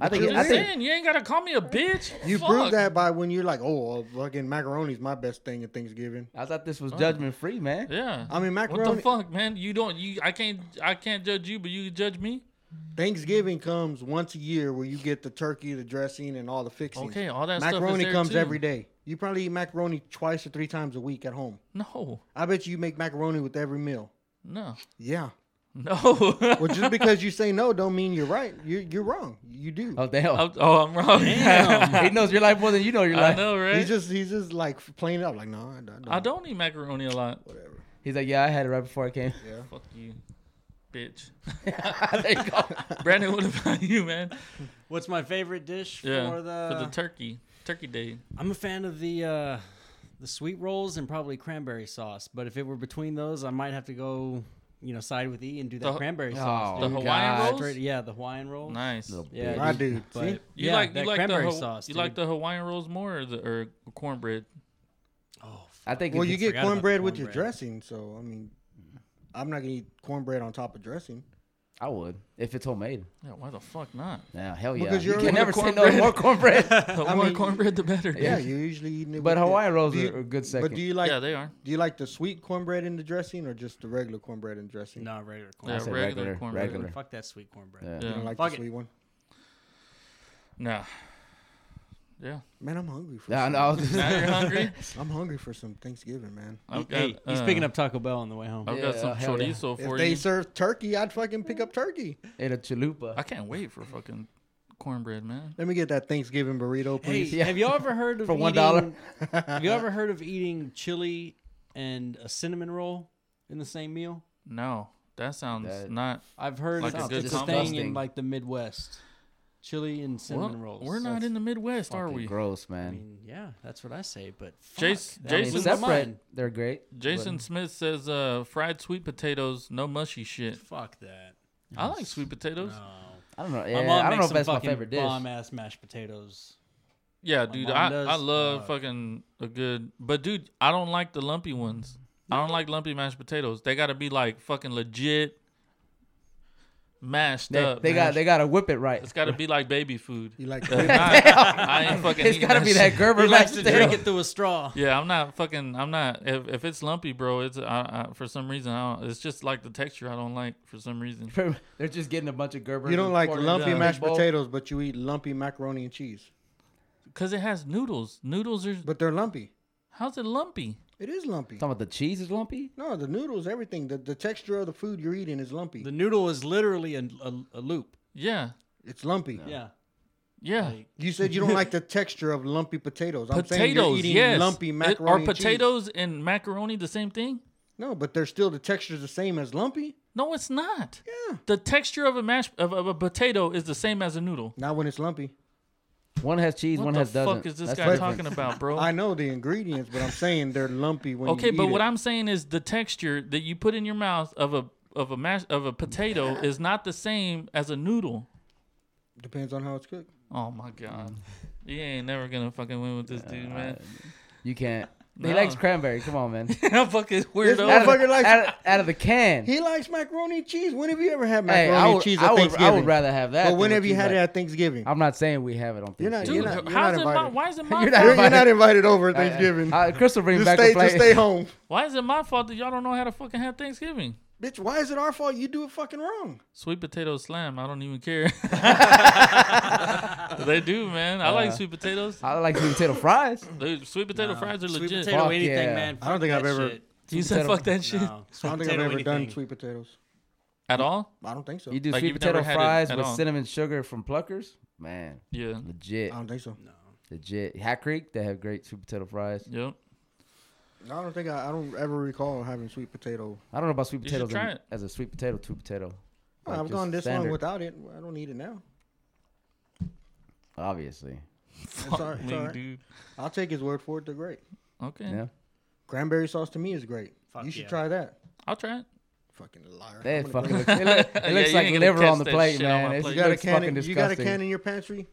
S3: I think
S2: you're
S3: I think
S1: Saying, you ain't gotta call me a bitch.
S2: You
S1: Fuck.
S2: prove that by when you're like, oh, uh, fucking macaroni's my best thing at Thanksgiving.
S3: I thought this was judgment free, man.
S1: Yeah.
S2: I mean,
S1: What
S2: macaroni-
S1: the fuck, man? You don't. You. I can't. I can't judge you, but you can judge me.
S2: Thanksgiving comes once a year where you get the turkey, the dressing, and all the fixings.
S1: Okay, all that stuff is
S2: macaroni
S1: there,
S2: comes
S1: too.
S2: every day. You probably eat macaroni twice or three times a week at home.
S1: No.
S2: I bet you make macaroni with every meal.
S1: No.
S2: Yeah.
S1: No.
S2: Well, just because you say no, don't mean you're right. You're you're wrong. You do.
S3: Oh damn.
S1: I'm, oh, I'm wrong.
S3: he knows your life more than you know your
S1: I
S3: life.
S1: know, right?
S2: He's just he's just like playing it up. Like no, I don't.
S1: I don't eat macaroni a lot.
S3: He's like, yeah, I had it right before I came.
S1: Fuck you, bitch.
S3: there you go.
S1: Brandon, what about you, man?
S4: What's my favorite dish
S1: Yeah.
S4: for the?
S1: for the turkey, turkey day.
S4: I'm a fan of the uh, the sweet rolls and probably cranberry sauce. But if it were between those, I might have to go, you know, side with E and do that
S1: The- oh,
S4: cranberry sauce.
S1: The
S4: dude.
S1: Hawaiian
S3: God.
S1: rolls?
S4: Straight- yeah, the Hawaiian rolls.
S1: Nice.
S3: Little
S4: Yeah,
S3: bitch.
S2: I do.
S4: But
S2: See?
S1: You
S4: yeah,
S1: like
S4: that
S1: you like the
S4: cranberry
S1: Haw-
S4: sauce.
S1: you
S4: dude.
S1: like the Hawaiian rolls more or the or cornbread?
S4: Oh,
S3: I think.
S2: Well,
S3: if
S2: you
S3: it's-
S2: get
S4: forgot about the
S2: cornbread with your
S4: cornbread.
S2: dressing, so I mean, I'm not gonna eat cornbread on top of dressing.
S3: I would if it's homemade.
S1: Yeah, why the fuck not?
S3: Yeah, hell yeah.
S2: Because
S3: you
S2: you're
S3: can
S2: already-
S3: never say no
S1: Cornbread.
S3: more cornbread.
S1: The more
S2: mean-
S1: cornbread, the better. dude.
S2: Yeah, you're usually eating it.
S3: But
S2: with the-
S3: Hawaiian rolls
S2: do
S3: are- are good
S2: But
S3: second.
S2: do you like?
S1: yeah, they are.
S2: Do you like the sweet cornbread in the dressing or just the regular cornbread in dressing?
S4: no regular
S1: Yeah,
S4: cornbread.
S3: said
S1: regular,
S3: regular,
S1: cornbread.
S3: regular.
S4: Fuck that sweet cornbread.
S3: Yeah.
S2: You
S1: Yeah.
S2: don't like
S4: Fuck
S2: the
S4: it.
S2: sweet one.
S1: Nah. Yeah.
S2: Man, I'm hungry for.
S3: Yeah, I
S2: some,
S3: know. I was-
S1: Now you're hungry.
S2: I'm hungry for some Thanksgiving, man.
S1: I've
S4: Hey, he's
S1: uh, Oh,
S4: picking up Taco Bell on the way home.
S1: I've got
S3: Yeah,
S1: some
S3: hell yeah.
S1: chorizo
S2: If
S1: for
S2: they
S1: you.
S2: serve turkey, I'd fucking pick up turkey.
S3: in a chalupa.
S1: I can't wait for fucking cornbread, man.
S2: Let me get that Thanksgiving burrito,
S4: Hey,
S2: please.
S4: have y'all ever heard of
S3: For one
S4: eating-
S3: dollar.
S4: have you ever heard of eating chili and a cinnamon roll in the same meal?
S1: No, that sounds
S3: That-
S1: not.
S4: I've heard
S1: Like a
S4: it's,
S1: good
S4: it's a thing
S3: combo.
S4: in like the Midwest. Chili and
S1: Well,
S4: cinnamon rolls.
S1: we're not
S4: That's-
S1: in the Midwest, are
S3: Fucking
S1: we?
S3: Gross,
S4: I
S3: man.
S4: mean, yeah, that's what I say. But fuck,
S1: Jace-
S4: that
S3: I mean,
S1: Jason-
S4: blew my
S3: separate.
S4: mind.
S3: They're great.
S1: Jason Smith says uh, fried sweet potatoes, no mushy shit.
S4: Fuck that.
S1: I like sweet potatoes.
S3: I don't know.
S4: My
S3: Yeah,
S4: mom
S3: I don't know
S4: makes
S3: if
S4: some
S3: that's my
S4: fucking
S3: favorite dish.
S4: bomb ass mashed potatoes.
S1: Yeah, dude,
S4: mom
S1: I,
S4: does,
S1: I love
S4: uh,
S1: fucking a good. But dude, I don't like the lumpy ones. I don't like lumpy mashed potatoes. They gotta be like fucking legit mashed
S3: They,
S1: up.
S3: they
S1: man.
S3: got they got to whip it right.
S1: It's gotta be like baby food.
S2: You like
S1: If not, I ain't fucking.
S3: It's
S1: eating
S3: got to be
S1: shit.
S3: that Gerber
S4: He likes
S3: mashed
S4: to drink
S3: potato.
S4: it through a straw.
S1: Yeah, I'm not fucking. I'm not. If, if it's lumpy, bro, it's I, I, for some reason. I don't, it's just like the texture I don't like for some reason.
S3: They're just getting a bunch of Gerber.
S2: You don't like lumpy
S1: down.
S2: mashed
S3: potatoes.
S2: potatoes, but you eat lumpy macaroni and cheese.
S1: Cause it has noodles. Noodles are.
S2: But they're lumpy.
S1: How's it lumpy?
S2: It is lumpy.
S3: Talking about the cheese is lumpy.
S2: No, the noodles, everything. The, the texture of the food you're eating is lumpy.
S4: The noodle is literally a, a, a loop.
S1: Yeah,
S2: it's lumpy.
S4: Yeah.
S1: yeah.
S4: Like-
S2: You said you don't like the texture of lumpy potatoes. I'm saying you're
S1: potatoes,
S2: eating
S1: yes.
S2: lumpy
S1: It-
S2: macaroni
S1: are
S2: and cheese.
S1: potatoes and macaroni the same thing?
S2: No, but they're still the texture's the same as lumpy.
S1: No, it's not.
S2: Yeah.
S1: The texture of a mash of, of a potato is the same as a noodle.
S2: Not when it's lumpy.
S3: One has cheese,
S1: What
S3: one
S1: the
S3: has doesn't.
S1: fuck is this
S3: That's
S1: guy
S3: the
S1: talking
S3: difference.
S1: about, bro?
S2: I know the ingredients, but I'm saying they're lumpy when
S1: okay,
S2: you eat
S1: but what
S2: it.
S1: I'm saying is the texture that you put in your mouth of a of a mash of a potato is not the same as a noodle.
S2: depends on how it's cooked.
S1: Oh my god. You ain't never gonna fucking win with this dude, man.
S3: You can't. He
S1: No.
S3: likes cranberry. Come on, man.
S1: fucking
S3: out, of,
S1: weirdo.
S2: motherfucker-
S3: the-
S2: likes-
S3: out of- out of the can.
S2: He likes macaroni and cheese. When have you ever had
S3: hey,
S2: macaroni
S3: I
S2: and
S3: would,
S2: cheese
S3: I
S2: at
S3: would,
S2: Thanksgiving?
S3: I would rather have that.
S2: But
S3: than
S2: when
S3: what
S2: have you had it
S3: like.
S2: at Thanksgiving?
S3: I'm not saying we have it on
S2: You're not-
S3: Thanksgiving.
S1: Dude,
S2: you're not-
S1: how's it my,
S2: invited.
S1: why is it my fault?
S3: You're not-
S2: You're, you're not
S3: invited.
S2: invited over
S3: I- I-
S2: Thanksgiving.
S3: I- Crystal bring
S2: just,
S3: back
S2: stay,
S3: a plate.
S2: just stay home.
S1: Why is it my fault that y'all don't know how to fucking have Thanksgiving?
S2: Bitch, why is it our fault? You do it fucking wrong.
S1: Sweet potato slam. I don't even care. they do, man. I like sweet potatoes.
S3: Uh, I like sweet potato fries.
S1: Dude, sweet potato fries are
S4: Sweet
S1: legit.
S4: potato
S3: Fuck
S4: anything,
S3: yeah.
S4: man.
S2: I don't
S4: Fuck
S2: think
S4: that
S2: I've ever-
S4: shit.
S1: you said
S3: potato-
S1: fuck that shit
S4: No.
S2: I
S4: Sweet
S2: don't think I've
S4: potato
S2: ever done
S4: anything.
S2: sweet potatoes.
S1: at all.
S2: I don't think so.
S3: You do
S1: Like,
S3: sweet
S1: you've never
S3: potato
S1: had it
S3: fries
S1: at
S3: with
S1: all.
S3: cinnamon sugar from Pluckers. Man,
S1: Yeah.
S3: legit,
S2: I don't think so.
S3: legit. Hat Creek, they have great sweet potato fries.
S1: Yep.
S2: I don't think I, I don't ever recall having sweet potato.
S3: I don't know about sweet
S1: You should
S3: potatoes
S1: try
S3: in-
S1: it.
S3: as a sweet potato, two potato. Like,
S2: I've
S3: just
S2: gone this
S3: standard,
S2: long without it. I don't need it now.
S3: Obviously,
S2: It's all right, it's
S1: Me,
S2: all right.
S1: dude.
S2: I'll take his word for it. They're great.
S1: Okay.
S3: yeah.
S2: Cranberry sauce to me is great.
S4: Fuck
S2: you should
S4: yeah.
S2: try that.
S1: I'll try it.
S2: Fucking liar.
S3: They
S2: I'm gonna
S3: fucking
S2: bring-
S3: look, it, look,
S1: Yeah,
S3: it looks
S1: you
S3: like
S1: ain't gonna
S3: liver on
S1: catch
S3: the
S1: that
S3: plate,
S1: shit on
S3: man.
S1: my
S3: It
S1: plate.
S2: You got a
S3: looks
S2: can?
S3: fucking
S2: In, you got a
S3: disgusting.
S2: can in your pantry,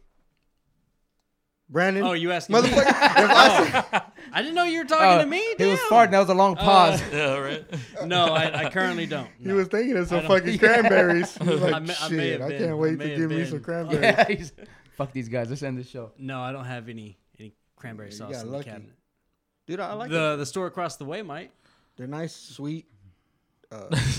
S2: Brandon?
S4: Oh, you Oh. asking me?
S2: motherfucker! if I said-
S4: I didn't know you were
S3: Oh,
S4: talking to me.
S3: He was
S4: damn.
S3: farting. That was a long
S1: Oh.
S3: pause.
S1: Yeah, right.
S4: No, I, I currently don't.
S2: you
S4: No.
S2: was thinking of some
S4: I don't-
S2: fucking cranberries. He was like,
S4: I may- I may
S2: shit,
S4: have
S2: I,
S4: been.
S2: can't
S4: I
S2: wait
S4: may
S2: to
S4: have
S2: give me
S4: been.
S2: some cranberries.
S3: yeah, he's, fuck these guys. Let's end this show.
S4: no, I don't have any any cranberry
S2: You
S4: sauce
S2: got
S4: in
S2: lucky.
S4: the cabinet.
S2: Dude, I like it.
S4: the the store across the way might.
S2: They're nice, sweet,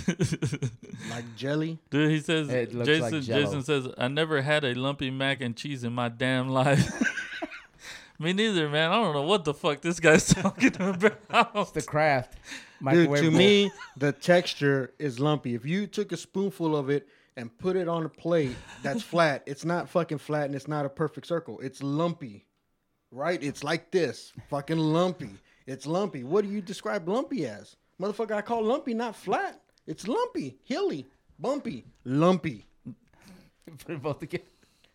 S2: like jelly.
S1: Dude, he says
S3: It looks
S1: Jason
S3: like Jell-O.
S1: Jason says I never had a lumpy mac and cheese in my damn life. Me neither, man. I don't know what the fuck this guy's talking about.
S3: The craft.
S2: Dude, to
S3: microwavable.
S2: me, the texture is lumpy. If you took a spoonful of it and put it on a plate that's flat, it's not fucking flat and it's not a perfect circle. It's lumpy, right? It's like this, fucking lumpy. It's lumpy. What do you describe lumpy as? Motherfucker, I call lumpy not flat. It's lumpy, hilly, bumpy, lumpy.
S3: put it both together.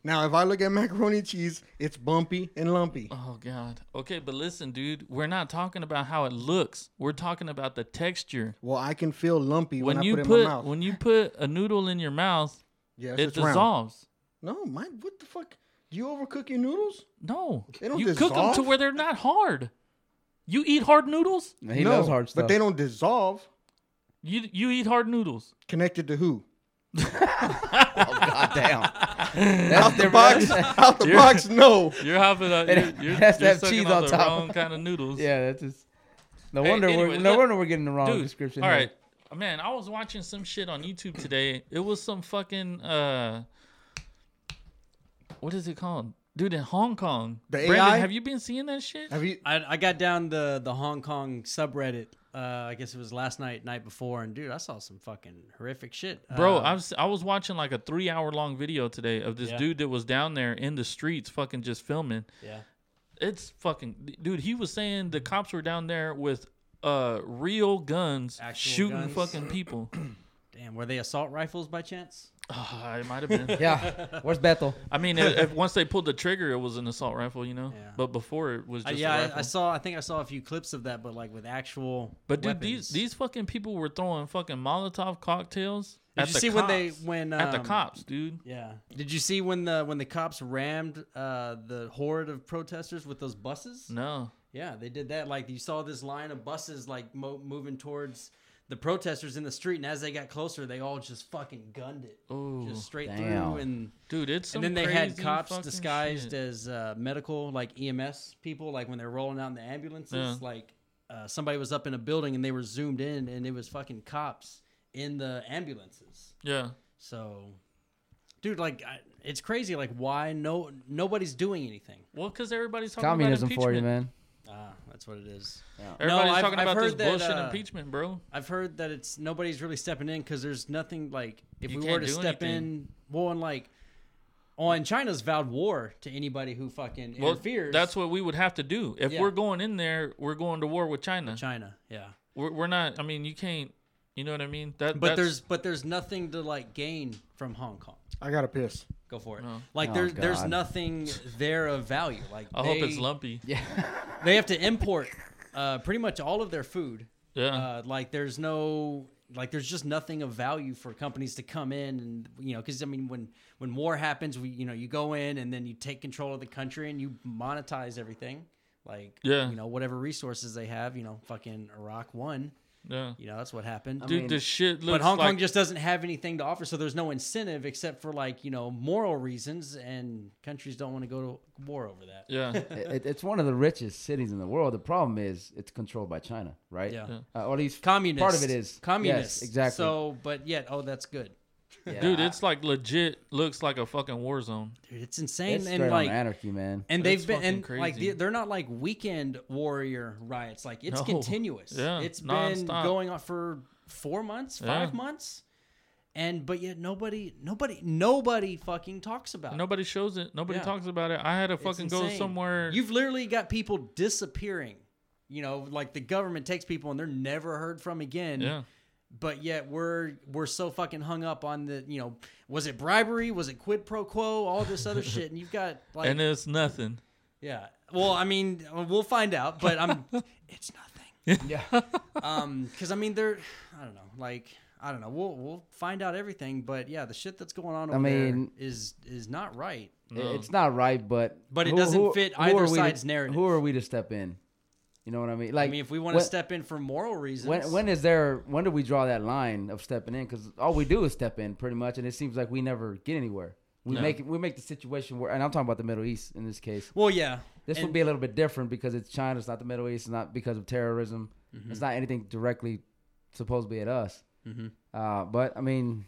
S2: Now, if I look at macaroni and cheese, it's bumpy and lumpy.
S1: Oh god. Okay, but listen, dude, we're not talking about how it looks. We're talking about the texture.
S2: Well, I can feel lumpy when,
S1: When,
S2: I
S1: you
S2: put it
S1: put,
S2: in my mouth.
S1: when you put a noodle in your mouth,
S2: yes,
S1: it
S2: it's round.
S1: dissolves.
S2: No, mine. What the fuck? Do you overcook your noodles?
S1: No.
S2: They don't
S1: you cook them to
S2: dissolve?
S1: where they're not hard. You eat hard noodles?
S3: He loves hard stuff.
S2: But they don't dissolve.
S1: You you eat hard noodles.
S2: Connected to who? Oh,
S3: God damn.
S2: Out the box. Out the box. No.
S1: You're hopping on you're, you're,
S3: That's
S1: you're
S3: that
S1: sucking
S3: cheese
S1: on
S3: on
S1: the
S3: top.
S1: wrong kind of noodles.
S3: Yeah, that's just. No
S1: Hey,
S3: wonder
S1: anyway,
S3: we're no
S1: look-
S3: wonder we're getting the wrong
S1: Dude,
S3: description.
S1: All
S3: here.
S1: right. Man, I was watching some shit on YouTube today. It was some fucking uh what is it called? Dude in Hong Kong.
S2: The
S1: Brandon,
S2: AI?
S1: have you been seeing that shit?
S2: Have you?
S4: I, I got down the the Hong Kong subreddit. Uh, I guess it was last night, night before, and dude, I saw some fucking horrific shit.
S1: Bro,
S4: Uh,
S1: I was I was watching like a three hour long video today of this
S4: Yeah.
S1: dude that was down there in the streets, fucking just filming.
S4: yeah,
S1: It's fucking dude. He was saying the cops were down there with uh real guns
S4: Actual
S1: shooting
S4: guns.
S1: fucking people.
S4: damn, were they assault rifles by chance?
S1: Ah, it might have been.
S3: Yeah. Where's Bethel?
S1: I mean, if, if once they pulled the trigger, it was an assault rifle, you know.
S4: Yeah.
S1: But before it was
S4: Uh,
S1: just a
S4: yeah, I-
S1: rifle.
S4: I, saw. I think I saw a few clips of that, but like with actual.
S1: but dude,
S4: weapons.
S1: these these fucking people were throwing fucking Molotov cocktails.
S4: Did
S1: at
S4: you
S1: the
S4: see when they
S1: cops.
S4: when um,
S1: at the cops, dude?
S4: Yeah. Did you see when the when the cops rammed uh, the horde of protesters with those buses?
S1: No,
S4: Yeah, they did that. Like you saw this line of buses like mo- moving towards the protesters in the street, and as they got closer, they all just fucking gunned it,
S1: Ooh,
S4: just straight
S3: damn.
S4: through. And
S1: dude, it's some
S4: and then they had
S1: crazy
S4: cops
S1: fucking
S4: disguised
S1: shit.
S4: as uh, medical, like EMS people, like when they're rolling out in the ambulances,
S1: Yeah.
S4: like uh, somebody was up in a building and they were zoomed in, and it was fucking cops in the ambulances.
S1: yeah.
S4: So, dude, like I, it's crazy. Like why no nobody's doing anything?
S1: Well, because everybody's talking
S3: Communism
S1: about
S3: for you,
S1: impeachment.
S3: man.
S4: Ah, that's what it is.
S1: Everybody's
S4: No, I've-
S1: talking
S4: I've
S1: about this
S4: heard that,
S1: bullshit
S4: uh,
S1: impeachment, bro.
S4: I've heard that it's nobody's really stepping in because there's nothing like if
S1: You
S4: we were
S1: can't
S4: to
S1: do
S4: step
S1: anything.
S4: in, well, and like, oh, and China's vowed war to anybody who fucking
S1: Well,
S4: interferes.
S1: that's what we would have to do. If
S4: Yeah.
S1: we're going in there, we're going to war with China.
S4: China, yeah.
S1: We're, we're not. I mean, you can't. You know what I mean? That.
S4: But
S1: that's-
S4: there's but there's nothing to like gain from Hong Kong.
S2: I gotta piss.
S4: Go for it.
S1: Oh.
S4: Like there's there's nothing there of value. Like
S1: I
S4: they,
S1: hope it's lumpy. Yeah.
S4: They have to import uh, pretty much all of their food.
S1: Yeah.
S4: Uh, like there's no like there's just nothing of value for companies to come in and you know because I mean when when war happens we you know you go in and then you take control of the country and you monetize everything like
S1: Yeah.
S4: you know whatever resources they have you know fucking Iraq won you know that's what happened
S1: Dude, this shit looks.
S4: but Hong
S1: like,
S4: Kong just doesn't have anything to offer, so there's no incentive except for like you know moral reasons, and countries don't want to go to war over that.
S1: Yeah.
S3: It, it- it's one of the richest cities in the world. The problem is it's controlled by China, right?
S4: Yeah. Yeah.
S3: Uh, or at least
S4: Communist.
S3: Part of it is Yes,
S4: communist.
S3: exactly.
S4: So, but yet, oh, that's good.
S3: Yeah.
S1: Dude, it's like legit looks like a fucking war zone.
S4: Dude, it's insane.
S3: it's
S4: and
S3: straight
S4: like
S3: on anarchy, man.
S4: and
S1: That's
S4: they've been and
S1: fucking
S4: like
S1: crazy.
S4: the- they're not like weekend warrior riots. Like it's
S1: No.
S4: continuous.
S1: Yeah,
S4: it's been
S1: nonstop.
S4: going on for four months, five
S1: Yeah.
S4: months, and but yet nobody, nobody, nobody fucking talks about it.
S1: Nobody shows it. Nobody
S4: Yeah.
S1: talks about it. I had to
S4: It's
S1: fucking go
S4: insane.
S1: somewhere.
S4: You've literally got people disappearing. You know, like the government takes people and they're never heard from again.
S1: yeah.
S4: But yet we're we're so fucking hung up on the you know was it bribery was it quid pro quo all this other shit and you've got like
S1: and it's nothing.
S4: yeah. Well, I mean, uh, we'll find out, but I'm. it's nothing.
S3: Yeah.
S4: Um, because I mean, they're. I don't know. Like, I don't know. We'll we'll find out everything, but yeah, the shit that's going on over
S3: I mean-
S4: there is is not right.
S1: No.
S3: It's not right, but
S4: But it doesn't fit either
S3: are we to-
S4: side's narrative.
S3: Who are we to step in? You know what I mean? Like,
S4: I mean, if we want to
S3: when-
S4: step in for moral reasons,
S3: when when is there? When do we draw that line of stepping in? Because all we do is step in, pretty much, and it seems like we never get anywhere. We
S1: No.
S3: make we make the situation where, and I'm talking about the Middle East in this case.
S4: well, yeah,
S3: This
S4: and-
S3: would be a little bit different because it's China. It's not the Middle East. It's not because of terrorism. It's not anything directly supposed to be at us. Uh, but I mean,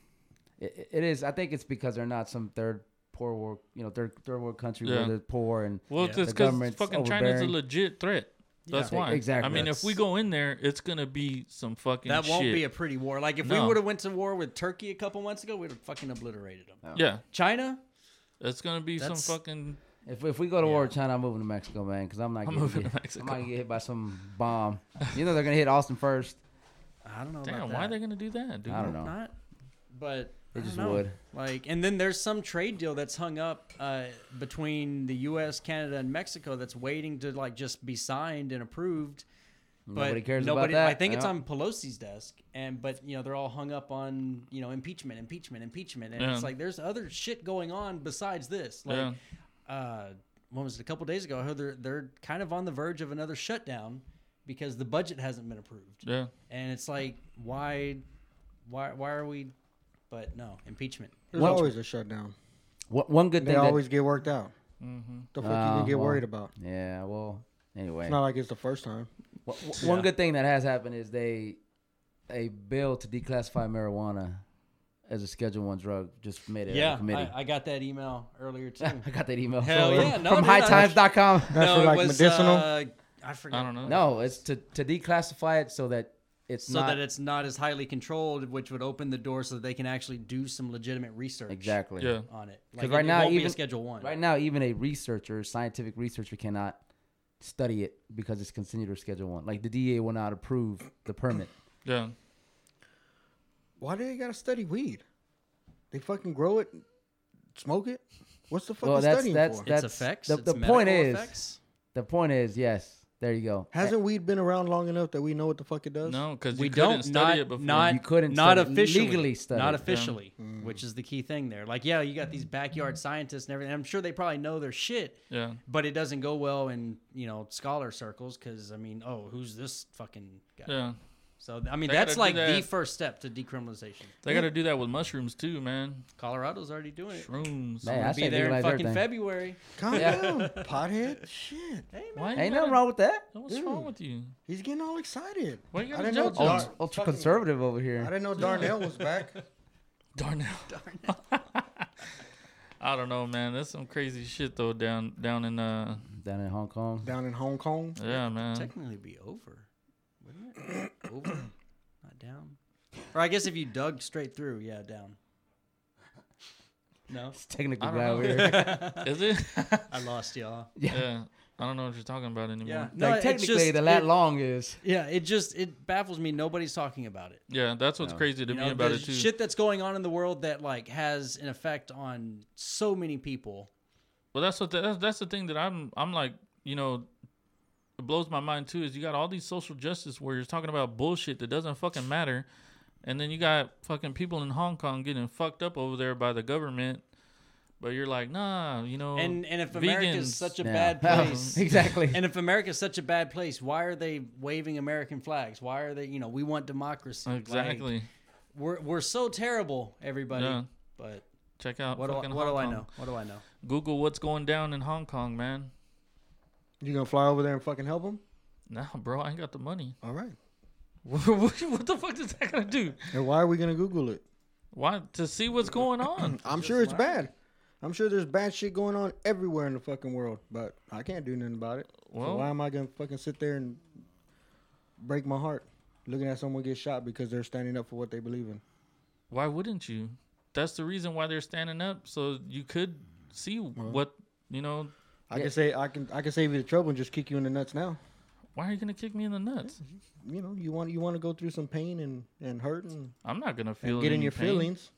S3: it, it is. I think it's because they're not some third poor world, you know, third third world country
S1: Yeah.
S3: where they're poor and
S1: Well,
S4: Yeah.
S1: it's just
S3: The
S1: because
S3: government's
S1: fucking China's a
S3: overbearing.
S1: legit threat. That's
S4: Yeah.
S1: why.
S3: Exactly.
S1: I mean, if
S3: That's-
S1: we go in there, it's gonna be some fucking.
S4: that won't
S1: shit.
S4: be a pretty war. Like, if we
S1: No.
S4: would have went to war with Turkey a couple months ago, we'd have fucking obliterated them.
S1: yeah,
S4: China,
S1: it's gonna be
S4: That's-
S1: some fucking.
S3: if if we go to war with China, I'm moving to Mexico, man, because I'm not getting
S1: moving
S3: hit.
S1: to Mexico.
S3: I'm not gonna get hit by some bomb. you know they're gonna hit Austin first.
S4: I don't know. about
S1: Damn,
S4: that.
S1: why are they gonna do that, dude?
S3: I don't know.
S4: not. But
S3: They
S4: I
S3: just
S4: don't know.
S3: would.
S4: Like, and then there's some trade deal that's hung up uh, between the U.S., Canada, and Mexico that's waiting to like just be signed and approved. But
S3: Nobody cares about that.
S4: I think it's
S3: Yeah.
S4: on Pelosi's desk, and but you know they're all hung up on you know impeachment, impeachment, impeachment, and it's
S1: Yeah.
S4: like there's other shit going on besides this. Like,
S1: Yeah.
S4: uh, when was it? A couple days ago, I heard they're they're kind of on the verge of another shutdown because the budget hasn't been approved
S1: Yeah,
S4: and it's like why why why are we but no impeachment
S2: There's
S3: Well-
S2: always a shutdown.
S3: One- One good
S2: They
S3: thing. that-
S2: always get worked out. The fuck you
S3: Uh,
S2: can get
S3: well,
S2: worried about?
S3: yeah. Well. Anyway.
S2: It's not like it's the first time.
S3: Wha- wha- One good thing that has happened is they a bill to declassify marijuana as a Schedule One drug just made it yeah,
S4: yeah
S3: a committee.
S4: I, I got that email earlier too
S3: I, got that email
S4: Hell
S3: from,
S4: yeah, no,
S3: from
S4: dude, I-
S3: HighTimes.com.
S2: That's for like medicinal.
S4: uh, i forgot
S1: I don't know.
S3: no, it's to, to declassify it so that it's
S4: so
S3: not
S4: that it's not as highly controlled which would open the door so that they can actually do some legitimate research
S3: exactly
S1: Yeah,
S4: on it
S3: 'Cause right
S4: it
S3: now
S4: won't be a
S3: even-
S4: schedule one
S3: Right now, even a researcher, scientific researcher, cannot study it because it's considered a Schedule One. Like the DA will not approve the permit.
S1: yeah.
S2: Why do they gotta study weed? They fucking grow it, smoke it. What's the fucking
S3: Well, that's-
S2: studying
S3: that's-
S2: for?
S4: its
S3: that's-
S4: effects
S3: the-
S4: its
S3: the point
S4: medical
S3: is-
S4: effects.
S3: The point is, yes, there you go.
S2: Hasn't weed been around long enough that we know what the fuck it does?
S1: No, because
S4: we
S1: you couldn't
S4: don't
S1: study
S4: not,
S1: it before.
S4: not
S3: You couldn't
S4: not
S3: study-
S4: officially
S3: legally study
S4: not
S3: it.
S4: officially which is the key thing there like yeah you got these backyard scientists and everything i'm sure they probably know their shit
S1: yeah,
S4: but it doesn't go well in you know scholar circles because I mean, oh, who's this fucking guy?
S1: yeah.
S4: So I mean,
S1: They
S4: that's
S1: gotta do
S4: like the
S1: that.
S4: first step to decriminalization.
S1: They got to do that with mushrooms too, man.
S4: Colorado's already doing it.
S1: Shrooms.
S3: Man, I
S4: Be
S3: say
S4: there in
S3: legalize
S4: fucking
S3: everything.
S4: February.
S1: Mm-hmm.
S2: Calm
S3: Yeah.
S2: down, pothead. Shit,
S4: Hey man,
S1: Why you
S3: Ain't
S1: gotta-
S3: nothing wrong with that.
S1: What's wrong with you?
S2: he's getting all excited.
S1: Why you
S2: I
S1: gotta
S2: didn't know
S1: judge
S2: Dar-
S1: us?
S3: Ultra, ultra conservative over
S2: I
S3: here.
S2: didn't know Darnell was back.
S1: Darnell. I don't know, man. That's some crazy shit though down down in uh
S3: Down in Hong Kong.
S2: Down in Hong Kong,
S1: yeah, man.
S4: technically be over, wouldn't it? over, not down. Or I guess if you dug straight through, yeah, down. No,
S3: It's technically
S1: I don't
S3: glad
S1: know.
S3: we're here.
S1: Is it?
S4: I lost y'all.
S1: yeah. I don't know what you're talking about anymore.
S4: Yeah,
S1: Yeah,
S4: no,
S3: like
S4: it's
S3: technically,
S4: just-
S3: the lat
S4: it-
S3: long is.
S4: Yeah, it just it baffles me. Nobody's talking about it.
S1: that's what's crazy to
S4: You
S1: me
S4: know,
S1: about
S4: the
S1: it too.
S4: shit that's going on in the world that like has an effect on so many people.
S1: Well, that's what the, that's, that's the thing that I'm I'm like you know, it blows my mind too. Is you got all these social justice warriors talking about bullshit that doesn't fucking matter, and then you got fucking people in Hong Kong getting fucked up over there by the government. But you're like, nah, you know,
S4: And and if America is such a
S3: Yeah.
S4: bad place,
S3: exactly.
S4: and if America is such a bad place, why are they waving American flags? Why are they? You know, we want democracy. Like,
S1: exactly.
S4: we're we're so terrible, everybody.
S1: Yeah.
S4: But
S1: Check out
S4: what do I,
S1: fucking
S4: what do
S1: Hong
S4: I
S1: Kong.
S4: know? What do I know?
S1: Google what's going down in Hong Kong, man.
S2: you gonna fly over there and fucking help him?
S1: Nah, bro, I ain't got the money.
S2: All right.
S1: what, what the fuck is that gonna do?
S2: And why are we gonna Google it?
S1: Why to see what's going on?
S2: I'm sure it's bad. I'm sure there's bad shit going on everywhere in the fucking world, but I can't do nothing about it.
S1: Well-
S2: so why am I gonna fucking sit there and break my heart looking at someone get shot because they're standing up for what they believe in?
S1: Why wouldn't you? That's the reason why they're standing up, so you could see what you know.
S2: I can say I can I can save you the trouble and just kick you in the nuts now.
S1: Why are you gonna kick me in the nuts?
S2: You know, you want you want to go through some pain and and hurt and,
S1: I'm not gonna feel
S2: and get in
S1: any
S2: your
S1: pain.
S2: feelings.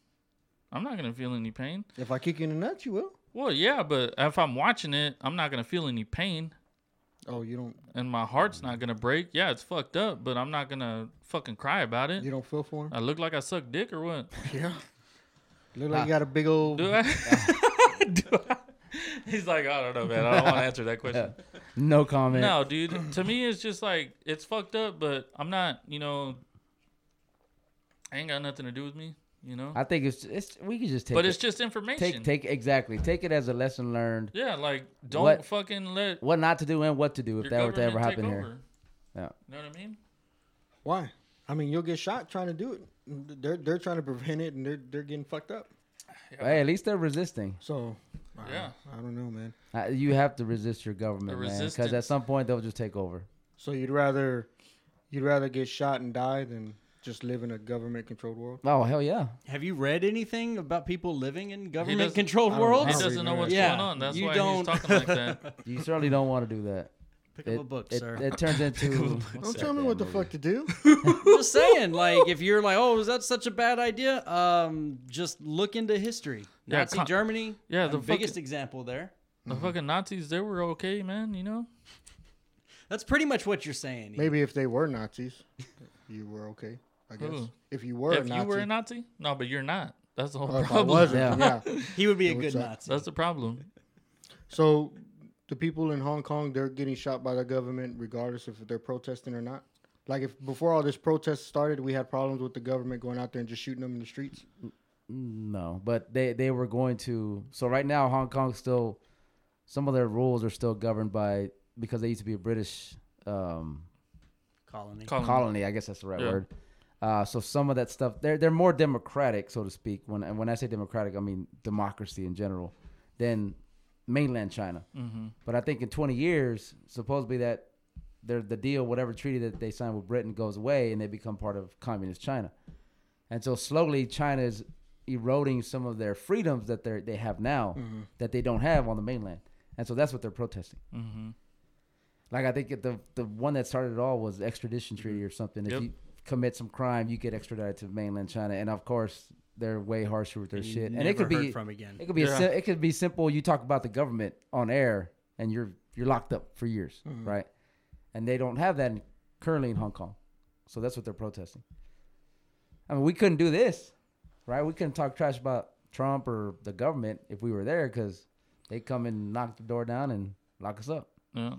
S1: I'm not gonna feel any pain.
S2: If I kick you in the nuts, you will.
S1: Well, yeah, but if I'm watching it, I'm not gonna feel any pain,
S2: Oh, you don't
S1: and my heart's not gonna break. Yeah, it's fucked up, but I'm not gonna fucking cry about it.
S2: you don't feel for him.
S1: I look like I suck dick or what?
S2: Yeah. Look like you got a big old.
S1: Do I? Do I? He's like, I don't know, man. I don't want to answer that question.
S3: No comment.
S1: No, dude. To me, it's just like it's fucked up, but I'm not. You know, I ain't got nothing to do with me. You know,
S3: I think it's it's we could just take
S1: but
S3: it.
S1: it's just information.
S3: take take exactly take it as a lesson learned
S1: yeah, like don't
S3: What-
S1: fucking let
S3: what not to do and what to do if
S1: your
S3: that were
S1: government
S3: to ever
S1: take
S3: happen
S1: over.
S3: here. Yeah.
S1: You know what I mean?
S2: Why? I mean, you'll get shot trying to do it. They're they're trying to prevent it, and they're they're getting fucked up.
S3: Hey, at least they're resisting.
S2: So,
S1: Yeah.
S2: I don't know, man.
S3: Uh, You have to resist your government,
S1: The
S3: man, because at
S1: resistance.
S3: some point they'll just take over.
S2: So you'd rather you'd rather get shot and die than just live in a government controlled world.
S3: Oh hell yeah!
S4: Have you read anything about people living in
S1: doesn't-
S4: government-controlled
S2: I don't
S1: He
S2: know. I'll
S4: worlds?
S2: read
S1: doesn't know
S2: that.
S1: what's
S4: Yeah,
S1: going on. That's
S4: you
S1: why
S4: don't-
S1: he's talking like that.
S3: You certainly don't want to do that.
S4: Pick
S3: It,
S4: up a book,
S3: it-
S4: sir.
S3: it turns into.
S2: Don't tell me what the fuck to do.
S4: I'm just saying, like, if you're like, oh, is that such a bad idea? Um, just look into history.
S1: Yeah,
S4: Nazi
S1: con-
S4: Germany,
S1: Yeah,
S4: the
S1: the
S4: biggest
S1: fucking-
S4: example there.
S1: The fucking Nazis, they were okay, man. You know,
S4: That's pretty much what you're saying. Ian.
S2: Maybe if they were Nazis, you were okay. I guess
S1: Who?
S2: if you were a
S1: if
S2: Nazi,
S1: you were a Nazi, no, but you're not. That's the whole
S2: or if I
S1: problem.
S2: wasn't, yeah.
S4: He would be a good
S2: what's up?
S4: Nazi.
S1: That's the problem.
S2: So the people in Hong Kong, they're getting shot by the government, regardless if they're protesting or not. Like if before all this protest started, we had problems with the government going out there and just shooting them in the streets.
S3: No, but they they were going to. So right now, Hong Kong still, some of their rules are still governed by because they used to be a British um,
S4: Colony.
S1: Colony.
S3: colony. I guess that's the right
S1: Yeah.
S3: word. Uh, so some of that stuff, they're they're more democratic, so to speak. When and when I say democratic, I mean democracy in general, than mainland China.
S1: Mm-hmm.
S3: But I think in 20 years, supposedly that their the deal, whatever treaty that they signed with Britain, goes away, and they become part of communist China. And so slowly, China is eroding some of their freedoms that they they have now
S4: Mm-hmm.
S3: that they don't have on the mainland. And so that's what they're protesting.
S4: Mm-hmm.
S3: Like I think it- the the one that started it all was the extradition
S4: Mm-hmm.
S3: treaty or something. If
S1: Yep.
S3: you commit some crime, you get extradited to mainland China, and of course they're way harsher with their
S4: You
S3: shit. And
S4: never
S3: it could
S4: heard
S3: be
S4: from again.
S3: It could be a
S1: Yeah.
S3: si- it could be simple. You talk about the government on air, and you're you're locked up for years,
S4: Mm-hmm.
S3: right? And they don't have that in, currently in Hong Kong, so that's what they're protesting. I mean, we couldn't do this, right? We couldn't talk trash about Trump or the government if we were there because they come and knock the door down and lock us up.
S1: Yeah.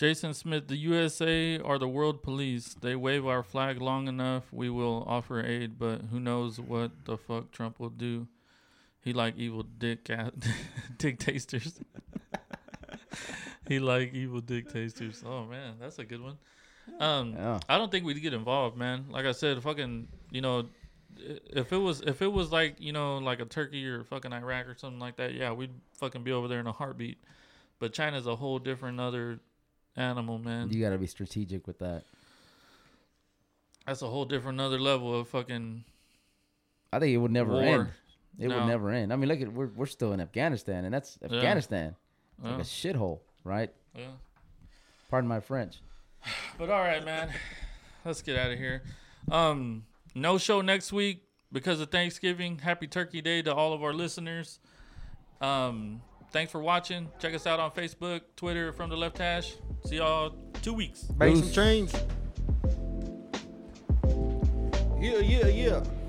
S1: Jason Smith, the USA are the world police. They wave our flag long enough, we will offer aid, but who knows what the fuck Trump will do. He like evil dick dictators. he like evil dictators. Oh man, that's a good one. Um
S3: Yeah.
S1: I don't think we'd get involved, man. Like I said, fucking, you know, i- if it was if it was like, you know, like a Turkey or fucking Iraq or something like that, yeah, we'd fucking be over there in a heartbeat. But China's a whole different other animal, man.
S3: You got to be strategic with that.
S1: That's a whole different other level of fucking
S3: I think it would never
S1: War.
S3: end. It
S1: No.
S3: would never end. I mean, look at we're we're still in Afghanistan, and that's Afghanistan, It's like
S1: Yeah.
S3: a shithole, right?
S1: yeah.
S3: Pardon my French.
S1: But all right, man. Let's get out of here. Um, no show next week because of Thanksgiving. Happy Turkey Day to all of our listeners. Um, thanks for watching. Check us out on Facebook, Twitter, from the left hash. See y'all two weeks.
S2: Bang some chains. Yeah, yeah, yeah.